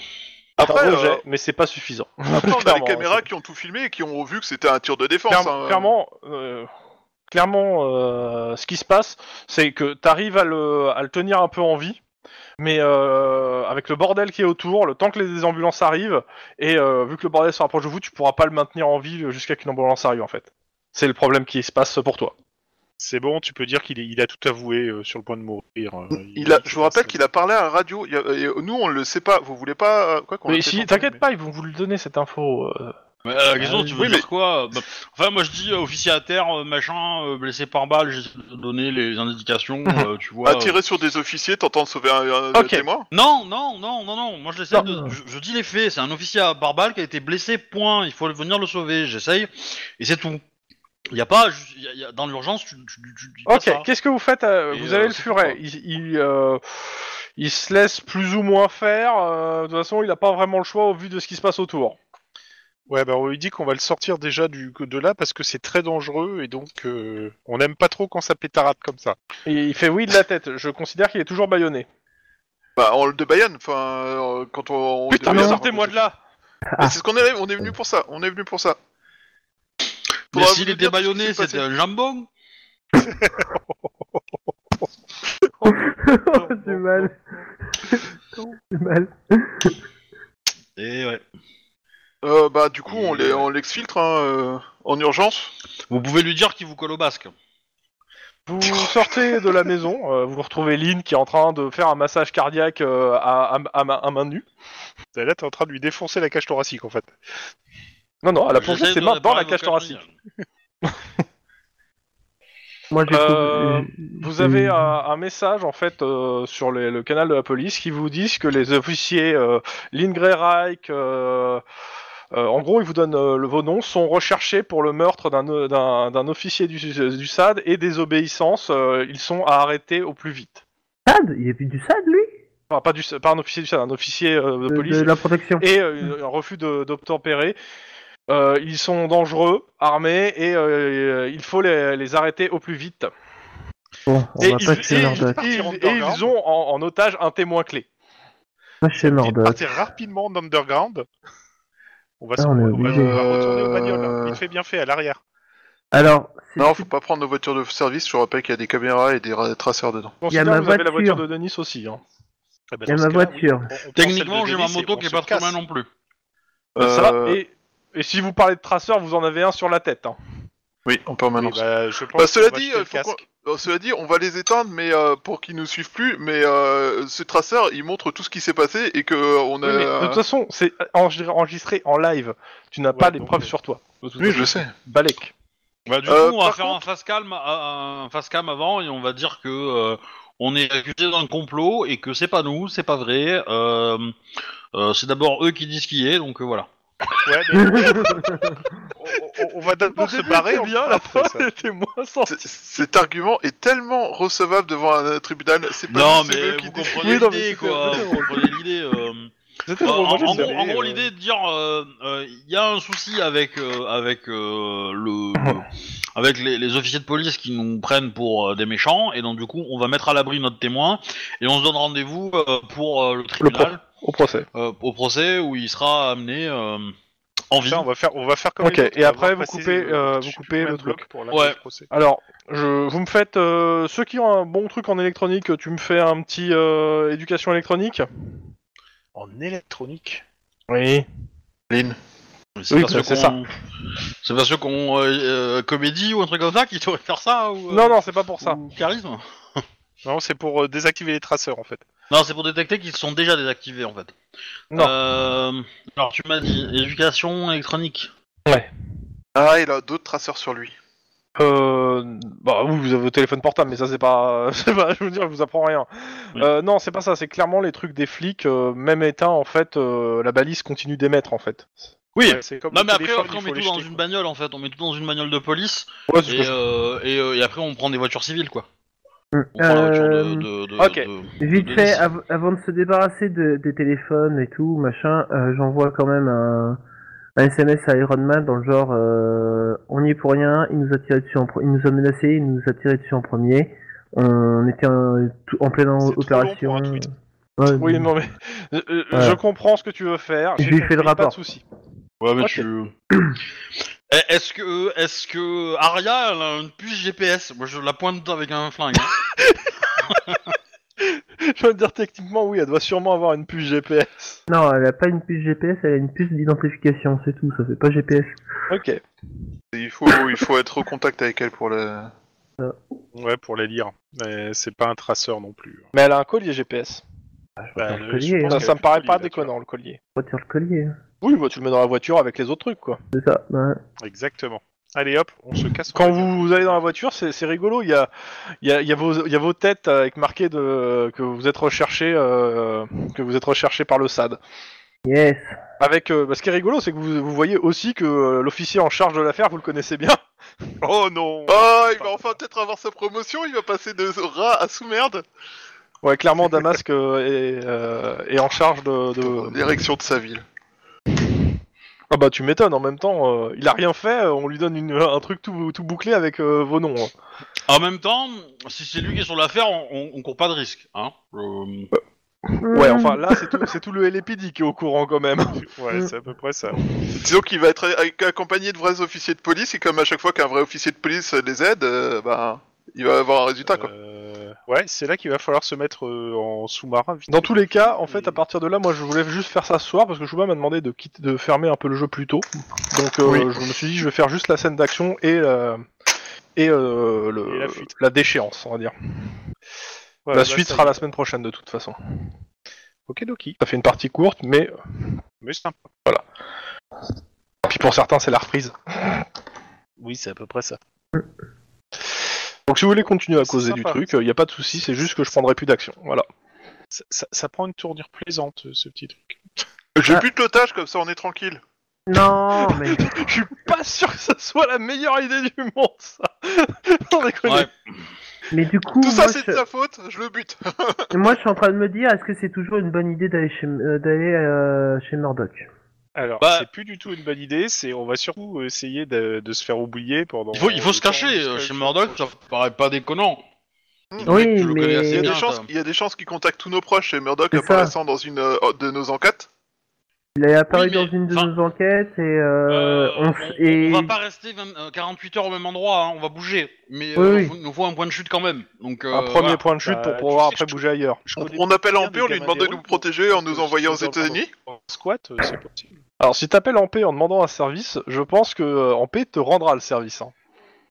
Après, Après, euh, mais c'est pas suffisant. Après, on a les Clairement, caméras c'est- qui ont tout filmé et qui ont vu que c'était un tir de défense. Claire- hein. Clairement, euh, clairement euh, ce qui se passe, c'est que t'arrives à le, à le tenir un peu en vie, mais euh, avec le bordel qui est autour, le temps que les ambulances arrivent, et euh, vu que le bordel se rapproche de vous, tu pourras pas le maintenir en vie jusqu'à qu'une ambulance arrive en fait. C'est le problème qui se passe pour toi. C'est bon, tu peux dire qu'il est- il a tout avoué euh, sur le point de mourir. euh, Il a, je vous rappelle c'est- qu'il a parlé à la radio. Il y a- et euh, nous, on le sait pas. Vous voulez pas. euh, Quoi qu'on Mais le si, sait, t'inquiète mais- pas, ils vont vous le donner cette info. euh. mais, euh, La question, tu veux Ah, oui, dire mais- quoi Bah, Enfin, moi je dis euh, officier à terre, euh, machin, euh, blessé par balle, j'essaie de donner les indications, euh, tu vois. Ah, euh. tirer sur des officiers, t'entends sauver un, un Ok. témoin Non, non, non, non, non, moi je l'essaie Non. de. Je, je dis les faits, c'est un officier à barbal qui a été blessé, point, il faut venir le sauver, j'essaye, et c'est tout. Il y a pas. je- y a- y a- dans l'urgence, tu, tu, tu- tu dis pas Ok, ça. qu'est-ce que vous faites euh, Et, Vous euh, avez le c'est furet. pourquoi. Il, il, euh, il se laisse plus ou moins faire. euh, de toute façon, il a pas vraiment le choix au vu de ce qui se passe autour. Ouais, bah on lui dit qu'on va le sortir déjà du de là parce que c'est très dangereux et donc euh, on n'aime pas trop quand ça pétarade comme ça. Et il fait oui de la tête. Je considère qu'il est toujours baïonné. Bah, on le débaïonne. Enfin, euh, quand on. on Putain, mais débaïonne, sortez-moi on- de là Mais C'est ce qu'on est, on est venu pour ça. On est venu pour ça. Mais Faudra s'il vous était dire tout ce qui baïonné, s'est passé. c'était un jambon Oh, du mal. du mal. Et Eh ouais. Euh, bah, du coup, on Et- les- on l'exfiltre hein, euh, en urgence. Vous pouvez lui dire qu'il vous colle au basque. Vous sortez de la maison. euh, vous retrouvez Lynn qui est en train de faire un massage cardiaque euh, à, à- à ma- à main nue. Et Bah, Là, t'es en train de lui défoncer la cage thoracique en fait. Non, non, elle a plongé J'essaie ses de mains dans la réparer vos cage thoracique. conneries. Moi j'ai. Euh, j'ai- Vous avez j'ai- euh, un message en fait euh, sur les- le canal de la police qui vous disent que les officiers euh, Lindgren Reich, euh, euh, en gros ils vous donnent euh, le, vos noms, sont recherchés pour le meurtre d'un o- d'un d'un officier du, du SAD et désobéissance. euh, ils sont à arrêter au plus vite. Sad Il est plus du sad lui Enfin, pas, du, S- pas un officier du SAD, un officier euh, de de, police de la protection. et euh, un refus de- d'obtempérer. Euh, ils sont dangereux, armés et euh, il faut les- les arrêter au plus vite. Bon, on Et va ils, pas chez et Murdoch. ils- Partir en et ils Underground. ont en, en otage un témoin clé. Pas chez Il Murdoch. partir rapidement d'underground. On va, se- Ah, on est on va- obligé. on va retourner au bagnole. Euh, hein. Il fait bien fait à l'arrière. Alors, c'est- Non, faut pas prendre nos voitures de service. Je vous rappelle qu'il y a des caméras et des ra- traceurs dedans. Donc, Il y a sinon, ma vous avez la voiture. voiture de Denis aussi. hein. Ah bah, Il y a dans ce ma cas-là, oui, voiture. on- on prend celle de Techniquement, j'ai ma Denis et moto on qui est se pas trop casse. mal non plus. Ça, Euh, et, et si vous parlez de traceur, vous en avez un sur la tête. hein. Oui, en Oui, permanence. bah, je pense Bah, cela qu'on va dit, acheter euh, le faut qu'on- casque. Euh, Cela dit, on va les éteindre, mais euh, pour qu'ils nous suivent plus. Mais euh, ce traceur, il montre tout ce qui s'est passé et que euh, on a. Oui, mais de toute façon, c'est enregistré- enregistré en live. Tu n'as Ouais, pas les donc, preuves euh, sur toi. De toute Oui, façon. je sais. Balek. Bah, du Euh, coup, on va par faire un face calme, à- un face calme avant et on va dire que euh, on est accusé d'un complot et que c'est pas nous, c'est pas vrai. euh, euh, c'est d'abord eux qui disent qui est, donc euh, voilà. Ouais, mais- on, on- on va d'abord se barrer. on bien fera la après fin. ça. Les témoins sont- C- Cet argument est tellement recevable devant un tribunal. C'est pas Non, nous, c'est mais eux qui vous disent- comprenez Oui, non, mais l'idée, c'était- quoi. c'était Vous drôle. comprenez l'idée. euh. C'était Euh, drôle, moi, en, j'ai en gros, aimé, en gros, euh. l'idée est de dire, euh, euh, il y a un souci avec euh, avec euh, le, le- avec les, les officiers de police qui nous prennent pour euh, des méchants, et donc du coup, on va mettre à l'abri notre témoin et on se donne rendez-vous euh, pour euh, le tribunal au procès. euh, au procès où il sera amené euh, en vie. Ça, on va faire, on va faire comme. Ok, les autres, on et va après, avoir vous passé coupez, le- euh, je vous sais plus coupez combien le de truc. blocs Pour la Ouais. le procès. Alors, je, vous me faites euh, ceux qui ont un bon truc en électronique, tu me fais un petit euh, éducation électronique. En électronique. Oui. C'est Oui, pas bah, ceux c'est qu'on- C'est parce qu'on euh, euh, comédie ou un truc comme ça qui devrait faire ça ou, euh, Non, non, c'est pas pour ça. ou charisme. Non, c'est pour euh, désactiver les traceurs en fait. Non, c'est pour détecter qu'ils sont déjà désactivés en fait. Non. Euh, alors tu m'as dit éducation électronique. Ah, il a d'autres traceurs sur lui. Euh, bah oui, vous avez votre téléphone portable, mais ça c'est pas, c'est pas, je veux dire, je vous apprends rien. Oui. Euh, non, c'est pas ça. C'est clairement les trucs des flics, euh, même éteint en fait, euh, la balise continue d'émettre en fait. Oui. Ouais, c'est comme Non le mais après, téléphone, après, il on faut met les tout dans jeter, une quoi. bagnole en fait, on met tout dans une bagnole de police Ouais, c'est ce et, que je- euh, et, euh, et après on prend des voitures civiles quoi. Hum, On prend la voiture de- euh, de- de- ok. de- Vite de- fait, av- avant de se débarrasser de- des téléphones et tout, machin, euh, j'envoie quand même un, un SMS à Iron Man dans le genre euh, on y est pour rien, il nous a tiré dessus en pro- il nous a menacé, il nous a tiré dessus en premier. On était en, tout- en pleine C'est trop opération. long pour un tweet. Ouais, Oui, non mais euh, euh, Ouais. je comprends ce que tu veux faire. Je j'ai lui fais le compris, Pas de rapport. souci. Ouais, mais Ok. tu. Eh, Est-ce que, est-ce que Aria elle a une puce GPS Moi, je la pointe avec un flingue. hein. Je veux dire techniquement oui, elle doit sûrement avoir une puce GPS. Non, elle a pas une puce GPS, elle a une puce d'identification, c'est tout, ça fait pas GPS. Ok. Il faut, il faut être au contact avec elle pour le. Ouais, pour les lire. Mais c'est pas un traceur non plus. Mais elle a un collier GPS. Bah, le je collier, pense hein. qu'elle Ça, ça a me plus paraît de pas collier, là, déconnant le collier. Retire le collier, hein. Oui, bah, tu le mets dans la voiture avec les autres trucs quoi. c'est ça. ouais. tu vois. Exactement. Allez hop, on se casse. Quand vous, vous allez dans la voiture, c'est c'est rigolo. Il y a, il y, a, il y, a vos- il y a vos têtes euh, avec marqué de, que vous êtes recherché, euh, que vous êtes recherché par le SAD. Yes. Avec, euh, bah, ce qui est rigolo, c'est que vous, vous voyez aussi que euh, l'officier en charge de l'affaire, vous le connaissez bien. Oh non. Oh, il va enfin peut-être avoir sa promotion, il va passer de rat à sous-merde. Ouais, clairement, Damasque euh, est, euh, est en charge de. de- L'érection de sa ville. Ah bah tu m'étonnes. En même temps, euh, il a rien fait. euh, On lui donne une- un truc tout, tout bouclé avec euh, vos noms. hein. en même temps, si c'est lui qui est sur l'affaire, on, on- on court pas de risque. Hein Euh, Ouais, enfin là, c'est tout, c'est tout le LPD qui est au courant quand même. Ouais, c'est à peu près ça. Disons qu'il va être avec- accompagné de vrais officiers de police, et comme à chaque fois qu'un vrai officier de police les aide, euh, bah, il va avoir un résultat quoi. Euh, Ouais, c'est là qu'il va falloir se mettre euh, en sous-marin. vite. Dans tous les cas, en Hmm. fait, à partir de là, moi, je voulais juste faire ça ce soir parce que Chouba m'a demandé de, quitter, de fermer un peu le jeu plus tôt. Donc, euh, je me suis dit, je vais faire juste la scène d'action et, euh, et, euh, le- Et la fuite. la déchéance, on va dire. Ouais, la bah, suite ça y sera est. la semaine prochaine, de toute façon. Okidoki. Ça fait une partie courte, mais Mais sympa. puis pour certains, c'est la reprise. Oui, c'est à peu près ça. Donc, si vous voulez continuer à C'est causer du sympa. truc, il n'y a pas de souci, c'est juste que je prendrai plus d'action. Voilà. Ça, ça- ça prend une tournure plaisante, euh, ce petit truc. Je Ah. bute l'otage, comme ça on est tranquille. Non, mais. je suis pas sûr que ça soit la meilleure idée du monde, ça. on déconne. ouais. Mais du coup, Tout moi, ça c'est je... de Euh, sa faute, je le bute. moi, je suis en train de me dire, est-ce que c'est toujours une bonne idée d'aller chez, euh, d'aller euh, chez Murdoch Alors, Bah- c'est plus du tout une bonne idée. C'est, on va surtout essayer de, de se faire oublier pendant. Il faut, il faut se le temps cacher. jusqu'à- euh, Chez Murdoch, ça paraît pas déconnant. Oui, Tu le mais- connais assez Il y a bien, des chances, toi. il y a des chances qu'il contacte tous nos proches et Murdoch C'est ça. apparaissant dans une euh, de nos enquêtes. Il est apparu Oui, mais- dans une de enfin- nos enquêtes et euh, Euh, on, on, s- et on va pas rester 20 euh, 48 heures au même endroit. hein, on va bouger. Mais Oui, euh, oui. faut- il nous faut un point de chute quand même. Donc, euh, Un premier voilà. point de chute Bah, pour tu pouvoir sais que après je- bouger ailleurs. Je On, connais on appelle bien en paix, on des lui gamins demande de des nous rues. protéger en Je nous peux envoyant aux aussi dans- États-Unis. En squat, euh, c'est possible. Alors, si t'appelles en paix en demandant un service, je pense que euh, en paix te rendra le service. hein.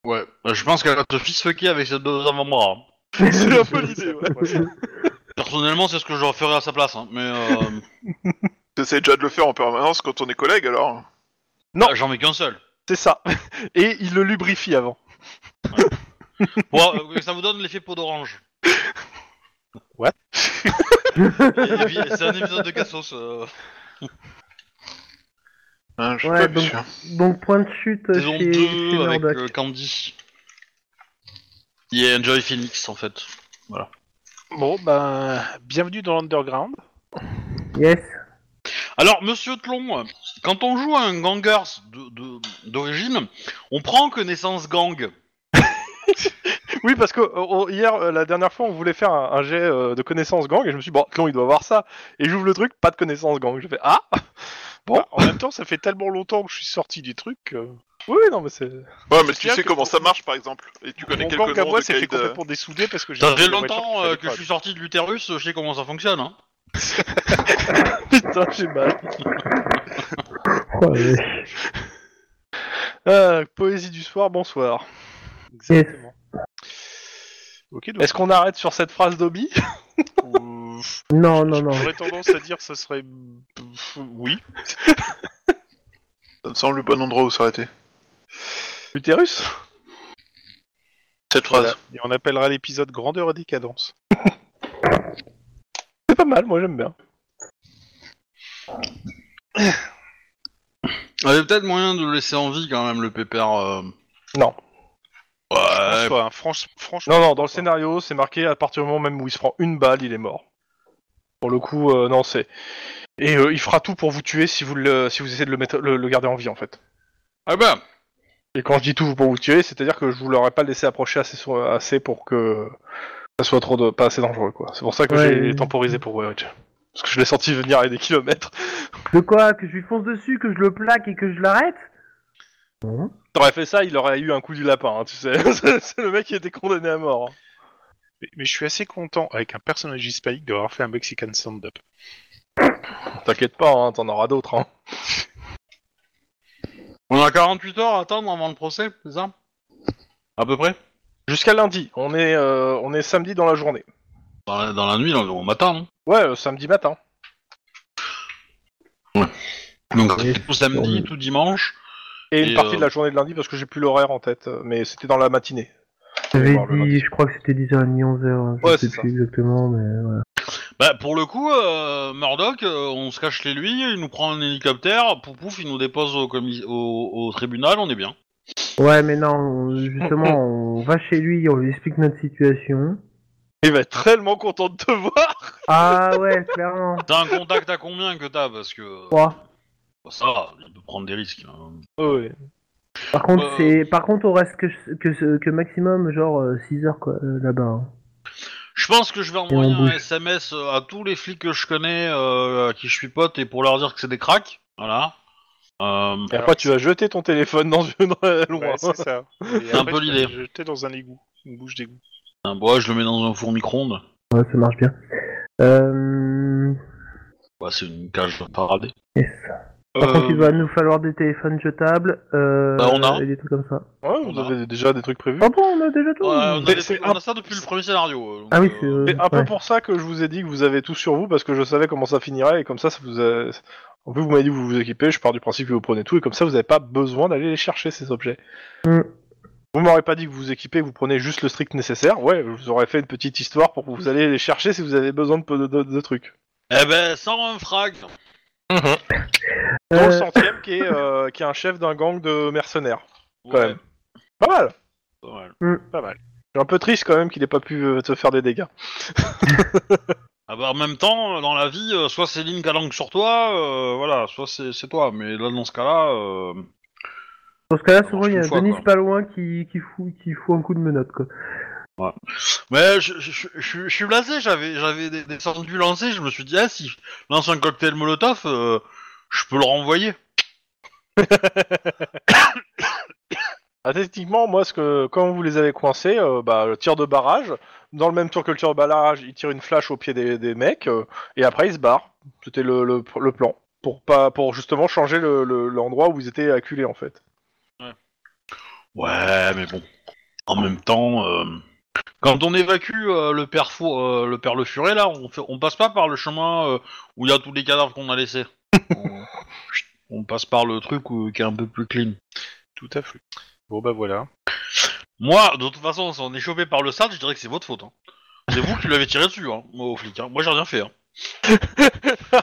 Ouais. Euh, Je pense qu'elle va te fistfucker avec ses deux avant-bras. hein. C'est un peu l'idée, ouais. Personnellement, c'est ce que je ferais à sa place. hein, Mais euh, J'essaie déjà de le faire en permanence quand on est collègues alors. Non. j'en mets qu'un seul. C'est ça. Et il le lubrifie avant. Bon, euh, ça vous donne l'effet peau d'orange. What Et- et puis, C'est un épisode de Cassos. euh, Hein, je suis Ouais, pas donc- sûr. donc point de chute saison chez, chez 2 avec Murdoch. euh, Candy. Il y a Enjoy Phoenix en fait. Bon, ben, bienvenue dans l'underground. euh, Yes. Alors, monsieur Tlon, euh, quand on joue à un gangers de- de- d'origine, on prend en connaissance gang. Oui, parce que euh, on- hier, euh, la dernière fois, on voulait faire un, un jet euh, de connaissance gang et je me suis dit, bon, Tlon, il doit avoir ça. Et j'ouvre le truc, pas de connaissance gang. Je fais, ah Bon. Bah, en même temps, ça fait tellement longtemps que je suis sorti du truc. que Oui, non, mais c'est. Ouais, mais me tu souviens sais que comment pour- ça marche par exemple. Et tu connais Mon quelques gang à noms moi de s'est fait caïds, euh, complètement dessouder parce que j'ai. Ça acheté fait une voiture longtemps qui euh, fallait que pas. je suis sorti de l'utérus, je sais comment ça fonctionne. Hein. Putain, j'ai mal. Oh, la vache. Euh, poésie du soir, bonsoir. Exactement. Ok, donc Est-ce qu'on arrête sur cette phrase d'Obi euh, non, non, non. j'aurais tendance à dire ça serait pff, oui. Ça me semble le bon endroit où s'arrêter. Utérus Cette phrase. Et on appellera l'épisode Grandeur et décadence. C'est pas mal, moi j'aime bien. Il y avait peut-être moyen de le laisser en vie quand même, le pépère. euh. Non. Ouais. François, hein, franch- franchement, Non, non, dans le scénario, c'est marqué à partir du moment même où il se prend une balle, il est mort. Pour le coup, euh, non, c'est. Et euh, il fera tout pour vous tuer si vous, le, si vous essayez de le, mettre, le, le garder en vie, en fait. Ah ben, Et quand je dis tout pour vous tuer, c'est-à-dire que je vous l'aurais pas laissé approcher assez, so- assez pour que ça soit trop de, pas assez dangereux, quoi. C'est pour ça que Ouais. j'ai temporisé pour Weirich. Parce que je l'ai senti venir avec des kilomètres. De quoi Que je lui fonce dessus, que je le plaque et que je l'arrête Non. T'aurais fait ça, il aurait eu un coup du lapin, hein, tu sais. C'est c'est le mec qui était condamné à mort. hein. mais, mais je suis assez content avec un personnage hispanique d'avoir fait un Mexican stand-up. T'inquiète pas, hein, t'en auras d'autres. Hein. on a 48 heures à attendre avant le procès, c'est ça À peu près Jusqu'à lundi, on est, euh, on est samedi dans la journée. dans la, dans la nuit, dans le au matin, non Ouais, euh, samedi matin. Donc Oui. tout samedi, Oui. tout dimanche. Et, une Et, partie euh, de la journée de lundi parce que j'ai plus l'horaire en tête, euh, mais c'était dans la matinée. J'avais voir le dit, lundi. je crois que c'était 10h30, 11h, je Ouais, sais c'est ça. plus exactement, mais voilà. Bah pour le coup, euh, Murdoch, euh, on se cache chez lui, il nous prend un hélicoptère, pouf pouf, il nous dépose au, commis- au, au tribunal, on est bien. Ouais, mais non, on- justement, on va chez lui, on lui explique notre situation. Il va être tellement content de te voir Ah ouais, clairement. T'as un contact à combien que t'as Parce que euh, Trois. bah, ça, va, il peut prendre des risques. hein. Ouais. Par contre, Euh. c'est, par contre, on reste que, que, ce- que maximum genre 6 heures quoi, euh, là-bas. hein. Je pense que je vais envoyer Et on un bouge. SMS euh, à tous les flics que je connais, euh, à qui je suis pote, et pour leur dire que c'est des cracks. Voilà. Euh, Et après, tu vas jeter ton téléphone dans une dans Ouais, loin. c'est ça. C'est un peu l'idée. J'étais dans un égout, une bouche d'égout. un bois, je le mets dans un four micro-ondes. Ouais, ça marche bien. Euh... Ouais, c'est une cage de Faraday. yes. Par contre, il va nous falloir des téléphones jetables euh, Euh, Bah, on a. et des trucs comme ça. Ouais, vous On a- avez déjà des trucs prévus. Ah bon, on a déjà tout Euh, Ouais, on, a Mais des- c'est on un- a ça depuis le premier scénario. euh, donc, Ah oui, euh, c'est euh, C'est un peu ouais. pour ça que je vous ai dit que vous avez tout sur vous parce que je savais comment ça finirait et comme ça, ça vous a... En plus, vous m'avez dit que vous vous équipez, je pars du principe que vous prenez tout et comme ça, vous n'avez pas besoin d'aller les chercher, ces objets. Mm. Vous m'aurez pas dit que vous vous équipez, que vous prenez juste le strict nécessaire. Ouais, je vous aurais fait une petite histoire pour que vous alliez les chercher si vous avez besoin de, peu- de, de- de trucs. Eh ben, sans un frag. Dont le Euh, centième qui est, euh, qui est un chef d'un gang de mercenaires. Quand même. Pas mal Pas mal. Je suis un peu triste quand même qu'il ait pas pu euh, te faire des dégâts. Ah bah, en même temps, dans la vie, euh, soit c'est Lynn Galang sur toi, euh, voilà, soit c'est c'est toi. Mais là, dans ce cas-là, euh, Dans ce cas-là, Ça souvent, marche il y a une fois, Denis quoi. pas loin qui, qui, fout, qui fout un coup de menotte. Quoi. Mais je, je, je, je- je suis blasé, j'avais j'avais des, des sortes du lancer, je me suis dit, ah si je lance un cocktail Molotov, euh, je peux le renvoyer. Ah, techniquement, moi, ce que, quand vous les avez coincés, euh, bah, le tir de barrage, dans le même tour que le tir de barrage, il tire une flash au pied des, des mecs, euh, et après, ils se barrent. C'était le, le, le plan. Pour, pas, pour justement changer l'endroit le, l'endroit où ils étaient acculés, en fait. Ouais, mais bon. En même temps, euh, quand on évacue euh, le père Fou- euh, le père Le Furet, là, on, fait, on passe pas par le chemin euh, où il y a tous les cadavres qu'on a laissés. on, chut, on passe par le truc où- qui est un peu plus clean. Tout à fait. Bon bah voilà. Moi, de toute façon, si on est chopé par le SAD, je dirais que c'est votre faute. hein. C'est vous qui l'avez tiré dessus, hein, au flic. hein. Moi, j'ai rien fait. Hein. T'as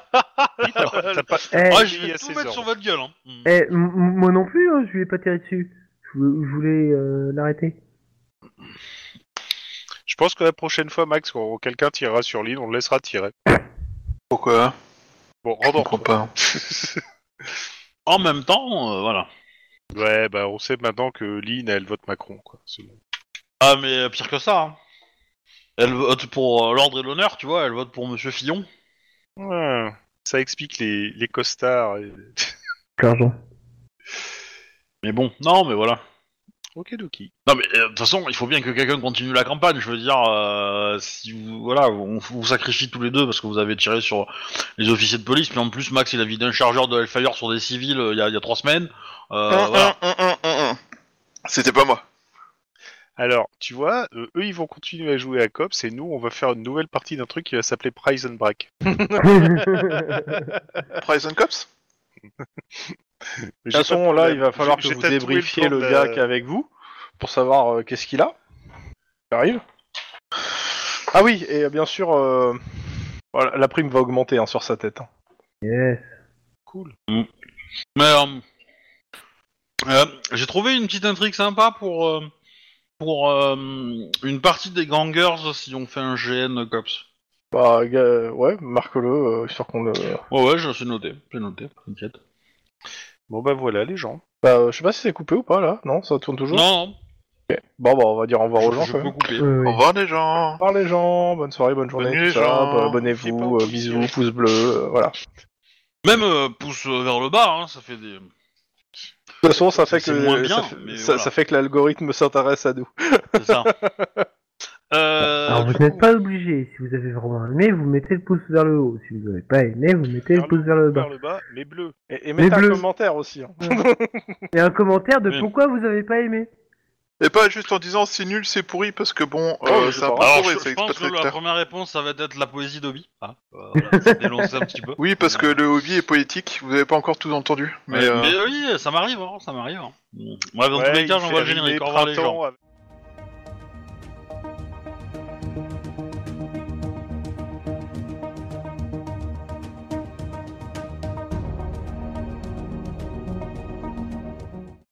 pas- Eh, Moi, oui, je il y vais a Ah, tout ses mettre ordres. sur votre gueule. Hein. Mm. eh, m- m- moi non plus, hein, je lui ai pas tiré dessus. Je, vou- je voulais euh, l'arrêter. Je pense que la prochaine fois, Max, quand quelqu'un tirera sur l'île, on le laissera tirer. Pourquoi Bon, Je rendons. comprends pas. hein. En même temps, euh, voilà. Ouais, bah on sait maintenant que Lynn, elle vote Macron, quoi. C'est bon. Ah, mais pire que ça. hein. Elle vote pour euh, l'ordre et l'honneur, tu vois, elle vote pour Monsieur Fillon. Ouais, Ça explique les, les costards. et- L'argent. Mais bon, non, mais voilà. Ok, Doki. Non, mais euh, de toute façon, il faut bien que quelqu'un continue la campagne. Je veux dire, euh, si vous, voilà, on vous sacrifie tous les deux parce que vous avez tiré sur les officiers de police, puis en plus, Max, il a vidé un chargeur de Hellfire sur des civils euh, il y, a- il y a trois semaines. Euh, Hum, voilà. hum, hum, hum, hum. C'était pas moi. Alors, tu vois, euh, eux, ils vont continuer à jouer à COPS et nous, on va faire une nouvelle partie d'un truc qui va s'appeler Prize and Break. Prison Cops Mais De j'ai toute façon, pas- là, il va falloir j'ai- que j'ai vous tatoué le débriefiez plan le de la- gars qui est avec vous pour savoir euh, qu'est-ce qu'il a. Ça arrive Ah oui, et euh, bien sûr, euh, voilà, la prime va augmenter hein, sur sa tête. hein. Yes. Cool. Mais euh, euh, j'ai trouvé une petite intrigue sympa pour euh, pour euh, une partie des gangers si on fait un GN cops. Bah, gars, ouais, marque-le, euh, histoire qu'on le. Ouais ouais, je suis noté, j'ai noté, t'inquiète. Bon, bah voilà, les gens. Bah, euh, je sais pas si c'est coupé ou pas là, non Ça tourne toujours Non, Ok. Bon, bah, on va dire au revoir aux non, gens je, quand peux même. couper. Oui, Au oui. revoir les gens Au revoir les gens, bonne soirée, bonne journée, Bonne nuit, tout les ça, gens. bah, abonnez-vous, euh, bisous, pouce bleu, euh, voilà. Même euh, pousse euh, vers le bas, hein, ça fait des. De toute façon, ça Ça, fait que, c'est moins bien, ça, fait, mais ça- voilà. ça fait que l'algorithme s'intéresse à nous. C'est ça. Euh, Alors, vous du n'êtes coup, pas obligé. Si vous avez vraiment aimé, vous mettez le pouce vers le haut. Si vous n'avez pas aimé, vous mettez le Vers pouce vers le bas. Vers le bas, mais bleu. Et, et Mais mettez un bleu. commentaire aussi. hein. Et un commentaire de Oui. pourquoi vous n'avez pas aimé. Et pas juste en disant c'est nul, c'est pourri, parce que bon, Ah oui, euh, c'est c'est un pas peu Alors, pourri, je, c'est je pas pense que très la clair. première réponse, ça va être la poésie d'Obi. Ah, euh, voilà, c'est dénoncé un petit peu. Oui, parce que le hobby est poétique, vous avez pas encore tout entendu. Mais, Ouais, euh, mais oui, ça m'arrive, hein, ça m'arrive. hein. Bref, dans tous les cas, Ouais, il fait j'envoie le rimer générique. Au revoir les gens. printemps avec-